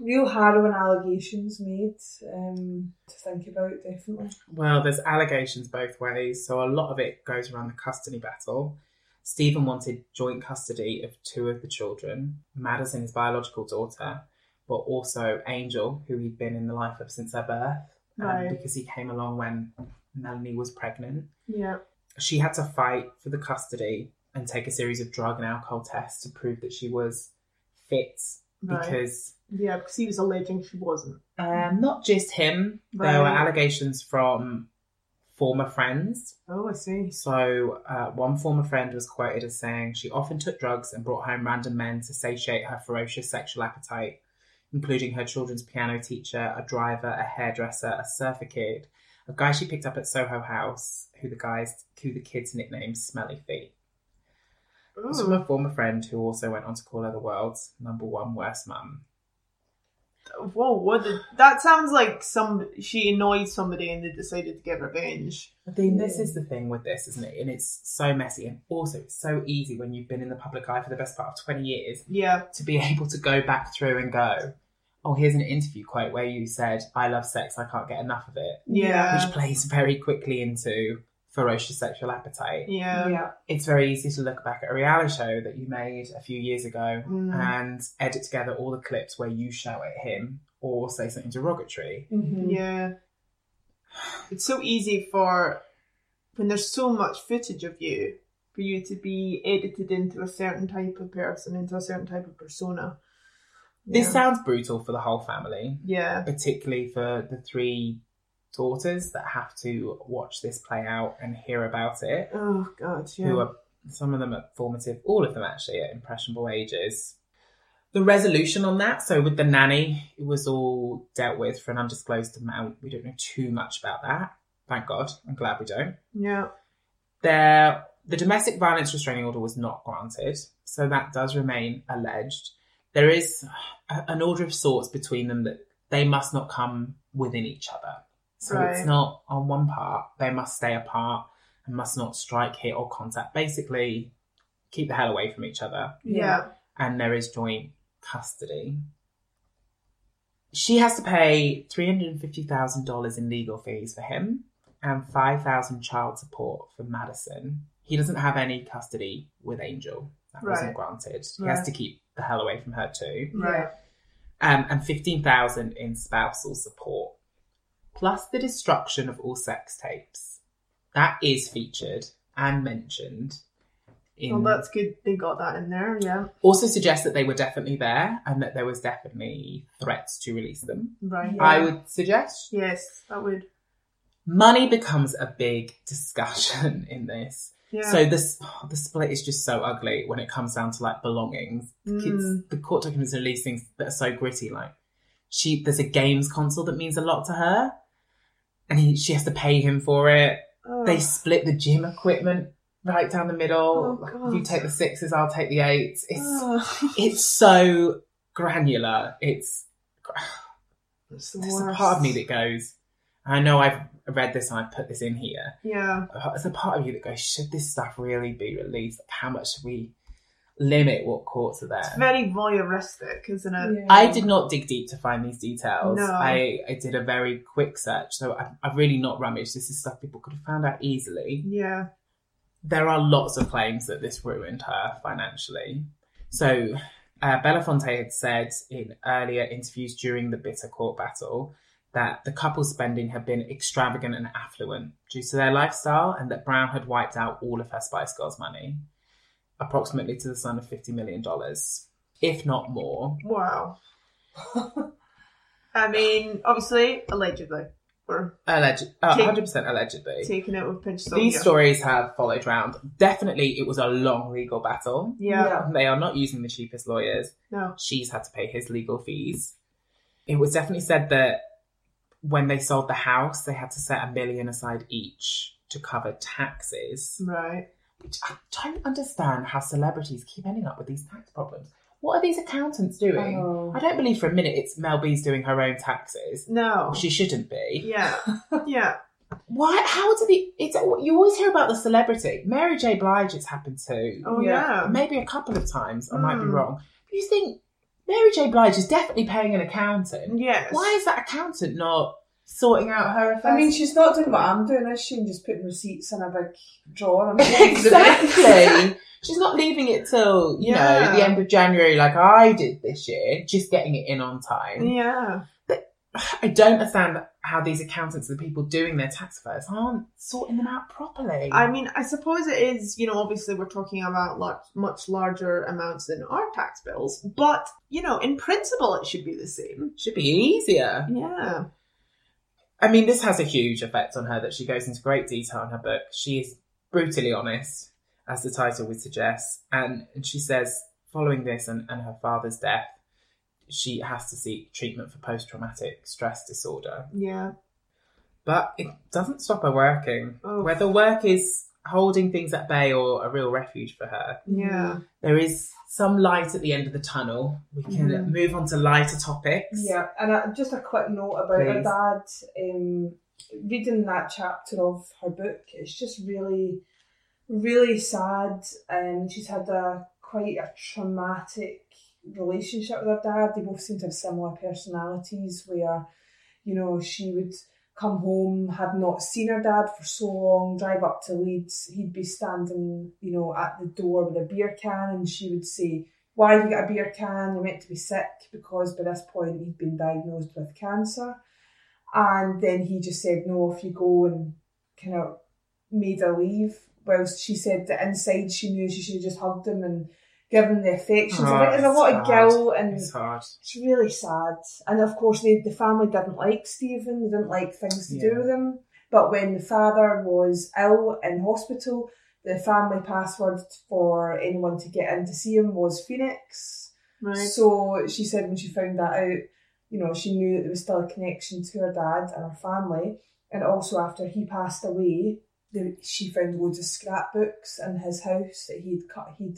Speaker 4: real harrowing allegations made um, to think about, definitely.
Speaker 1: Well, there's allegations both ways, so a lot of it goes around the custody battle. Stephen wanted joint custody of two of the children, Madison, his biological daughter, but also Angel, who he'd been in the life of since her birth. um,
Speaker 2: Right.
Speaker 1: because he came along when Melanie was pregnant.
Speaker 2: Yeah.
Speaker 1: She had to fight for the custody and take a series of drug and alcohol tests to prove that she was fit
Speaker 2: Right.
Speaker 1: because
Speaker 2: Yeah, because he was alleging she wasn't.
Speaker 1: um, not just him, there were
Speaker 2: Right.
Speaker 1: allegations from former friends.
Speaker 2: Oh, I see.
Speaker 1: So, uh, one former friend was quoted as saying she often took drugs and brought home random men to satiate her ferocious sexual appetite, including her children's piano teacher, a driver, a hairdresser, a surfer kid, a guy she picked up at Soho House, who the guys, who the kids nicknamed Smelly Feet. It was from
Speaker 2: Ooh.
Speaker 1: a former friend who also went on to call her the world's number one worst mum.
Speaker 2: Whoa, what did, that sounds like some she annoyed somebody and they decided to get revenge.
Speaker 1: I think this is the thing with this, isn't it? And it's so messy, and also it's so easy when you've been in the public eye for the best part of twenty years
Speaker 2: Yeah.
Speaker 1: to be able to go back through and go, oh, here's an interview quote where you said, I love sex, I can't get enough of it,
Speaker 2: Yeah.
Speaker 1: which plays very quickly into ferocious sexual appetite.
Speaker 2: Yeah.
Speaker 4: yeah.
Speaker 1: It's very easy to look back at a reality show that you made a few years ago
Speaker 2: Mm.
Speaker 1: and edit together all the clips where you shout at him or say something derogatory.
Speaker 4: Mm-hmm.
Speaker 2: Yeah. It's so easy for when there's so much footage of you for you to be edited into a certain type of person, into a certain type of persona.
Speaker 1: This
Speaker 2: Yeah.
Speaker 1: sounds brutal for the whole family,
Speaker 2: Yeah.
Speaker 1: particularly for the three daughters that have to watch this play out and hear about it.
Speaker 2: Oh god, yeah.
Speaker 1: who uh, are some of them at formative, all of them actually at impressionable ages. The resolution on that, so with the nanny, it was all dealt with for an undisclosed amount. We don't know too much about that. Thank God. I'm glad we don't.
Speaker 2: yeah.
Speaker 1: There, the domestic violence restraining order was not granted, so that does remain alleged. There is a- an order of sorts between them that they must not come within each other. So
Speaker 2: Right.
Speaker 1: it's not on one part, they must stay apart and must not strike, hit, or contact. Basically, keep the hell away from each other
Speaker 2: Yeah.
Speaker 1: and there is joint custody. She has to pay $350,000 in legal fees for him and 5000 child support for Madison. He doesn't have any custody with Angel. That wasn't
Speaker 2: Right.
Speaker 1: granted. He
Speaker 2: Right.
Speaker 1: has to keep the hell away from her too.
Speaker 2: Right.
Speaker 1: Um, and 15000 in spousal support, plus the destruction of all sex tapes. That is featured and mentioned in
Speaker 2: Well that's good they got that in there, yeah.
Speaker 1: also suggests that they were definitely there and that there was definitely threats to release them.
Speaker 2: Right.
Speaker 1: I would suggest
Speaker 2: Yes, that would.
Speaker 1: money becomes a big discussion in this.
Speaker 2: Yeah.
Speaker 1: So this the split is just so ugly when it comes down to like belongings.
Speaker 2: Mm.
Speaker 1: It's- the court documents release things that are so gritty. Like she, there's a games console that means a lot to her, and he, she has to pay him for it.
Speaker 2: Oh.
Speaker 1: They split the gym equipment right down the middle.
Speaker 2: Oh,
Speaker 1: Like,
Speaker 2: God.
Speaker 1: you take the sixes, I'll take the eights. It's
Speaker 2: Oh.
Speaker 1: it's so granular. It's
Speaker 2: It's the
Speaker 1: there's a
Speaker 2: worst.
Speaker 1: part of me that goes, I know I've read this and I've put this in here.
Speaker 2: Yeah.
Speaker 1: There's a part of you that goes, should this stuff really be released? Like, how much should we limit what courts are
Speaker 2: It's
Speaker 1: there?
Speaker 2: very voyeuristic, isn't it?
Speaker 4: Yeah.
Speaker 1: I did not dig deep to find these details.
Speaker 2: No.
Speaker 1: I, I did a very quick search, so I've, I've really not rummaged. This is stuff people could have found out easily.
Speaker 2: Yeah.
Speaker 1: there are lots of claims that this ruined her financially. So, uh, Belafonte had said in earlier interviews during the bitter court battle that the couple's spending had been extravagant and affluent due to their lifestyle, and that Brown had wiped out all of her Spice Girls money, approximately to the sum of $50 million, if not more.
Speaker 2: Wow. I mean, obviously, allegedly, we're
Speaker 1: Alleged, uh,
Speaker 2: Take-
Speaker 1: 100% allegedly.
Speaker 2: taking it with a pinch of salt.
Speaker 1: These
Speaker 2: yeah.
Speaker 1: stories have followed round. Definitely, it was a long legal battle.
Speaker 2: Yeah.
Speaker 4: Yeah.
Speaker 1: They are not using the cheapest lawyers.
Speaker 2: No.
Speaker 1: she's had to pay his legal fees. It was definitely said that when they sold the house, they had to set a million aside each to cover taxes.
Speaker 2: Right.
Speaker 1: Which I don't understand how celebrities keep ending up with these tax problems. What are these accountants doing?
Speaker 4: Oh.
Speaker 1: I don't believe for a minute it's Mel B's doing her own taxes.
Speaker 2: No.
Speaker 1: She shouldn't be.
Speaker 2: Yeah. Yeah.
Speaker 1: Why? How do the? It's you always hear about the celebrity. Mary J. Blige, it's happened to
Speaker 2: Oh
Speaker 4: Yeah.
Speaker 2: yeah.
Speaker 1: maybe a couple of times. I might be
Speaker 2: Hmm.
Speaker 1: wrong. But you think Mary J. Blige is definitely paying an accountant.
Speaker 2: Yes.
Speaker 1: Why is that accountant not sorting out her affairs?
Speaker 4: I mean, she's not doing what I'm doing, is she? And just putting receipts in a big drawer. and-
Speaker 1: exactly. she's not leaving it till you
Speaker 2: Yeah.
Speaker 1: know the end of January, like I did this year, just getting it in on time.
Speaker 2: Yeah.
Speaker 1: I don't understand how these accountants and people doing their tax affairs aren't sorting them out properly.
Speaker 2: I mean, I suppose it is, you know, obviously we're talking about large, much larger amounts than our tax bills, but, you know, in principle it should be the same.
Speaker 1: should be easier.
Speaker 2: Yeah.
Speaker 1: I mean, this has a huge effect on her that she goes into great detail in her book. She is brutally honest, as the title would suggest. And, and she says, following this and, and her father's death, she has to seek treatment for post traumatic stress disorder.
Speaker 2: Yeah.
Speaker 1: But it doesn't stop her working.
Speaker 2: Oh.
Speaker 1: Whether work is holding things at bay or a real refuge for her,
Speaker 2: Yeah.
Speaker 1: there is some light at the end of the tunnel. We can
Speaker 4: Mhm.
Speaker 1: move on to lighter topics.
Speaker 4: Yeah, and uh, just a quick note about her
Speaker 1: Please.
Speaker 4: dad. Um, reading that chapter of her book, it's just really, really sad. Um, she's had a quite a traumatic relationship with her dad. They both seem to have similar personalities, where you know she would come home, had not seen her dad for so long, drive up to Leeds, he'd be standing, you know, at the door with a beer can and she would say, Why have you got a beer can? You're meant to be sick because by this point he'd been diagnosed with cancer. And then he just said, No, if you go and kind of made her leave. Whilst she said that inside she knew she should have just hugged him and given him the affections.
Speaker 1: Oh,
Speaker 4: I think there's a
Speaker 1: it's
Speaker 4: lot
Speaker 1: hard.
Speaker 4: of guilt and
Speaker 1: It's hard.
Speaker 4: it's really sad. And of course, they, the family didn't like Stephen, they didn't like things to
Speaker 1: Yeah.
Speaker 4: do with him. But when the father was ill in hospital, the family password for anyone to get in to see him was Phoenix.
Speaker 2: Right.
Speaker 4: So she said when she found that out, you know, she knew that there was still a connection to her dad and her family. And also after he passed away, the, she found loads of scrapbooks in his house that he'd cut. He'd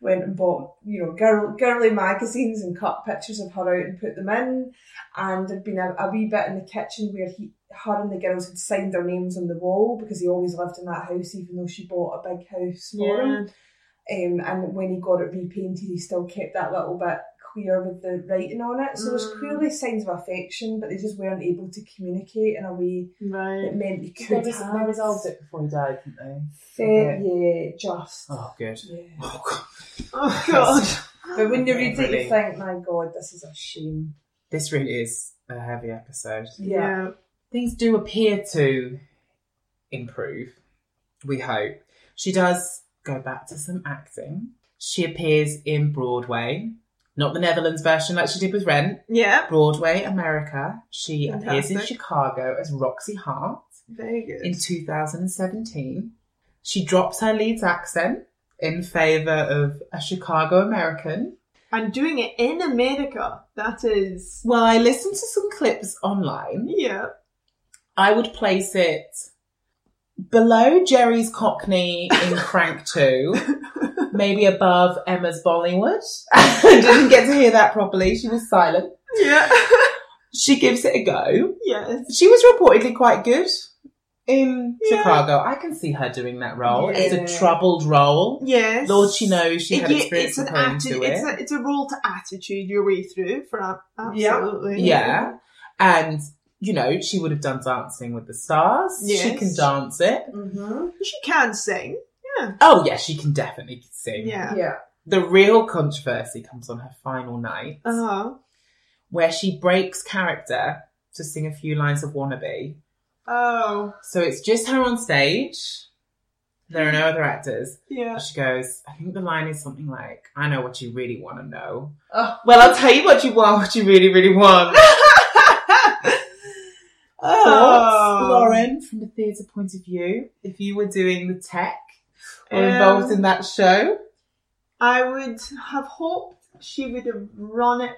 Speaker 4: went and bought, you know, girl, girly magazines and cut pictures of her out and put them in. And there'd been a, a wee bit in the kitchen where he, her and the girls had signed their names on the wall because he always lived in that house, even though she bought a big house for him.
Speaker 2: yeah.
Speaker 4: Um, and when he got it repainted, he still kept that little bit clear with the writing on it. So there's
Speaker 2: Mm.
Speaker 4: clearly signs of affection, but they just weren't able to communicate in a way that
Speaker 2: Right.
Speaker 4: meant they
Speaker 1: They,
Speaker 4: could
Speaker 1: re-
Speaker 4: have.
Speaker 1: they resolved it before he died, didn't they?
Speaker 4: Fair- yeah, just.
Speaker 1: Oh, good.
Speaker 4: Yeah.
Speaker 1: Oh, God.
Speaker 2: Oh, God.
Speaker 4: But when you read it,
Speaker 1: Really.
Speaker 4: you think, my God, this is a shame.
Speaker 1: This really is a heavy episode.
Speaker 4: Yeah.
Speaker 1: Things do appear to improve, we hope. She does go back to some acting. She appears in Broadway, not the Netherlands version like she did with Rent,
Speaker 2: Yeah.
Speaker 1: Broadway, America. She appears in
Speaker 2: Fantastic.
Speaker 1: Chicago as Roxy Hart
Speaker 2: Very good.
Speaker 1: in 2017. She drops her Leeds accent in favour of a Chicago American.
Speaker 2: and doing it in America. That is.
Speaker 1: Well, I listened to some clips online.
Speaker 2: Yeah.
Speaker 1: I would place it below Jerry's Cockney in Crank 2, maybe above Emma's Bollywood. I didn't get to hear that properly. She was silent.
Speaker 2: Yeah.
Speaker 1: She gives it a go.
Speaker 2: yes.
Speaker 1: She was reportedly quite good in
Speaker 2: Yeah.
Speaker 1: Chicago. I can see her doing that role. It's a
Speaker 4: Yeah.
Speaker 1: troubled role.
Speaker 2: Yes.
Speaker 1: Lord, she knows she had
Speaker 2: Yeah,
Speaker 1: experience
Speaker 2: it's
Speaker 1: of
Speaker 2: an
Speaker 1: her
Speaker 2: atti-
Speaker 1: into it.
Speaker 2: it's a it's a role to attitude your way through for ab-
Speaker 4: Yeah.
Speaker 2: absolutely.
Speaker 1: yeah. And, you know, she would have done Dancing with the Stars. She
Speaker 2: Yes.
Speaker 1: can dance it.
Speaker 4: hmm
Speaker 2: She can sing.
Speaker 1: Oh, yeah, she can definitely sing.
Speaker 2: Yeah.
Speaker 4: Yeah.
Speaker 1: The real controversy comes on her final night,
Speaker 2: Uh huh.
Speaker 1: where she breaks character to sing a few lines of Wannabe.
Speaker 2: Oh.
Speaker 1: So it's just her on stage. There are no other actors.
Speaker 2: Yeah.
Speaker 1: She goes, I think the line is something like, I know what you really want to know.
Speaker 4: Oh.
Speaker 1: Well, I'll tell you what you want, what you really, really want.
Speaker 2: Oh.
Speaker 1: Thoughts, Lauren, from a theatre point of view, if you were doing the tech or involved
Speaker 2: Um,
Speaker 1: in that show,
Speaker 2: I would have hoped she would have run it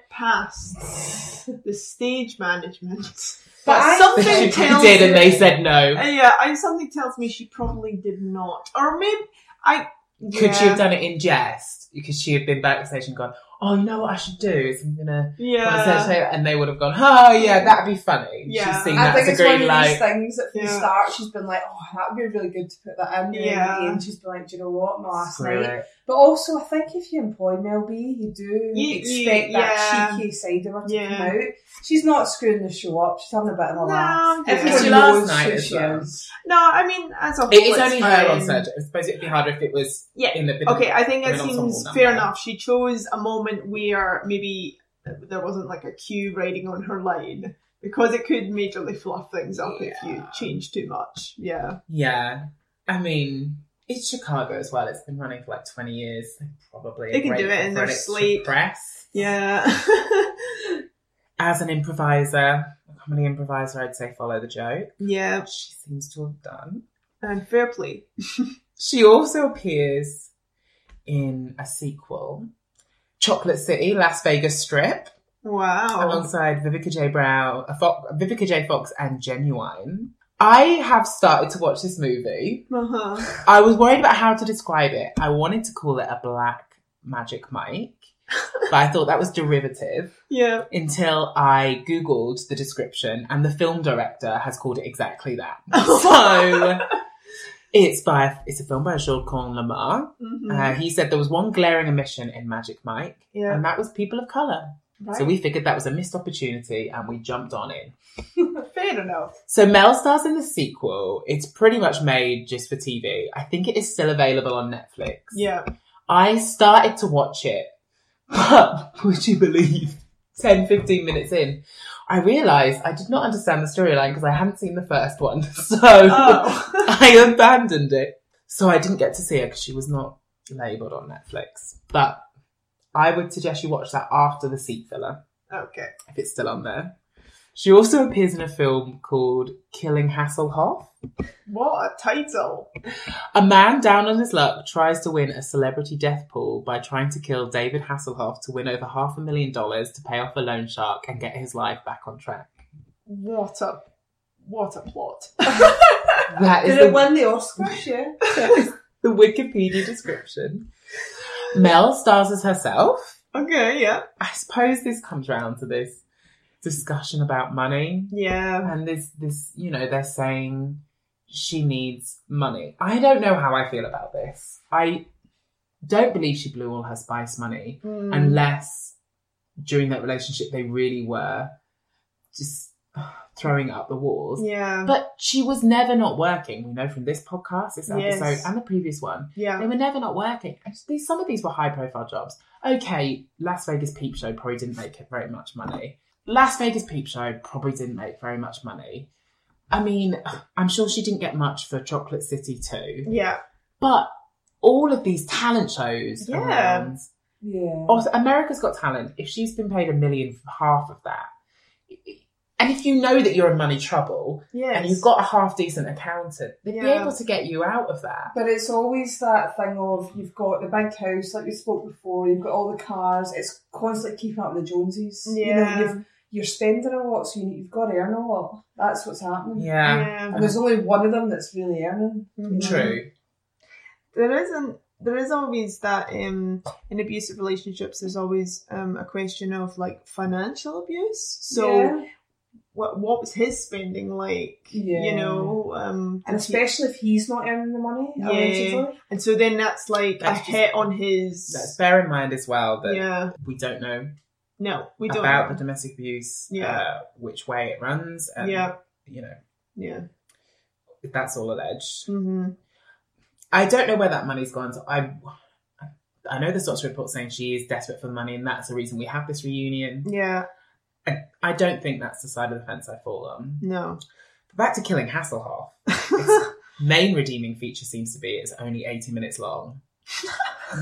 Speaker 2: past the stage management.
Speaker 4: But I-
Speaker 2: something
Speaker 1: she
Speaker 2: tells
Speaker 1: did and
Speaker 2: me-
Speaker 1: they said no.
Speaker 2: Uh, yeah, I, something tells me she probably did not, or maybe I.
Speaker 1: Could she have
Speaker 2: yeah,
Speaker 1: done it in jest? Could she have been backstage and gone, "Oh, you know what I should do is I'm gonna," go on
Speaker 2: Yeah.
Speaker 1: stage today," and they would have gone, "Oh, yeah, that'd be funny."
Speaker 2: Yeah.
Speaker 1: She's seen
Speaker 4: I
Speaker 1: that as
Speaker 4: think
Speaker 1: a
Speaker 4: it's one of
Speaker 1: green
Speaker 4: these
Speaker 1: light.
Speaker 4: things that from the
Speaker 2: Yeah.
Speaker 4: start she's been like, oh, that would be really good to put that in. there."
Speaker 2: Yeah.
Speaker 4: And she's been like, do you know what, my last
Speaker 1: Screw
Speaker 4: night,
Speaker 1: it.
Speaker 4: But also, I think if you employ Mel B, you do
Speaker 2: You- you-
Speaker 4: expect that
Speaker 2: yeah.
Speaker 4: cheeky side of her to
Speaker 2: Yeah.
Speaker 4: come out. She's not screwing the show up. She's having a bit of a
Speaker 2: No,
Speaker 4: laugh.
Speaker 2: yeah.
Speaker 1: It was
Speaker 4: Everyone
Speaker 1: your last
Speaker 4: knows
Speaker 1: night
Speaker 4: who
Speaker 1: as
Speaker 4: she
Speaker 1: well.
Speaker 4: is.
Speaker 2: No, I mean as a whole,
Speaker 1: It is
Speaker 2: it's
Speaker 1: only her on
Speaker 2: fine.
Speaker 1: stage. I suppose it'd be harder if it was
Speaker 2: Um, Yeah.
Speaker 1: in the bit
Speaker 2: Okay, I think
Speaker 1: I
Speaker 2: it
Speaker 1: mean, ensemble
Speaker 2: seems
Speaker 1: number.
Speaker 2: fair enough. She chose a moment where maybe there wasn't like a cue riding on her line because it could majorly fluff things up if you change too much. Yeah.
Speaker 1: Yeah. I mean, it's Chicago as well. It's been running for like 20 years. They Probably.
Speaker 2: They
Speaker 1: are
Speaker 2: can do
Speaker 1: grateful
Speaker 2: it in
Speaker 1: for
Speaker 2: their
Speaker 1: an extra
Speaker 2: sleep.
Speaker 1: Press.
Speaker 2: Yeah.
Speaker 1: As an improviser, a comedy improviser, I'd say follow the joke.
Speaker 2: yeah.
Speaker 1: She seems to have done.
Speaker 2: And fair play.
Speaker 1: She also appears in a sequel, Chocolate City, Las Vegas Strip,
Speaker 2: Wow.
Speaker 1: alongside Vivica J. Brown, a Fo- Vivica J. Fox, and Genuine. I have started to watch this movie.
Speaker 2: Uh-huh.
Speaker 1: I was worried about how to describe it. I wanted to call it a black magic mic, but I thought that was derivative
Speaker 2: Yeah.
Speaker 1: until I googled the description, and the film director has called it exactly that. so it's by it's a film by Jules Con Lamar.
Speaker 2: hmm
Speaker 1: Uh, he said there was one glaring omission in Magic Mike,
Speaker 2: Yeah.
Speaker 1: and that was people of color.
Speaker 2: right.
Speaker 1: So we figured that was a missed opportunity, and we jumped on in.
Speaker 2: fair enough.
Speaker 1: So Mel stars in the sequel. It's pretty much made just for TV. I think it is still available on Netflix.
Speaker 2: Yeah.
Speaker 1: I started to watch it, but would you believe 10, 15 minutes in, I realised I did not understand the storyline because I hadn't seen the first one. So
Speaker 2: Oh.
Speaker 1: I abandoned it. So I didn't get to see her because she was not labelled on Netflix. But I would suggest you watch that after the seat filler,
Speaker 2: okay.
Speaker 1: if it's still on there. She also appears in a film called Killing Hasselhoff.
Speaker 2: What a title.
Speaker 1: A man down on his luck tries to win a celebrity death pool by trying to kill David Hasselhoff to win over half a million dollars to pay off a loan shark and get his life back on track.
Speaker 2: What a what a plot.
Speaker 1: That is
Speaker 4: Did it
Speaker 1: the,
Speaker 4: win the Oscars? Yeah.
Speaker 1: that is the Wikipedia description. Mel stars as herself.
Speaker 2: okay, yeah.
Speaker 1: I suppose this comes round to this discussion about money
Speaker 2: Yeah.
Speaker 1: and this this you know they're saying she needs money. I don't know how I feel about this. I don't believe she blew all her spice money.
Speaker 2: Mm.
Speaker 1: unless during that relationship they really were just uh, throwing up the walls.
Speaker 2: Yeah.
Speaker 1: But she was never not working. We know from this podcast, this
Speaker 2: Yes.
Speaker 1: episode, and the previous one, they
Speaker 2: Yeah.
Speaker 1: were never not working. And these, some of these were high profile jobs. Okay, Las Vegas Peep Show probably didn't make very much money. Las Vegas Peep Show probably didn't make very much money. I mean, I'm sure she didn't get much for Chocolate City too.
Speaker 2: Yeah.
Speaker 1: But all of these talent shows
Speaker 2: Yeah.
Speaker 1: around
Speaker 4: Yeah.
Speaker 1: also, America's Got Talent, if she's been paid a million for half of that, and if you know that you're in money trouble
Speaker 2: Yes.
Speaker 1: and you've got a half decent accountant, they'd be
Speaker 2: Yeah.
Speaker 1: able to get you out of that.
Speaker 4: But it's always that thing of you've got the big house, like we spoke before, you've got all the cars, it's constantly keeping up with the Joneses.
Speaker 2: Yeah.
Speaker 4: You know, you've, you're spending a lot, so you, you've got to earn a lot. That's what's happening.
Speaker 1: Yeah,
Speaker 2: yeah.
Speaker 4: And there's only one of them that's really earning. you
Speaker 1: Mm-hmm.
Speaker 4: know?
Speaker 1: true.
Speaker 2: there isn't there is always that um in abusive relationships there's always um a question of like financial abuse so
Speaker 4: Yeah.
Speaker 2: what what was his spending like
Speaker 4: Yeah.
Speaker 2: you know um
Speaker 4: And
Speaker 2: did he-
Speaker 4: especially if he's not earning the money,
Speaker 2: Yeah.
Speaker 4: allegedly.
Speaker 2: and so then that's like
Speaker 1: That's
Speaker 2: a
Speaker 1: just-
Speaker 2: hit on his
Speaker 1: Let's bear in mind as well that
Speaker 2: yeah
Speaker 1: we don't know
Speaker 2: no we don't
Speaker 1: about the
Speaker 2: know.
Speaker 1: domestic abuse, uh,
Speaker 2: Yeah.
Speaker 1: which way it runs, and
Speaker 2: yeah
Speaker 1: you know
Speaker 2: yeah
Speaker 1: that's all alleged.
Speaker 2: hmm
Speaker 1: I don't know where that money's gone. So I, I know the doctor report saying she is desperate for money, and that's the reason we have this reunion.
Speaker 2: yeah
Speaker 1: I, I don't think that's the side of the fence I fall on.
Speaker 2: no
Speaker 1: Back to killing Hasselhoff. Its main redeeming feature seems to be it's only 80 minutes long.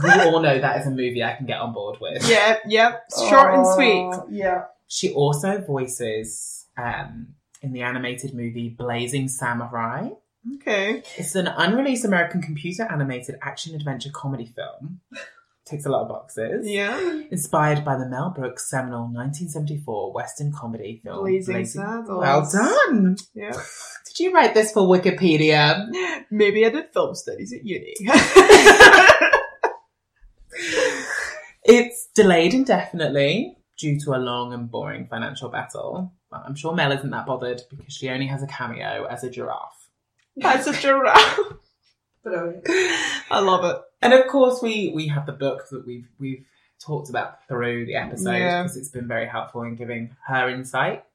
Speaker 1: we all know that is a movie I can get on board with.
Speaker 2: yeah yeah short and sweet
Speaker 4: Oh, Yeah.
Speaker 1: She also voices um, in the animated movie Blazing Samurai.
Speaker 2: okay
Speaker 1: It's an unreleased American computer animated action adventure comedy film. Takes a lot of boxes.
Speaker 2: yeah
Speaker 1: Inspired by the Mel Brooks seminal 1974 Western comedy film
Speaker 2: Blazing Saddles.
Speaker 1: Well done!
Speaker 2: yeah
Speaker 1: Did you write this for Wikipedia?
Speaker 2: maybe I did film studies at uni
Speaker 1: It's delayed indefinitely due to a long and boring financial battle. But I'm sure Mel isn't that bothered because she only has a cameo as a giraffe.
Speaker 2: that's a giraffe
Speaker 4: Brilliant.
Speaker 2: I love it
Speaker 1: And of course, we we have the book that we've we've talked about through the episode
Speaker 2: Yeah.
Speaker 1: because it's been very helpful in giving her insight.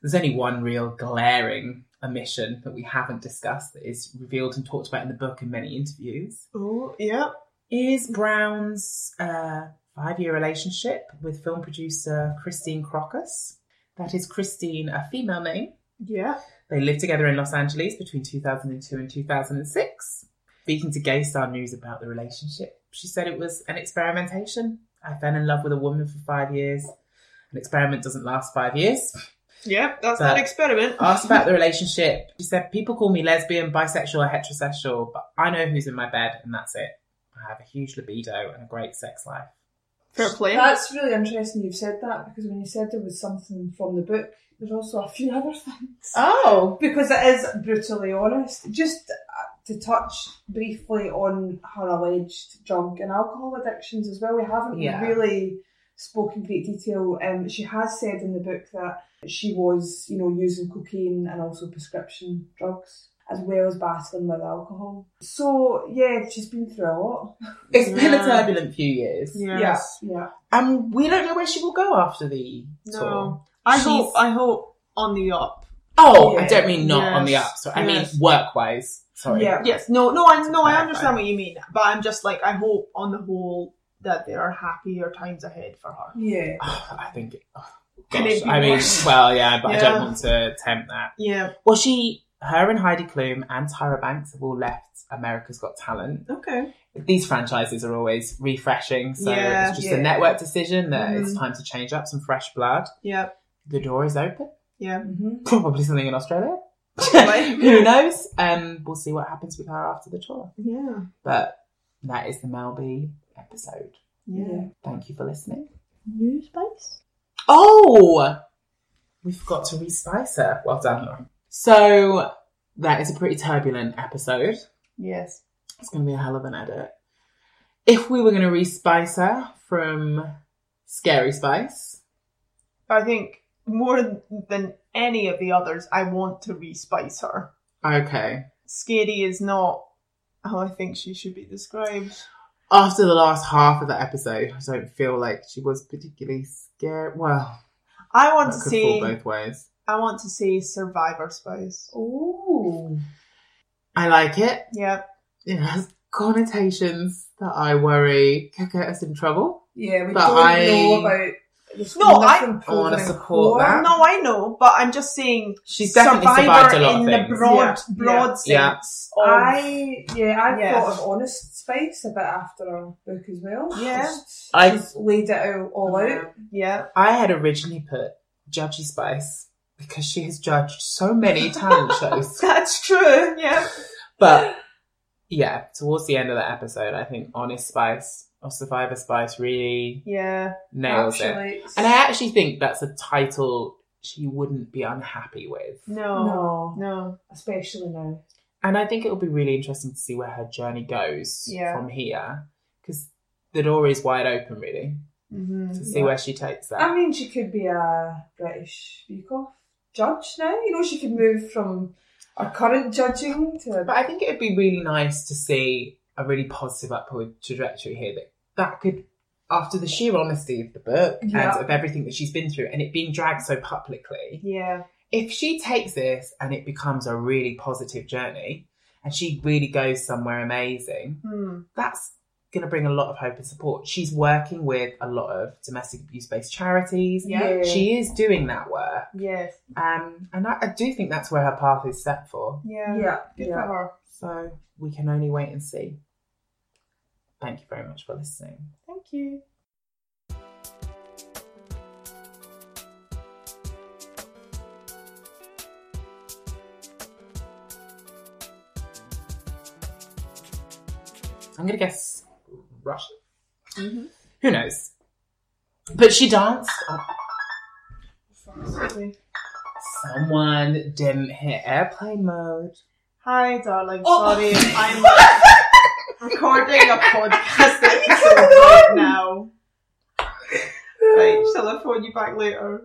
Speaker 1: There's only one real glaring omission that we haven't discussed that is revealed and talked about in the book in many interviews.
Speaker 2: oh yeah
Speaker 1: is Brown's uh, five year relationship with film producer Christine Crocus. That is Christine, a female name.
Speaker 2: Yeah.
Speaker 1: They lived together in Los Angeles between 2002 and 2006. Speaking to Gay Star News about the relationship, she said it was an experimentation. I fell in love with a woman for five years. An experiment doesn't last five years.
Speaker 2: Yep, that's
Speaker 1: But-
Speaker 2: that experiment.
Speaker 1: Asked about the relationship, she said, People call me lesbian, bisexual, or heterosexual, but I know who's in my bed, and that's it. I have a huge libido and a great sex life.
Speaker 2: Fair play.
Speaker 4: That's really interesting you've said that because when you said there was something from the book, there's also a few other things.
Speaker 2: Oh.
Speaker 4: Because it is brutally honest. Just uh, to touch briefly on her alleged drug and alcohol addictions as well, we haven't
Speaker 1: Yeah.
Speaker 4: really spoken great detail. Um, she has said in the book that she was, you know, using cocaine and also prescription drugs. As well as battling with alcohol. So, yeah, she's been through a lot.
Speaker 1: It's been a
Speaker 2: Yeah.
Speaker 1: turbulent few years.
Speaker 2: Yes.
Speaker 4: Yeah, yeah.
Speaker 1: And we don't know where she will go after the tour.
Speaker 2: No. I
Speaker 1: She's-
Speaker 2: hope I hope on the up.
Speaker 1: Oh, I
Speaker 4: Yeah.
Speaker 1: don't mean not on the
Speaker 2: Yes.
Speaker 1: up. So I
Speaker 2: Yes.
Speaker 1: mean work wise. Sorry.
Speaker 4: Yeah.
Speaker 2: Yes, no, no, I no, I
Speaker 1: Clarify.
Speaker 2: understand what you mean. But I'm just like I hope on the whole that there are happier times ahead for her.
Speaker 4: Yeah.
Speaker 1: I think. Oh,
Speaker 2: Can
Speaker 1: gosh.
Speaker 2: it be
Speaker 1: I mean,
Speaker 2: worse?
Speaker 1: well, yeah, but I
Speaker 2: Yeah.
Speaker 1: don't want to tempt that.
Speaker 2: Yeah.
Speaker 1: Well, she, her, and Heidi Klum and Tyra Banks have all left America's Got Talent.
Speaker 2: Okay.
Speaker 1: These franchises are always refreshing, so
Speaker 2: Yeah,
Speaker 1: it's just
Speaker 4: yeah.
Speaker 1: a network decision that it's
Speaker 2: Mhm.
Speaker 1: time to change up some fresh blood.
Speaker 2: Yeah.
Speaker 1: The door is open.
Speaker 2: Yeah.
Speaker 4: hmm
Speaker 1: Probably something in Australia.
Speaker 2: Probably.
Speaker 1: Who knows? Um, we'll see what happens with her after the tour.
Speaker 2: Yeah.
Speaker 1: But that is the Melby episode.
Speaker 2: Yeah.
Speaker 1: Thank you for listening.
Speaker 2: New space.
Speaker 1: Oh, we forgot to respice her. Well done, Lauren. So that is a pretty turbulent episode.
Speaker 2: Yes.
Speaker 1: It's going to be a hell of an edit. If we were going to respice her from Scary Spice,
Speaker 2: I think more than any of the others, I want to respice her.
Speaker 1: okay.
Speaker 2: Scary is not how I think she should be described.
Speaker 1: After the last half of the episode, I don't feel like she was particularly scared. Well,
Speaker 2: I want
Speaker 1: that
Speaker 2: to
Speaker 1: could fall
Speaker 2: say
Speaker 1: both ways.
Speaker 2: I want to say Survivor Spice.
Speaker 4: Oh.
Speaker 1: I like it.
Speaker 2: Yeah.
Speaker 1: It has connotations that I worry could get us in trouble.
Speaker 4: Yeah, we
Speaker 1: But
Speaker 4: don't
Speaker 1: I-
Speaker 4: know about. There's
Speaker 2: No, I-
Speaker 4: nothing
Speaker 1: I wanna
Speaker 4: proven in
Speaker 1: support
Speaker 4: court.
Speaker 1: that.
Speaker 2: No, I know, but I'm just saying
Speaker 1: She's definitely
Speaker 2: Survivor
Speaker 1: survived a lot
Speaker 2: in
Speaker 1: of things.
Speaker 2: the broad
Speaker 4: Yeah.
Speaker 2: broad
Speaker 1: Yeah.
Speaker 2: sense. Of,
Speaker 4: I yeah, I
Speaker 2: Yeah.
Speaker 4: thought of Honest Spice a bit after our book as well.
Speaker 2: Yeah.
Speaker 4: She's-
Speaker 1: I-
Speaker 4: she's laid it out all out.
Speaker 2: yeah.
Speaker 1: I had originally put Judgy Spice because she has judged so many talent shows.
Speaker 2: That's true. Yeah.
Speaker 1: But yeah, towards the end of the episode, I think Honest Spice or Survivor Spice really
Speaker 2: Yeah.
Speaker 1: nails it.
Speaker 4: actually.
Speaker 1: And I actually think that's a title she wouldn't be unhappy with.
Speaker 2: No.
Speaker 4: no,
Speaker 2: No.
Speaker 4: especially now.
Speaker 1: And I think it'll be really interesting to see where her journey goes
Speaker 2: Yeah.
Speaker 1: from here because the door is wide open, really,
Speaker 2: hmm
Speaker 1: to see
Speaker 4: Yeah.
Speaker 1: where she takes that.
Speaker 4: I mean, she could be a British Beacoff judge now. You know, she could move from our current judging to a
Speaker 1: But I think it would be really nice to see a really positive upward trajectory here that that could, after the sheer honesty of the book
Speaker 4: Yeah.
Speaker 1: and of everything that she's been through and it being dragged so publicly,
Speaker 2: Yeah.
Speaker 1: if she takes this and it becomes a really positive journey and she really goes somewhere amazing,
Speaker 2: Hmm.
Speaker 1: that's going to bring a lot of hope and support. She's working with a lot of domestic abuse based charities.
Speaker 2: Yeah.
Speaker 1: She is doing that work.
Speaker 2: Yes.
Speaker 1: Um, and I, I do think that's where her path is set for.
Speaker 2: Yeah.
Speaker 4: yeah,
Speaker 2: Good
Speaker 4: yeah.
Speaker 2: for her.
Speaker 1: So we can only wait and see. Thank you very much for listening.
Speaker 2: Thank you.
Speaker 1: I'm going to guess Russian. Who knows? But she danced. Oh, Someone didn't hit airplane mode.
Speaker 2: Hi, darling.
Speaker 4: Oh.
Speaker 2: Sorry, I'm recording a podcast episode right now. Right, shall I phone you back later?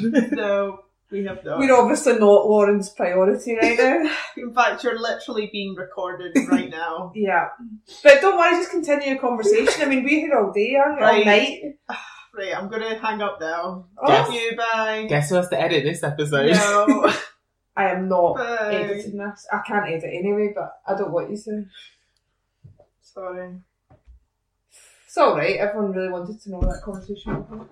Speaker 2: no, we have not.
Speaker 4: We're obviously not Lauren's priority right now.
Speaker 2: In fact, you're literally being recorded right now.
Speaker 4: yeah, but don't worry, just continue your conversation. I mean, we're here all day, aren't we? All
Speaker 2: Right.
Speaker 4: night.
Speaker 2: Right, I'm gonna hang up now.
Speaker 1: Yes.
Speaker 2: Love you, bye.
Speaker 1: Guess who has to edit this episode?
Speaker 2: No,
Speaker 4: I am not
Speaker 2: bye.
Speaker 4: editing this. I can't edit anyway, but I don't want you to.
Speaker 2: Sorry.
Speaker 4: It's all right. Everyone really wanted to know that conversation.